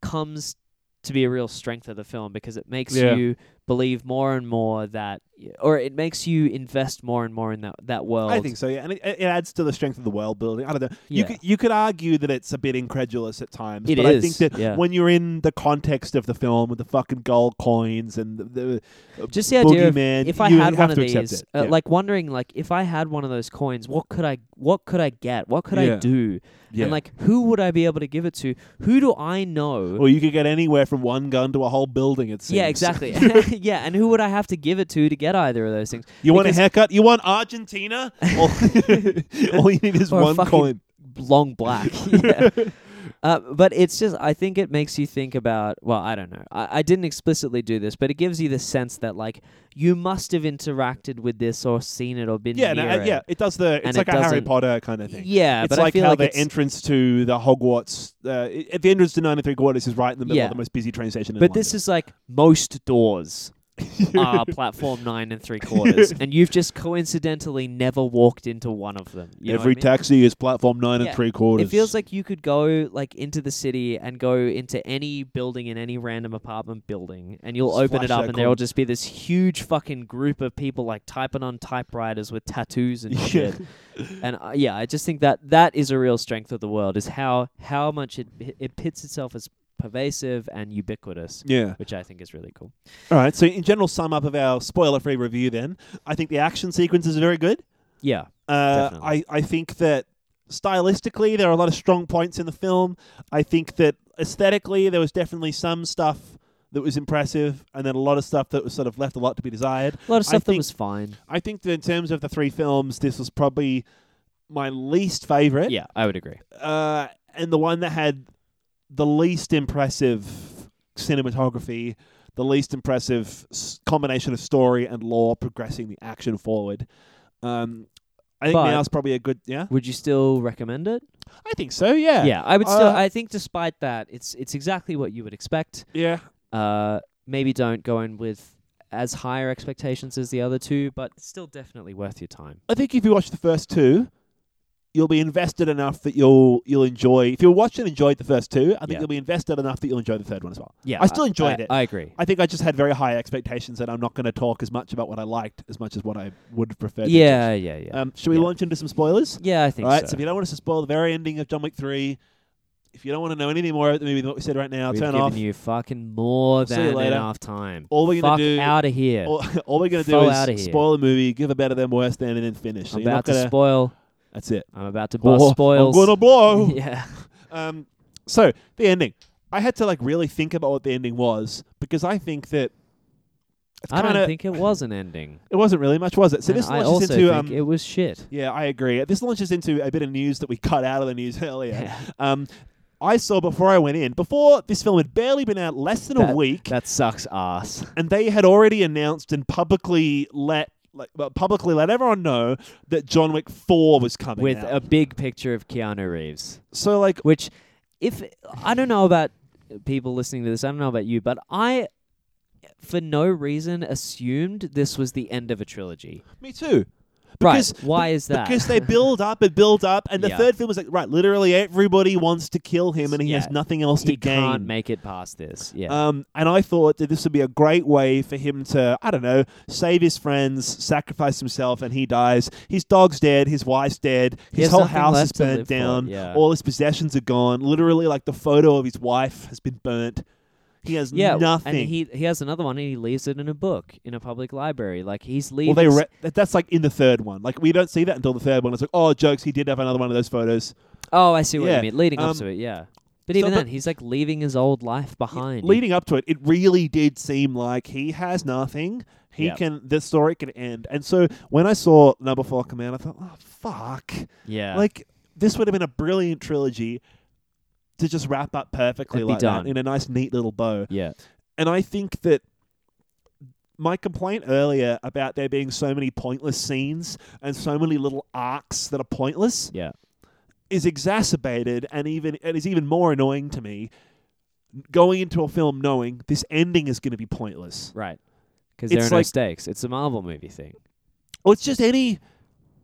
Speaker 2: comes to be a real strength of the film because it makes
Speaker 1: Yeah.
Speaker 2: you believe more and more that or it makes you invest more and more in that that world.
Speaker 1: I think so, yeah, and it, it adds to the strength of the world building. I don't know. You
Speaker 2: Yeah.
Speaker 1: could you could argue that it's a bit incredulous at times,
Speaker 2: It
Speaker 1: but I
Speaker 2: is,
Speaker 1: think that
Speaker 2: yeah.
Speaker 1: when you're in the context of the film with the fucking gold coins and the, the uh,
Speaker 2: just the idea of
Speaker 1: boogeyman,
Speaker 2: if I
Speaker 1: you
Speaker 2: had
Speaker 1: have
Speaker 2: one
Speaker 1: to
Speaker 2: of
Speaker 1: accept
Speaker 2: these,
Speaker 1: it.
Speaker 2: uh,
Speaker 1: Yeah.
Speaker 2: like wondering, like if I had one of those coins, what could I, what could I get? What could I
Speaker 1: Yeah.
Speaker 2: do?
Speaker 1: yeah.
Speaker 2: And like, who would I be able to give it to? Who do I know?
Speaker 1: or you could get anywhere from one gun to a whole building. It seems.
Speaker 2: yeah, exactly. yeah, and who would I have to give it to to get either of those things?
Speaker 1: You want a
Speaker 2: Because-
Speaker 1: haircut? You want Argentina? All, all you need is
Speaker 2: Or a
Speaker 1: one
Speaker 2: fucking-
Speaker 1: coin.
Speaker 2: Long black. yeah. Uh, but it's just, I think it makes you think about. Well, I don't know. I, I didn't explicitly do this, but it gives you the sense that like you must have interacted with this or seen it or been
Speaker 1: Yeah, no,
Speaker 2: near
Speaker 1: uh,
Speaker 2: it.
Speaker 1: yeah. It does the. It's
Speaker 2: And
Speaker 1: like
Speaker 2: it
Speaker 1: a Harry
Speaker 2: doesn't-
Speaker 1: Potter kind of thing.
Speaker 2: Yeah,
Speaker 1: it's
Speaker 2: but
Speaker 1: like
Speaker 2: I feel
Speaker 1: how
Speaker 2: like
Speaker 1: the
Speaker 2: it's-
Speaker 1: entrance to the Hogwarts, uh, i- at the entrance to nine and three quarters, is right in the middle
Speaker 2: Yeah.
Speaker 1: of the most busy train station.
Speaker 2: But this is like most doors are platform nine and three quarters, and you've just coincidentally never walked into one of them. You know what
Speaker 1: every
Speaker 2: I mean?
Speaker 1: taxi is platform nine
Speaker 2: Yeah.
Speaker 1: and three quarters.
Speaker 2: It feels like you could go like into the city and go into any building in any random apartment building, and you'll
Speaker 1: Just
Speaker 2: open
Speaker 1: flash
Speaker 2: it up,
Speaker 1: that
Speaker 2: and there'll
Speaker 1: corner.
Speaker 2: just be this huge fucking group of people like typing on typewriters with tattoos and
Speaker 1: Yeah.
Speaker 2: shit. and uh, yeah, I just think that that is a real strength of the world is how how much it it pits itself as pervasive and ubiquitous,
Speaker 1: Yeah.
Speaker 2: which I think is really cool.
Speaker 1: All right. So, in general, sum up of our spoiler-free review. Then, I think the action sequences are very good.
Speaker 2: Yeah.
Speaker 1: Uh, I
Speaker 2: Definitely.
Speaker 1: I think that stylistically there are a lot of strong points in the film. I think that aesthetically there was definitely some stuff that was impressive, and then a lot of stuff that was sort of left a lot to be desired.
Speaker 2: A lot of
Speaker 1: I
Speaker 2: stuff that
Speaker 1: think-
Speaker 2: was fine.
Speaker 1: I think that in terms of the three films, this was probably my least favorite.
Speaker 2: Yeah, I would agree.
Speaker 1: Uh, and the one that had the least impressive cinematography, the least impressive s- combination of story and lore progressing the action forward. Um, I think
Speaker 2: But-
Speaker 1: now's probably a good. Yeah,
Speaker 2: Would you still recommend it?
Speaker 1: I think so. Yeah.
Speaker 2: Yeah, I would still.
Speaker 1: Uh,
Speaker 2: I think, despite that, it's it's exactly what you would expect.
Speaker 1: Yeah.
Speaker 2: Uh, maybe don't go in with as higher expectations as the other two, but it's still definitely worth your time.
Speaker 1: I think if you watch the first two, you'll be invested enough that you'll you'll enjoy. If you watched and enjoyed the first two, I think
Speaker 2: Yeah.
Speaker 1: you'll be invested enough that you'll enjoy the third one as well.
Speaker 2: Yeah,
Speaker 1: I still enjoyed
Speaker 2: I-
Speaker 1: it.
Speaker 2: I agree.
Speaker 1: I think I just had very high expectations, and I'm not going to talk as much about what I liked as much as what I would have preferred. to talk.
Speaker 2: Yeah, yeah, yeah.
Speaker 1: Um, should we
Speaker 2: Yeah.
Speaker 1: launch into some spoilers?
Speaker 2: yeah, I think
Speaker 1: All right. So.
Speaker 2: so.
Speaker 1: if you don't want us to spoil the very ending of John Wick Three, if you don't want to know anything more about the movie than what we said right now,
Speaker 2: We've
Speaker 1: turn
Speaker 2: given
Speaker 1: off.
Speaker 2: you fucking more
Speaker 1: See you
Speaker 2: than
Speaker 1: later.
Speaker 2: enough time.
Speaker 1: all we're
Speaker 2: Fuck
Speaker 1: going to do. Oh,
Speaker 2: out of here.
Speaker 1: all, all we're going to do
Speaker 2: Fall outta
Speaker 1: is
Speaker 2: here.
Speaker 1: spoil the movie, give a better than worse than, and then finish. So
Speaker 2: I'm
Speaker 1: you're not
Speaker 2: about to
Speaker 1: gonna-
Speaker 2: spoil.
Speaker 1: That's it.
Speaker 2: I'm about to
Speaker 1: Oh,
Speaker 2: bust spoils.
Speaker 1: I'm gonna blow.
Speaker 2: yeah.
Speaker 1: Um, so the ending, I had to like really think about what the ending was because I think that It's
Speaker 2: I don't
Speaker 1: kinda-
Speaker 2: think it was an ending.
Speaker 1: it wasn't really much, was it? So
Speaker 2: And
Speaker 1: this
Speaker 2: I
Speaker 1: launches
Speaker 2: also
Speaker 1: into
Speaker 2: think
Speaker 1: um,
Speaker 2: it was shit.
Speaker 1: yeah, I agree. This launches into a bit of news that we cut out of the news earlier. Um, I saw before I went in, before this film had barely been out less than a
Speaker 2: That-
Speaker 1: week,
Speaker 2: That sucks ass.
Speaker 1: and they had already announced and publicly let like well, publicly let everyone know that John Wick Four was coming
Speaker 2: With
Speaker 1: out.
Speaker 2: a big picture of Keanu Reeves.
Speaker 1: so like
Speaker 2: Which, if I don't know about people listening to this, I don't know about you, but I, for no reason, assumed this was the end of a trilogy.
Speaker 1: me too.
Speaker 2: right? Why is that?
Speaker 1: Because they build up and build up, and the
Speaker 2: Yeah.
Speaker 1: third film is like right. Literally, everybody wants to kill him, and he
Speaker 2: Yeah.
Speaker 1: has nothing else
Speaker 2: he
Speaker 1: to gain.
Speaker 2: can't make it past this. Yeah.
Speaker 1: Um, and I thought that this would be a great way for him to, I don't know, save his friends, sacrifice himself, and he dies. His dog's dead, his wife's dead,
Speaker 2: He
Speaker 1: his
Speaker 2: has
Speaker 1: whole
Speaker 2: nothing
Speaker 1: house
Speaker 2: left
Speaker 1: is
Speaker 2: to
Speaker 1: burnt
Speaker 2: live for,
Speaker 1: down,
Speaker 2: yeah.
Speaker 1: all his possessions are gone. Literally, like the photo of his wife has been burnt. He has
Speaker 2: yeah,
Speaker 1: nothing.
Speaker 2: and he he has another one, and he leaves it in a book in a public library. Like he's
Speaker 1: well,
Speaker 2: leaving.
Speaker 1: they re- that- that's like in the third one. Like we don't see that until the third one. It's like, oh, jokes. He did have another one of those photos.
Speaker 2: oh, I see what
Speaker 1: Yeah,
Speaker 2: you mean. Leading
Speaker 1: um,
Speaker 2: up to it, yeah. But
Speaker 1: so-
Speaker 2: even
Speaker 1: but-
Speaker 2: then, he's like leaving his old life behind.
Speaker 1: Leading up to it, it really did seem like he has nothing. He
Speaker 2: Yep.
Speaker 1: can. The story can end. And so when I saw number four come out, I thought, oh fuck.
Speaker 2: yeah,
Speaker 1: Like this would have been a brilliant trilogy to just wrap up perfectly
Speaker 2: It'd be
Speaker 1: like that
Speaker 2: done.
Speaker 1: in a nice neat little bow.
Speaker 2: yeah,
Speaker 1: And I think that my complaint earlier about there being so many pointless scenes and so many little arcs that are pointless
Speaker 2: yeah.
Speaker 1: is exacerbated and even and is even more annoying to me going into a film knowing this ending is going to be pointless.
Speaker 2: Right. Because there
Speaker 1: It's
Speaker 2: are no
Speaker 1: like-
Speaker 2: stakes. It's a Marvel movie thing.
Speaker 1: Or it's just any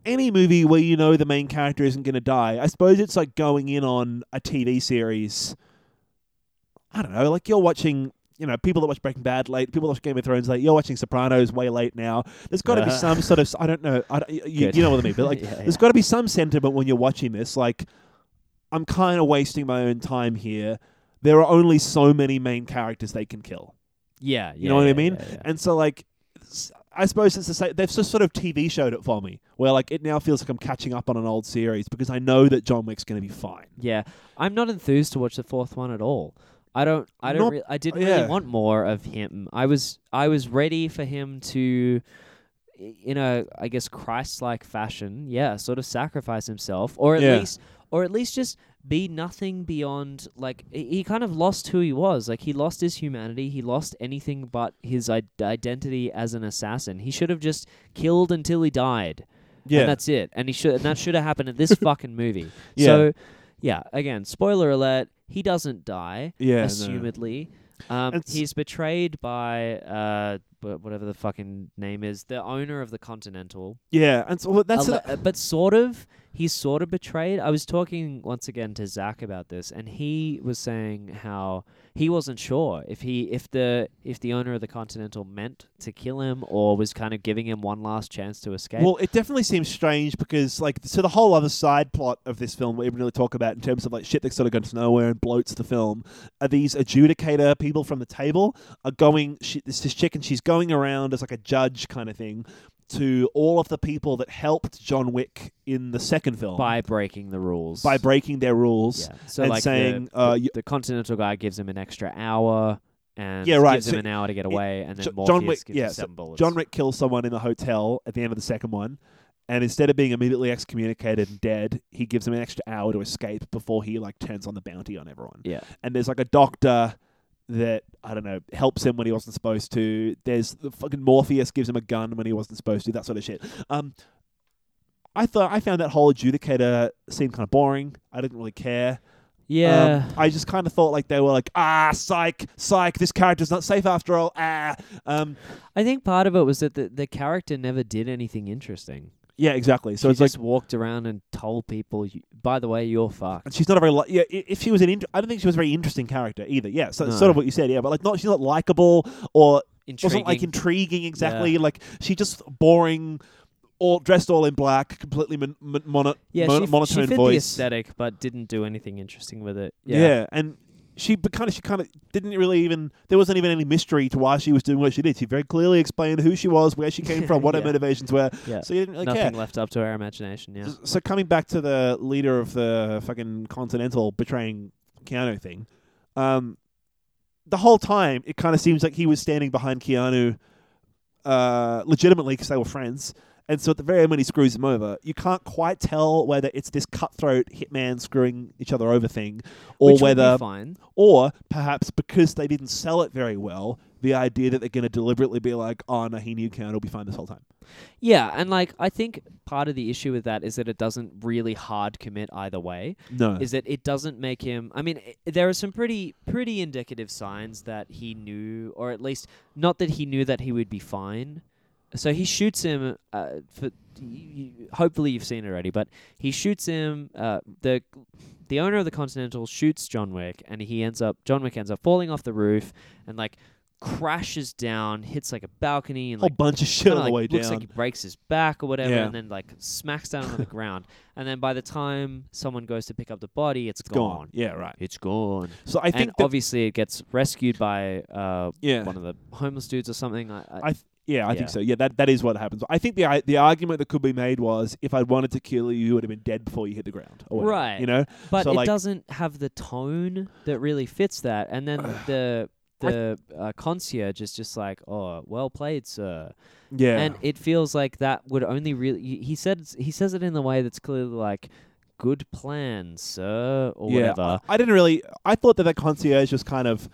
Speaker 1: any movie where you know the main character isn't going to die. I suppose it's like going in on a TV series. I don't know, like you're watching, you know, people that watch Breaking Bad late, people that watch Game of Thrones late. You're watching Sopranos way late now. There's got to be
Speaker 2: Uh-huh.
Speaker 1: some sort of I don't know, I don't, you,
Speaker 2: Good.
Speaker 1: you know what I mean, but like
Speaker 2: Yeah,
Speaker 1: there's got to be some sentiment when you're watching this. Like I'm kind of wasting my own time here. There are only so many main characters they can kill.
Speaker 2: Yeah,
Speaker 1: You
Speaker 2: yeah,
Speaker 1: know what I
Speaker 2: yeah,
Speaker 1: mean?
Speaker 2: yeah, yeah.
Speaker 1: And so like s- I suppose it's the same they've just sort of TV showed it for me where like it now feels like I'm catching up on an old series because I know that John Wick's going to be fine.
Speaker 2: Yeah, I'm not enthused to watch the fourth one at all. I don't. I don't.
Speaker 1: Not-
Speaker 2: rea- I didn't
Speaker 1: yeah.
Speaker 2: really want more of him. I was. I was ready for him to, i- in a I guess Christ-like fashion, yeah, sort of sacrifice himself, or at
Speaker 1: Yeah.
Speaker 2: least, or at least just be nothing beyond like he- he kind of lost who he was like he lost his humanity he lost anything but his I- identity as an assassin he should have just killed until he died
Speaker 1: Yeah.
Speaker 2: and that's it. And he should and that should have happened in this fucking movie.
Speaker 1: Yeah.
Speaker 2: So yeah, again, spoiler alert, he doesn't die,
Speaker 1: yeah. no.
Speaker 2: assumedly. Um,
Speaker 1: It's-
Speaker 2: he's betrayed by uh wh- whatever the fucking name is, the owner of the Continental.
Speaker 1: Yeah, and so well, that's
Speaker 2: Ale-
Speaker 1: the-
Speaker 2: uh, but sort of he's sort of betrayed. I was talking once again to Zach about this, and he was saying how he wasn't sure if he if the if the owner of the Continental meant to kill him or was kind of giving him one last chance to escape.
Speaker 1: Well, it definitely seems strange because, like, so the whole other side plot of this film we didn't really talk about in terms of like shit that sort of goes nowhere and bloats the film are these adjudicator people from the table are going. She, this this chick and she's going around as like a judge kind of thing to all of the people that helped John Wick in the second film
Speaker 2: by breaking the rules.
Speaker 1: by breaking their rules.
Speaker 2: yeah. So
Speaker 1: and
Speaker 2: like
Speaker 1: saying,
Speaker 2: the,
Speaker 1: uh,
Speaker 2: the,
Speaker 1: you-
Speaker 2: the continental guy gives him an extra hour and
Speaker 1: Yeah, right,
Speaker 2: gives
Speaker 1: so
Speaker 2: him an hour to get away, and then
Speaker 1: Jo-
Speaker 2: Morpheus
Speaker 1: John Wick-
Speaker 2: gives
Speaker 1: yeah,
Speaker 2: him
Speaker 1: so
Speaker 2: seven bullets.
Speaker 1: John Rick kills someone in the hotel at the end of the second one, and instead of being immediately excommunicated and dead, he gives him an extra hour to escape before he like turns on the bounty on everyone.
Speaker 2: Yeah.
Speaker 1: and there's like a doctor that I don't know helps him when he wasn't supposed to. There's the fucking Morpheus gives him a gun when he wasn't supposed to. That sort of shit. Um, I thought I found that whole adjudicator scene kind of boring. I didn't really care.
Speaker 2: Yeah.
Speaker 1: Um, I just kind of thought like they were like ah psych psych this character's not safe after all ah um
Speaker 2: I think part of it was that the, the character never did anything interesting.
Speaker 1: yeah exactly so
Speaker 2: she
Speaker 1: it's like
Speaker 2: just walked around and told people, "You- by the way, you're fucked.
Speaker 1: And she's not a very li- yeah. i- If she was an, int- I don't think she was a very interesting character either. Yeah, so
Speaker 2: No.
Speaker 1: sort of what you said. Yeah, but like not she's not likable or
Speaker 2: Intriguing.
Speaker 1: wasn't like intriguing exactly.
Speaker 2: Yeah.
Speaker 1: Like she just boring, all dressed all in black, completely mon- mon- mono-
Speaker 2: yeah,
Speaker 1: mon-
Speaker 2: she, f- she
Speaker 1: monotone
Speaker 2: fit the
Speaker 1: voice.
Speaker 2: aesthetic, but didn't do anything interesting with it.
Speaker 1: yeah. and she but kind of she kind of didn't really even there wasn't even any mystery to why she was doing what she did. She very clearly explained who she was, where she came from, what her
Speaker 2: Yeah.
Speaker 1: motivations were.
Speaker 2: Yeah.
Speaker 1: So you didn't really
Speaker 2: Nothing
Speaker 1: care.
Speaker 2: left up to our imagination. Yeah.
Speaker 1: So coming back to the leader of the fucking Continental betraying Keanu thing, um, the whole time it kind of seems like he was standing behind Keanu, uh, legitimately because they were friends. And so at the very end when he screws him over, you can't quite tell whether it's this cutthroat hitman screwing each other over thing, or
Speaker 2: Which would be
Speaker 1: whether,
Speaker 2: fine.
Speaker 1: or perhaps because they didn't sell it very well, the idea that they're going to deliberately be like, "Oh no, he knew Keanu will be fine this whole time."
Speaker 2: Yeah, and like I think part of the issue with that is that it doesn't really hard commit either way.
Speaker 1: No,
Speaker 2: Is that it doesn't make him? I mean, i there are some pretty pretty indicative signs that he knew, or at least not that he knew that he would be fine. So he shoots him. Uh, for y y hopefully you've seen it already, but he shoots him. Uh, the the owner of the Continental shoots John Wick, and he ends up John Wick ends up falling off the roof and like crashes down, hits like a balcony, and
Speaker 1: a whole
Speaker 2: like
Speaker 1: bunch of shit on
Speaker 2: kinda,
Speaker 1: the way
Speaker 2: like, looks
Speaker 1: down.
Speaker 2: like he breaks his back or whatever,
Speaker 1: Yeah.
Speaker 2: and then like smacks down on the ground. And then by the time someone goes to pick up the body, it's
Speaker 1: It's gone. Yeah, right.
Speaker 2: It's gone.
Speaker 1: So I think
Speaker 2: and
Speaker 1: that,
Speaker 2: obviously it gets rescued by uh,
Speaker 1: yeah,
Speaker 2: one of the homeless dudes or something. I, I,
Speaker 1: I th- yeah, I
Speaker 2: Yeah.
Speaker 1: think so. Yeah, that that is what happens. I think the I, the argument that could be made was if I'd wanted to kill you, you would have been dead before you hit the ground. Or whatever,
Speaker 2: Right.
Speaker 1: You know.
Speaker 2: but
Speaker 1: so,
Speaker 2: it
Speaker 1: like-
Speaker 2: doesn't have the tone that really fits that. And then the
Speaker 1: I-
Speaker 2: the uh, concierge is just like, "Oh, well played, sir."
Speaker 1: Yeah.
Speaker 2: And it feels like that would only really. He he said he says it in the way that's clearly like, "Good plan, sir," or
Speaker 1: yeah.
Speaker 2: whatever.
Speaker 1: I, I didn't really. I thought that that concierge just kind of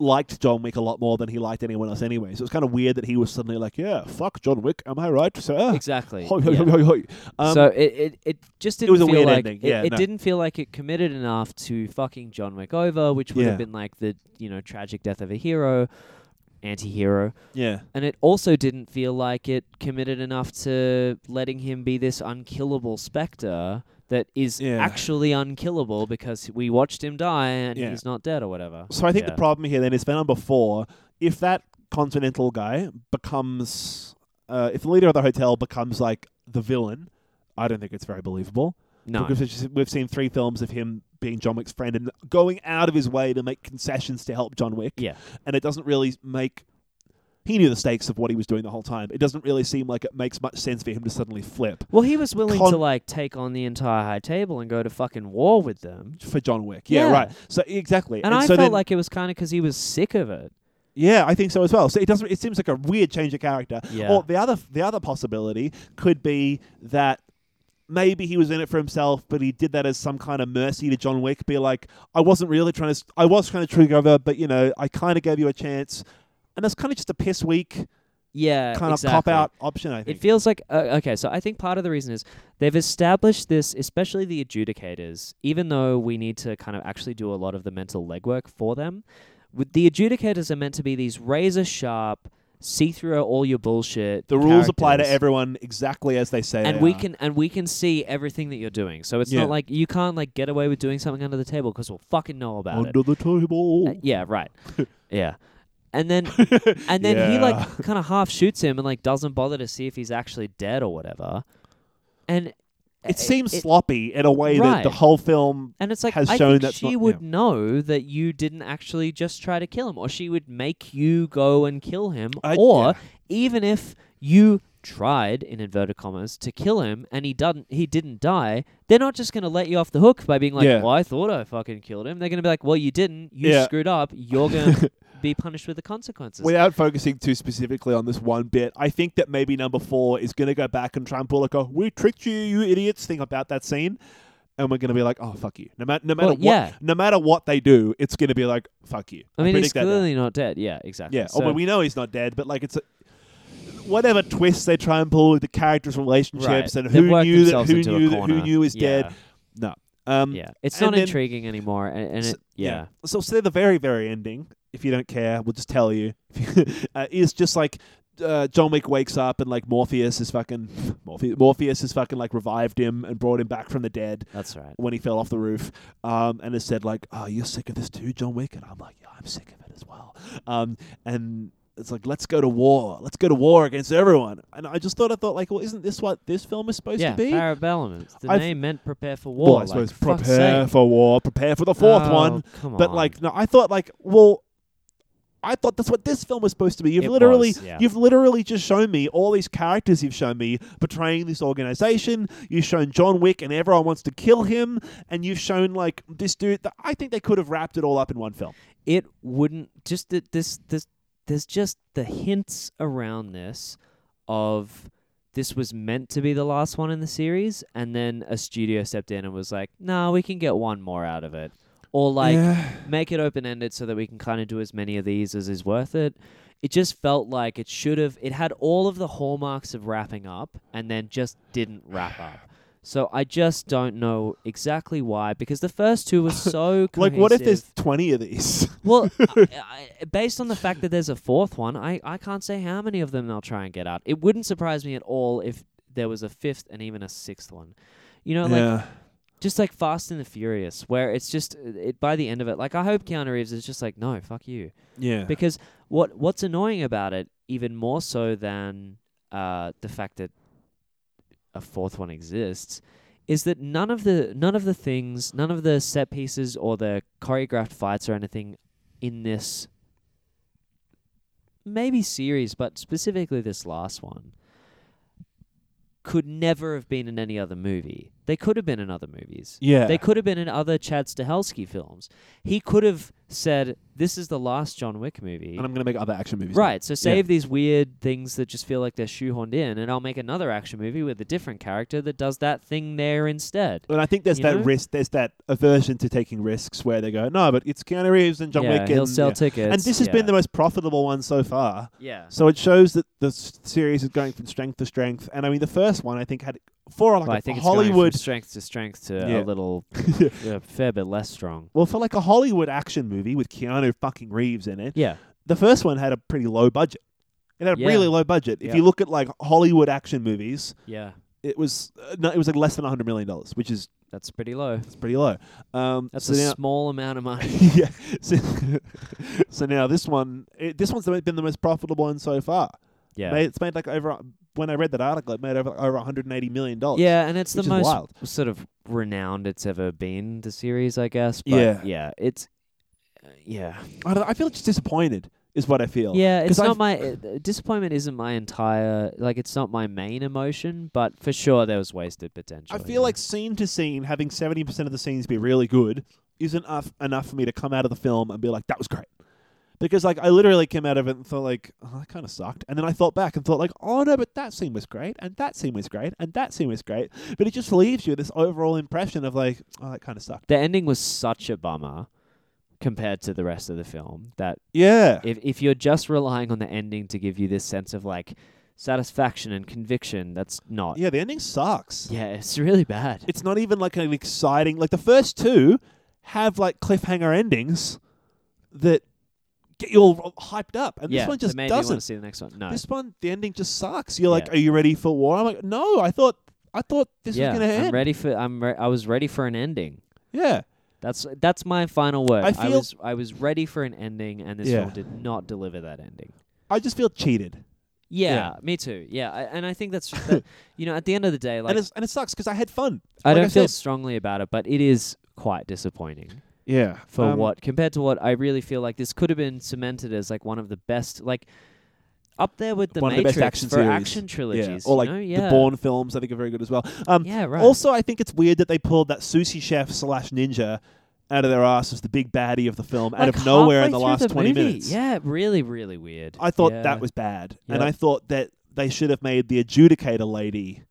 Speaker 1: liked John Wick a lot more than he liked anyone else anyway. So it's kind of weird that he was suddenly like, yeah, fuck John Wick, am I right, sir?
Speaker 2: Exactly.
Speaker 1: Hoi, hoi,
Speaker 2: yeah.
Speaker 1: hoi, hoi, hoi. Um,
Speaker 2: so it, it, it just didn't
Speaker 1: was a
Speaker 2: feel
Speaker 1: weird
Speaker 2: like
Speaker 1: ending,
Speaker 2: it-
Speaker 1: yeah,
Speaker 2: it,
Speaker 1: no.
Speaker 2: didn't feel like it committed enough to fucking John Wick over, which would
Speaker 1: Yeah.
Speaker 2: have been like the you know tragic death of a hero, anti-hero,
Speaker 1: yeah.
Speaker 2: and it also didn't feel like it committed enough to letting him be this unkillable specter that is
Speaker 1: Yeah.
Speaker 2: actually unkillable because we watched him die and
Speaker 1: Yeah.
Speaker 2: he's not dead or whatever.
Speaker 1: So I think
Speaker 2: Yeah.
Speaker 1: the problem here then is for number four, if that continental guy becomes, uh, if the leader of the hotel becomes like the villain, I don't think it's very believable.
Speaker 2: no.
Speaker 1: Because it's just- we've seen three films of him being John Wick's friend and going out of his way to make concessions to help John Wick.
Speaker 2: Yeah.
Speaker 1: And it doesn't really make. He knew the stakes of what he was doing the whole time. It doesn't really seem like it makes much sense for him to suddenly flip
Speaker 2: Well, he was willing
Speaker 1: Con-
Speaker 2: to like take on the entire high table and go to fucking war with them.
Speaker 1: for John Wick. Yeah,
Speaker 2: Yeah.
Speaker 1: right. So exactly.
Speaker 2: And, I
Speaker 1: so
Speaker 2: felt
Speaker 1: then,
Speaker 2: like it was kind of because he was sick of it.
Speaker 1: Yeah, I think so as well. So it doesn't. It seems like a weird change of character.
Speaker 2: Yeah.
Speaker 1: Or the other the other possibility could be that maybe he was in it for himself, but he did that as some kind of mercy to John Wick. Be like, I wasn't really trying to. I was trying to trigger over, but you know, I kind of gave you a chance. And that's kind of just a piss weak
Speaker 2: yeah,
Speaker 1: kind
Speaker 2: Uh, exactly.
Speaker 1: of cop out option. I
Speaker 2: It
Speaker 1: think.
Speaker 2: feels like uh, okay. So I think part of the reason is they've established this, especially the adjudicators. Even though we need to kind of actually do a lot of the mental legwork for them, with the adjudicators are meant to be these razor sharp, see through all your bullshit.
Speaker 1: the rules apply to
Speaker 2: characters.
Speaker 1: everyone exactly as they say.
Speaker 2: and
Speaker 1: they
Speaker 2: we
Speaker 1: are.
Speaker 2: can and we can see everything that you're doing. So it's
Speaker 1: Yeah.
Speaker 2: not like you can't like get away with doing something under the table because we'll fucking know about it.
Speaker 1: under the table.
Speaker 2: Uh, yeah, right. yeah. And then and then he like kind of half shoots him and like doesn't bother to see if he's actually dead or whatever. And
Speaker 1: it seems
Speaker 2: Uh, it-
Speaker 1: sloppy in a way that the
Speaker 2: Right.
Speaker 1: whole film.
Speaker 2: and it's like
Speaker 1: has
Speaker 2: I
Speaker 1: shown
Speaker 2: think
Speaker 1: that's
Speaker 2: she
Speaker 1: not-
Speaker 2: would
Speaker 1: yeah.
Speaker 2: know that you didn't actually just try to kill him, or she would make you go and kill him,
Speaker 1: I-
Speaker 2: or
Speaker 1: yeah.
Speaker 2: even if you tried in inverted commas to kill him and he doesn't he didn't die they're not just going to let you off the hook by being like
Speaker 1: Yeah.
Speaker 2: well i thought i fucking killed him they're going to be like well you didn't you
Speaker 1: Yeah.
Speaker 2: screwed up you're going to be punished with the consequences
Speaker 1: Without focusing too specifically on this one bit, I think that maybe number four is going to go back and try and pull like a "we tricked you, you idiots" thing about that scene, and we're going to be like, "Oh fuck you!" No, ma- no matter
Speaker 2: Well,
Speaker 1: what,
Speaker 2: yeah.
Speaker 1: no matter what they do, it's going to be like "fuck you."
Speaker 2: I mean, he's
Speaker 1: predict that now.
Speaker 2: clearly not dead. Yeah, exactly.
Speaker 1: yeah.
Speaker 2: So,
Speaker 1: oh, but we know he's not dead, but like it's a, whatever twists they try and pull with the characters' relationships and
Speaker 2: they've
Speaker 1: who
Speaker 2: worked
Speaker 1: knew that
Speaker 2: themselves
Speaker 1: who
Speaker 2: into a
Speaker 1: knew that who
Speaker 2: corner.
Speaker 1: knew is
Speaker 2: yeah,
Speaker 1: dead. No. Um,
Speaker 2: Yeah, it's
Speaker 1: and
Speaker 2: not
Speaker 1: then-
Speaker 2: intriguing anymore, and, and
Speaker 1: S-
Speaker 2: it, yeah,
Speaker 1: So, so the very, very ending, if you don't care, we'll just tell you, uh, is just like uh, John Wick wakes up and like Morpheus is fucking Morpheus, Morpheus is fucking like revived him and brought him back from the dead
Speaker 2: that's right.
Speaker 1: when he fell off the roof, um, and has said like, "Oh, you're sick of this too, John Wick," and I'm like, "Yeah, I'm sick of it as well." Um, and it's like, "Let's go to war. Let's go to war against everyone." And I just thought, I thought like, "Well, isn't this what this film is supposed
Speaker 2: Yeah,
Speaker 1: to be?"
Speaker 2: Parabellum. it's- The
Speaker 1: I've-
Speaker 2: name meant prepare for war.
Speaker 1: well, I
Speaker 2: like,
Speaker 1: suppose
Speaker 2: fuck's
Speaker 1: prepare
Speaker 2: sake.
Speaker 1: for war, prepare for the fourth
Speaker 2: Oh,
Speaker 1: one.
Speaker 2: Come on.
Speaker 1: But like, no, I thought like, well, I thought that's what this film was supposed to be. You've
Speaker 2: It
Speaker 1: literally,
Speaker 2: was, yeah.
Speaker 1: you've literally just shown me all these characters. You've shown me betraying this organization. You've shown John Wick, and everyone wants to kill him. And you've shown like this dude. That I think they could have wrapped it all up in one film.
Speaker 2: it wouldn't just that this this there's just the hints around this of this was meant to be the last one in the series, and then a studio stepped in and was like, "Nah, we can get one more out of it," or like
Speaker 1: Yeah.
Speaker 2: make it open ended so that we can kind of do as many of these as is worth it. It just felt like it should have. It had all of the hallmarks of wrapping up, and then just didn't wrap up. So I just don't know exactly why, because the first two were so
Speaker 1: like what if there's
Speaker 2: cohesive.
Speaker 1: 20 of these
Speaker 2: Well, I, I, based on the fact that there's a fourth one, I, I can't say how many of them they'll try and get out. It wouldn't surprise me at all if there was a fifth and even a sixth one. You know, like
Speaker 1: yeah
Speaker 2: just like Fast and the Furious, where it's just uh, it by the end of it. Like I hope Keanu Reeves is just like, no, fuck you,
Speaker 1: yeah
Speaker 2: because what what's annoying about it even more so than uh, the fact that a fourth one exists is that none of the none of the things, none of the set pieces or the choreographed fights or anything in this maybe series, but specifically this last one could never have been in any other movie. They could have been in other movies.
Speaker 1: yeah
Speaker 2: They could have been in other Chad Stahelski films. He could have said, "This is the last John Wick movie."
Speaker 1: and i'm gonna make other action movies now.
Speaker 2: Right. So save these weird things that just feel like they're shoehorned in, and I'll make another action movie with a different character that does that thing there instead.
Speaker 1: and I think there's
Speaker 2: You
Speaker 1: that
Speaker 2: know?
Speaker 1: risk, there's that aversion to taking risks where they go, no, but it's Keanu Reeves and John
Speaker 2: yeah,
Speaker 1: Wick,
Speaker 2: he'll
Speaker 1: and,
Speaker 2: sell
Speaker 1: yeah.
Speaker 2: tickets.
Speaker 1: and this has been the most profitable one so far.
Speaker 2: yeah.
Speaker 1: So it shows that the s- series is going from strength to strength. And I mean, the first one I think had for like
Speaker 2: Well,
Speaker 1: a
Speaker 2: I think it's going from
Speaker 1: Hollywood,
Speaker 2: strength to strength to
Speaker 1: Yeah.
Speaker 2: a little, a fair bit less strong.
Speaker 1: well, for like a Hollywood action movie with Keanu fucking Reeves in it.
Speaker 2: Yeah.
Speaker 1: The first one had a pretty low budget. It had a
Speaker 2: Yeah.
Speaker 1: really low budget. If
Speaker 2: Yeah.
Speaker 1: you look at like Hollywood action movies,
Speaker 2: Yeah.
Speaker 1: it was uh, no, it was like less than hundred million dollars, which is
Speaker 2: That's pretty low.
Speaker 1: it's pretty low. Um,
Speaker 2: That's
Speaker 1: so
Speaker 2: a
Speaker 1: now,
Speaker 2: small amount of money.
Speaker 1: yeah. So, so now this one, it, this one's been the most profitable one so far.
Speaker 2: Yeah.
Speaker 1: Made, it's made like over. When I read that article, it made over over one hundred and eighty million dollars.
Speaker 2: Yeah, and it's
Speaker 1: which
Speaker 2: the
Speaker 1: is
Speaker 2: most
Speaker 1: wild.
Speaker 2: sort of renowned it's ever been. The series, I guess. But
Speaker 1: Yeah.
Speaker 2: Yeah. It's. uh, Yeah.
Speaker 1: I, don't, I feel just disappointed is what I feel.
Speaker 2: Yeah,
Speaker 1: 'Cause
Speaker 2: it's not
Speaker 1: I've-
Speaker 2: my uh, disappointment. Isn't my entire like it's not my main emotion, but for sure there was wasted potential.
Speaker 1: I
Speaker 2: you
Speaker 1: feel
Speaker 2: know?
Speaker 1: like scene to scene, having seventy percent of the scenes be really good isn't enough, enough for me to come out of the film and be like, "That was great," because like I literally came out of it and thought like, "Oh, that kind of sucked," and then I thought back and thought like, "Oh no, but that scene was great, and that scene was great, and that scene was great," but it just leaves you with this overall impression of like, "Oh, that kind of sucked."
Speaker 2: the ending was such a bummer compared to the rest of the film that
Speaker 1: Yeah,
Speaker 2: if if you're just relying on the ending to give you this sense of like satisfaction and conviction, that's not.
Speaker 1: yeah, the ending sucks.
Speaker 2: Yeah, it's really bad.
Speaker 1: It's not even like an exciting like the first two have like cliffhanger endings that get you all hyped up, and
Speaker 2: yeah,
Speaker 1: this one
Speaker 2: that
Speaker 1: just
Speaker 2: made Me
Speaker 1: doesn't.
Speaker 2: want to see the next one. No.
Speaker 1: This one, the ending just sucks. You're like,
Speaker 2: Yeah.
Speaker 1: "Are you ready for war?" I'm like, "No, I thought, I thought this
Speaker 2: yeah,
Speaker 1: was gonna
Speaker 2: I'm
Speaker 1: end."
Speaker 2: ready for. I'm. Re- I was ready for an ending.
Speaker 1: Yeah,
Speaker 2: That's that's my final word.
Speaker 1: I
Speaker 2: I,
Speaker 1: feel-
Speaker 2: was I was ready for an ending, and this
Speaker 1: Yeah.
Speaker 2: film did not deliver that ending.
Speaker 1: I just feel cheated,
Speaker 2: Yeah,
Speaker 1: Yeah.
Speaker 2: me too. Yeah, I, and I think that's that, you know at the end of the day, like
Speaker 1: and it's, and it sucks because I had fun.
Speaker 2: I
Speaker 1: like
Speaker 2: don't
Speaker 1: I
Speaker 2: feel
Speaker 1: said-
Speaker 2: strongly about it, but it is quite disappointing
Speaker 1: Yeah,
Speaker 2: for what compared to what I really feel like this could have been cemented as like one of the best, like up there with the
Speaker 1: One of the
Speaker 2: Matrix
Speaker 1: best action
Speaker 2: for
Speaker 1: series.
Speaker 2: action
Speaker 1: Yeah,
Speaker 2: trilogies,
Speaker 1: or like
Speaker 2: you know? yeah,
Speaker 1: the Bourne films, I think are very good as well. Um,
Speaker 2: yeah, right.
Speaker 1: Also, I think it's weird that they pulled that sushi chef slash ninja out of their ass as the big baddie of the film out
Speaker 2: Like
Speaker 1: of nowhere in
Speaker 2: halfway
Speaker 1: the
Speaker 2: through
Speaker 1: last twenty
Speaker 2: movie.
Speaker 1: minutes.
Speaker 2: Yeah, really, really weird.
Speaker 1: I thought
Speaker 2: Yeah.
Speaker 1: that was bad, and
Speaker 2: Yep.
Speaker 1: I thought that they should have made the adjudicator lady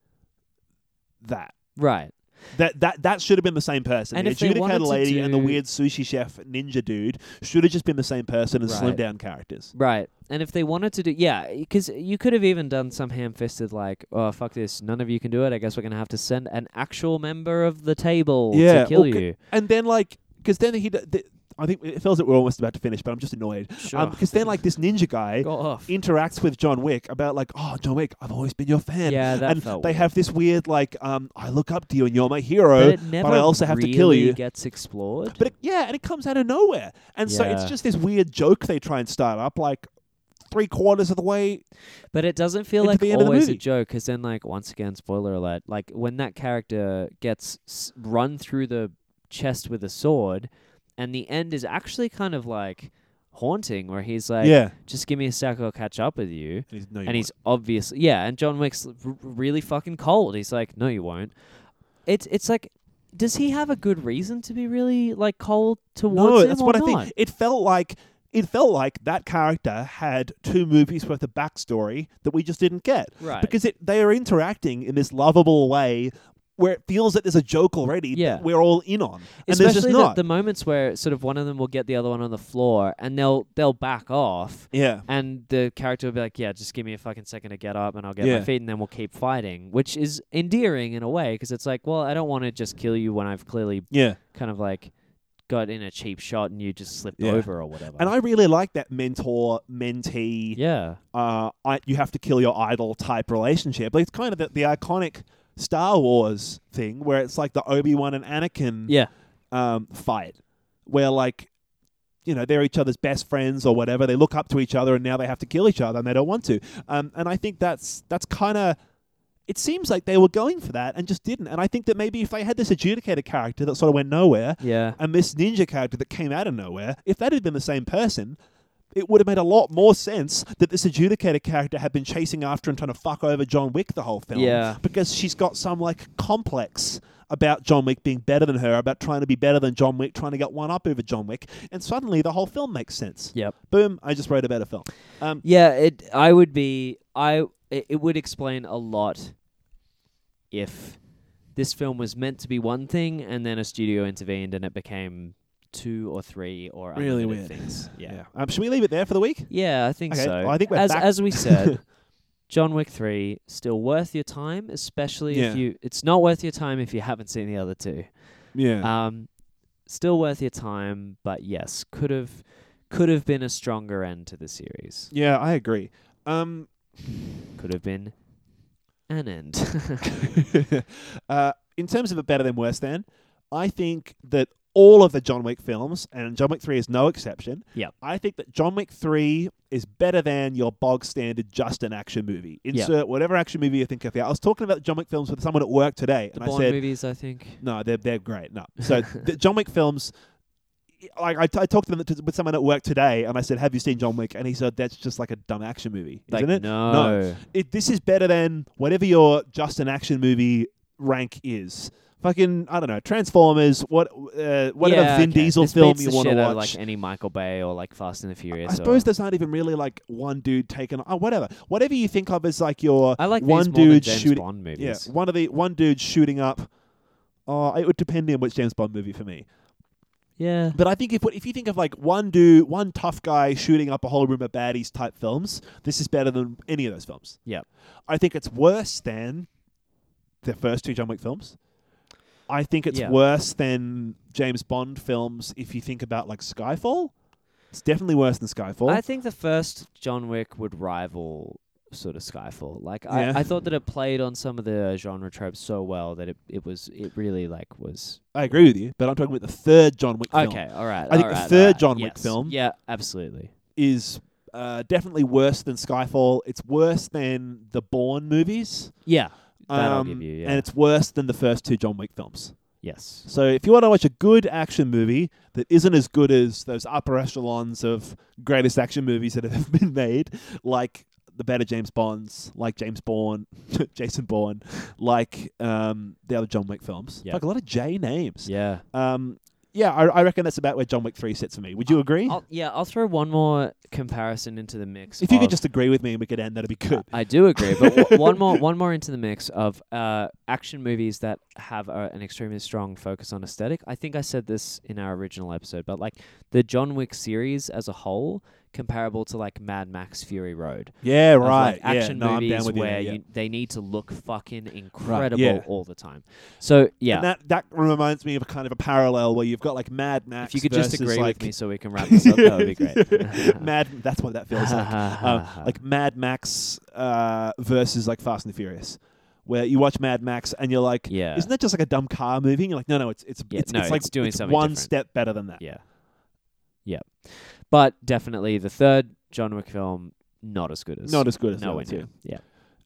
Speaker 1: that.
Speaker 2: right.
Speaker 1: That that that should have been the same person.
Speaker 2: And
Speaker 1: the
Speaker 2: if they wanted
Speaker 1: adjudicator
Speaker 2: to
Speaker 1: lady and the
Speaker 2: do-
Speaker 1: weird sushi chef ninja dude should have just been the same person and slimmed
Speaker 2: Right.
Speaker 1: down characters.
Speaker 2: Right. And if they wanted to do, yeah, because you could have even done some ham fisted, like, oh, fuck this, none of you can do it. I guess we're going to have to send an actual member of the table
Speaker 1: Yeah,
Speaker 2: to kill
Speaker 1: okay.
Speaker 2: you.
Speaker 1: And then like, because then he, d- th- I think it feels like we're almost about to finish, but I'm just annoyed.
Speaker 2: Sure.
Speaker 1: Um 'cause because then like this ninja guy
Speaker 2: Go off.
Speaker 1: interacts with John Wick about like, oh John Wick, I've always been your fan.
Speaker 2: Yeah, that
Speaker 1: and
Speaker 2: felt
Speaker 1: they
Speaker 2: weird.
Speaker 1: have this weird like, um, I look up to you and you're my
Speaker 2: but
Speaker 1: hero.
Speaker 2: it never
Speaker 1: I also have to kill
Speaker 2: really
Speaker 1: you.
Speaker 2: gets explored.
Speaker 1: But it, yeah, and it comes out of nowhere, and so it's
Speaker 2: Yeah.
Speaker 1: just this weird joke they try and start up like three quarters of the way.
Speaker 2: But it doesn't feel
Speaker 1: Into
Speaker 2: like
Speaker 1: the end of the
Speaker 2: always a
Speaker 1: movie.
Speaker 2: joke, because then, like, once again, spoiler alert, like, when that character gets s- run through the chest with a sword, and the end is actually kind of like haunting, where he's like,
Speaker 1: yeah,
Speaker 2: just give me a sec, I'll catch up with you.
Speaker 1: and he's, no, you
Speaker 2: and he's obviously yeah. And John Wick's r- r- really fucking cold. He's like, no, you won't. It's it's like, does he have a good reason to be really like cold towards
Speaker 1: No,
Speaker 2: him
Speaker 1: that's
Speaker 2: or
Speaker 1: what I
Speaker 2: not?
Speaker 1: think. It felt like it felt like that character had two movies worth of backstory that we just didn't get
Speaker 2: Right.
Speaker 1: because it, they are interacting in this lovable way where it feels that there's a joke already
Speaker 2: Yeah.
Speaker 1: that we're all in on, and
Speaker 2: Especially
Speaker 1: there's just
Speaker 2: the,
Speaker 1: not.
Speaker 2: the moments where sort of one of them will get the other one on the floor and they'll they'll back off
Speaker 1: yeah,
Speaker 2: and the character will be like, "Yeah, just give me a fucking second to get up and I'll get
Speaker 1: Yeah.
Speaker 2: my feet and then we'll keep fighting," which is endearing in a way because it's like, "Well, I don't want to just kill you when I've clearly
Speaker 1: yeah.
Speaker 2: kind of like got in a cheap shot and you just slipped
Speaker 1: Yeah.
Speaker 2: over or whatever."
Speaker 1: And I really like that mentor mentee.
Speaker 2: yeah,
Speaker 1: Uh, I, you have to kill your idol type relationship. Like it's kind of the, the iconic Star Wars thing where it's like the Obi Wan and Anakin
Speaker 2: yeah,
Speaker 1: um, fight, where like you know they're each other's best friends or whatever. They look up to each other, and now they have to kill each other, and they don't want to. Um, and I think that's that's kind of it seems like they were going for that and just didn't. And I think that maybe if they had this adjudicator character that sort of went nowhere,
Speaker 2: yeah.
Speaker 1: and this ninja character that came out of nowhere, if that had been the same person, it would have made a lot more sense that this adjudicator character had been chasing after and trying to fuck over John Wick the whole film.
Speaker 2: Yeah.
Speaker 1: Because she's got some like complex about John Wick being better than her, about trying to be better than John Wick, trying to get one up over John Wick, and suddenly the whole film makes sense.
Speaker 2: Yep.
Speaker 1: Boom, I just wrote a better film. Um,
Speaker 2: Yeah, it. I would be. I. It, it would explain a lot if this film was meant to be one thing, and then a studio intervened, and it became two or three or
Speaker 1: Really
Speaker 2: unlimited
Speaker 1: weird.
Speaker 2: things. Yeah. yeah.
Speaker 1: Um, should we leave it there for the week?
Speaker 2: I think
Speaker 1: Okay,
Speaker 2: so.
Speaker 1: well, I think we're
Speaker 2: as
Speaker 1: back-
Speaker 2: as we said, John Wick three still worth your time, especially
Speaker 1: Yeah.
Speaker 2: if you. It's not worth your time if you haven't seen the other two.
Speaker 1: Yeah.
Speaker 2: Um, still worth your time, but yes, could have could have been a stronger end to the series.
Speaker 1: yeah, I agree. Um,
Speaker 2: Could have been an end.
Speaker 1: uh, in terms of a better than worse than, I think that all of the John Wick films, and John Wick 3 is no exception,
Speaker 2: Yep.
Speaker 1: I think that John Wick 3 is better than your bog standard just an action movie.
Speaker 2: Yeah.
Speaker 1: Insert whatever action movie you think of here. I was talking about John Wick films with someone at work today, and I
Speaker 2: Bond
Speaker 1: said,
Speaker 2: movies, I think.
Speaker 1: no, they're they're great. No, so the John Wick films. Like I, t- I talked to them to, with someone at work today, and I said, "Have you seen John Wick?" And he said, "That's just like a dumb action movie,
Speaker 2: Like,
Speaker 1: isn't it?"
Speaker 2: No.
Speaker 1: it, this is better than whatever your just an action movie rank is. Fucking, I don't know, Transformers, what, uh, whatever
Speaker 2: Yeah,
Speaker 1: Vin
Speaker 2: okay.
Speaker 1: Diesel
Speaker 2: This
Speaker 1: film
Speaker 2: beats
Speaker 1: you
Speaker 2: the
Speaker 1: want to
Speaker 2: shit out
Speaker 1: watch.
Speaker 2: of, like any Michael Bay or like Fast and the Furious.
Speaker 1: I
Speaker 2: or-
Speaker 1: suppose there's not even really like one dude taking, oh, whatever, whatever you think of as like your
Speaker 2: I like
Speaker 1: one
Speaker 2: these more than
Speaker 1: dude
Speaker 2: James
Speaker 1: shooting,
Speaker 2: Bond
Speaker 1: yeah,
Speaker 2: movies.
Speaker 1: one of the one dude shooting up. Oh, it would depend on which James Bond movie for me.
Speaker 2: Yeah.
Speaker 1: But I think if if you think of like one dude, one tough guy shooting up a whole room of baddies type films, this is better than any of those films.
Speaker 2: Yep.
Speaker 1: I think it's worse than the first two John Wick films. I think it's
Speaker 2: Yeah.
Speaker 1: worse than James Bond films if you think about like Skyfall. It's definitely worse than Skyfall.
Speaker 2: I think the first John Wick would rival sort of Skyfall. Like
Speaker 1: Yeah.
Speaker 2: I, I thought that it played on some of the genre tropes so well that it, it was it really like was
Speaker 1: I agree with you, but I'm talking about the third John Wick film
Speaker 2: okay. All right.
Speaker 1: I think the
Speaker 2: alright,
Speaker 1: third
Speaker 2: alright,
Speaker 1: John Wick
Speaker 2: yes.
Speaker 1: film-
Speaker 2: Yeah, absolutely.
Speaker 1: is uh, definitely worse than Skyfall. It's worse than the Bourne movies.
Speaker 2: Yeah. That I'll
Speaker 1: um,
Speaker 2: give you, yeah.
Speaker 1: And it's worse than the first two John Wick films.
Speaker 2: Yes.
Speaker 1: So if you want to watch a good action movie that isn't as good as those upper echelons of greatest action movies that have been made, like the better James Bonds, like James Bourne, Jason Bourne, like um, the other John Wick films.
Speaker 2: Yeah.
Speaker 1: Like a lot of J names.
Speaker 2: Yeah.
Speaker 1: Um, yeah, I, I reckon that's about where John Wick 3 sits for me. Would you agree?
Speaker 2: I'll, yeah, I'll throw one more comparison into the mix.
Speaker 1: if you could
Speaker 2: of-
Speaker 1: just agree with me and we could end, that'd be good.
Speaker 2: I do agree, but w- one more one more into the mix of uh, action movies that have uh, an extremely strong focus on aesthetic. I think I said this in our original episode, but like the John Wick series as a whole, comparable to like Mad Max Fury Road,
Speaker 1: Yeah,
Speaker 2: of,
Speaker 1: right.
Speaker 2: Like action
Speaker 1: yeah, no,
Speaker 2: movies
Speaker 1: I'm down with
Speaker 2: where
Speaker 1: you. there, yeah.
Speaker 2: they need to look fucking incredible
Speaker 1: yeah.
Speaker 2: all the time. So yeah,
Speaker 1: And that that reminds me of a kind of a parallel where you've got like Mad Max.
Speaker 2: if you could just
Speaker 1: versus,
Speaker 2: agree
Speaker 1: like,
Speaker 2: with me so we can wrap this up, that would be great.
Speaker 1: Mad. That's what that feels like. Um, like Mad Max uh, versus like Fast and the Furious, where you watch Mad Max and you're like,
Speaker 2: yeah,
Speaker 1: isn't that just like a dumb car movie? And you're like, no, no, it's it's
Speaker 2: Yeah,
Speaker 1: it's,
Speaker 2: no,
Speaker 1: it's like
Speaker 2: it's doing something
Speaker 1: one
Speaker 2: different.
Speaker 1: step better than that.
Speaker 2: Yeah. Yeah. But definitely the third John Wick film, not as good as.
Speaker 1: Not as good as
Speaker 2: nowhere
Speaker 1: those, yeah.
Speaker 2: near. Yeah.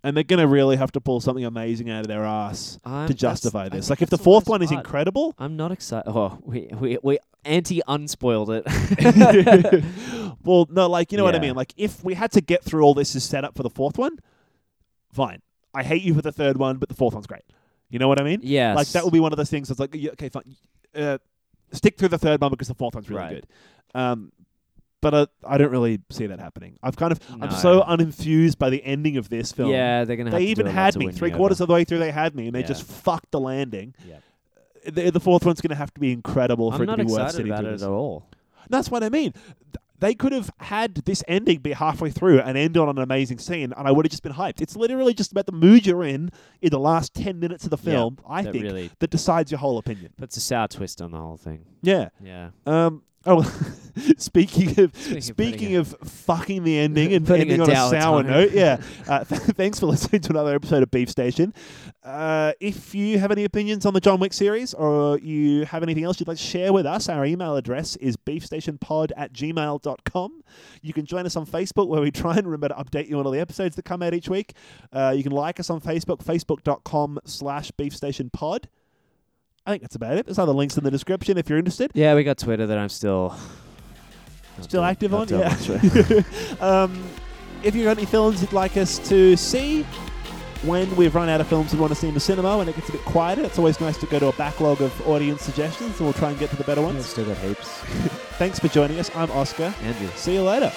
Speaker 1: And they're gonna really have to pull something amazing out of their ass
Speaker 2: I'm-
Speaker 1: to
Speaker 2: that's- I
Speaker 1: justify this.
Speaker 2: think
Speaker 1: Like if the
Speaker 2: that's worst
Speaker 1: fourth one is
Speaker 2: part.
Speaker 1: incredible,
Speaker 2: I'm not excited. Oh, we, we, we anti unspoiled it.
Speaker 1: well, no, like you know what I
Speaker 2: Yeah.
Speaker 1: mean. Like if we had to get through all this as setup for the fourth one, fine. I hate you for the third one, but the fourth one's great. You know what I mean?
Speaker 2: yes.
Speaker 1: Like that will be one of those things that's like, yeah, okay, fine. Uh, stick through the third one because the fourth one's really
Speaker 2: Right.
Speaker 1: good. Um, but I, I don't really see that happening. I've kind of I'm
Speaker 2: No.
Speaker 1: so uninfused by the ending of this film.
Speaker 2: Yeah, they're gonna.
Speaker 1: they
Speaker 2: have to
Speaker 1: even
Speaker 2: do a lot
Speaker 1: had
Speaker 2: to
Speaker 1: me
Speaker 2: win
Speaker 1: three
Speaker 2: over.
Speaker 1: quarters of the way through. They had me, and they
Speaker 2: Yeah.
Speaker 1: just fucked the landing.
Speaker 2: Yeah.
Speaker 1: The, the fourth one's going to have to be incredible for
Speaker 2: I'm
Speaker 1: it to
Speaker 2: not
Speaker 1: be worth
Speaker 2: excited
Speaker 1: City
Speaker 2: about it
Speaker 1: Limits.
Speaker 2: at all.
Speaker 1: That's what I mean. Th- They could have had this ending be halfway through and end on an amazing scene, and I would have just been hyped. It's literally just about the mood you're in in the last ten minutes of the
Speaker 2: Yeah,
Speaker 1: film. I
Speaker 2: that
Speaker 1: think
Speaker 2: really
Speaker 1: that decides your whole opinion.
Speaker 2: puts a sour twist on the whole thing.
Speaker 1: Yeah.
Speaker 2: Yeah.
Speaker 1: Um. Oh, speaking of
Speaker 2: Speaking,
Speaker 1: Speaking of fucking the ending and
Speaker 2: Putting
Speaker 1: ending
Speaker 2: a
Speaker 1: on a
Speaker 2: dour
Speaker 1: sour
Speaker 2: tone.
Speaker 1: note, yeah. Uh, th- thanks for listening to another episode of Beef Station. Uh, if you have any opinions on the John Wick series or you have anything else you'd like to share with us, our email address is beefstationpod at gmail.com. You can join us on Facebook where we try and remember to update you on all the episodes that come out each week. Uh, you can like us on Facebook, facebook.com slash beefstationpod. I think that's about it. There's other links in the description if you're interested.
Speaker 2: yeah, we got Twitter that I'm still not
Speaker 1: Still
Speaker 2: doing-
Speaker 1: active
Speaker 2: not
Speaker 1: on?
Speaker 2: doing
Speaker 1: Yeah.
Speaker 2: much with.
Speaker 1: um, if you've got any films you'd like us to see, when we've run out of films we want to see in the cinema, when it gets a bit quieter, it's always nice to go to a backlog of audience suggestions, and we'll try and get to the better
Speaker 2: Yeah,
Speaker 1: ones.
Speaker 2: still got heaps.
Speaker 1: Thanks for joining us. I'm Oscar.
Speaker 2: Andrew.
Speaker 1: See you later.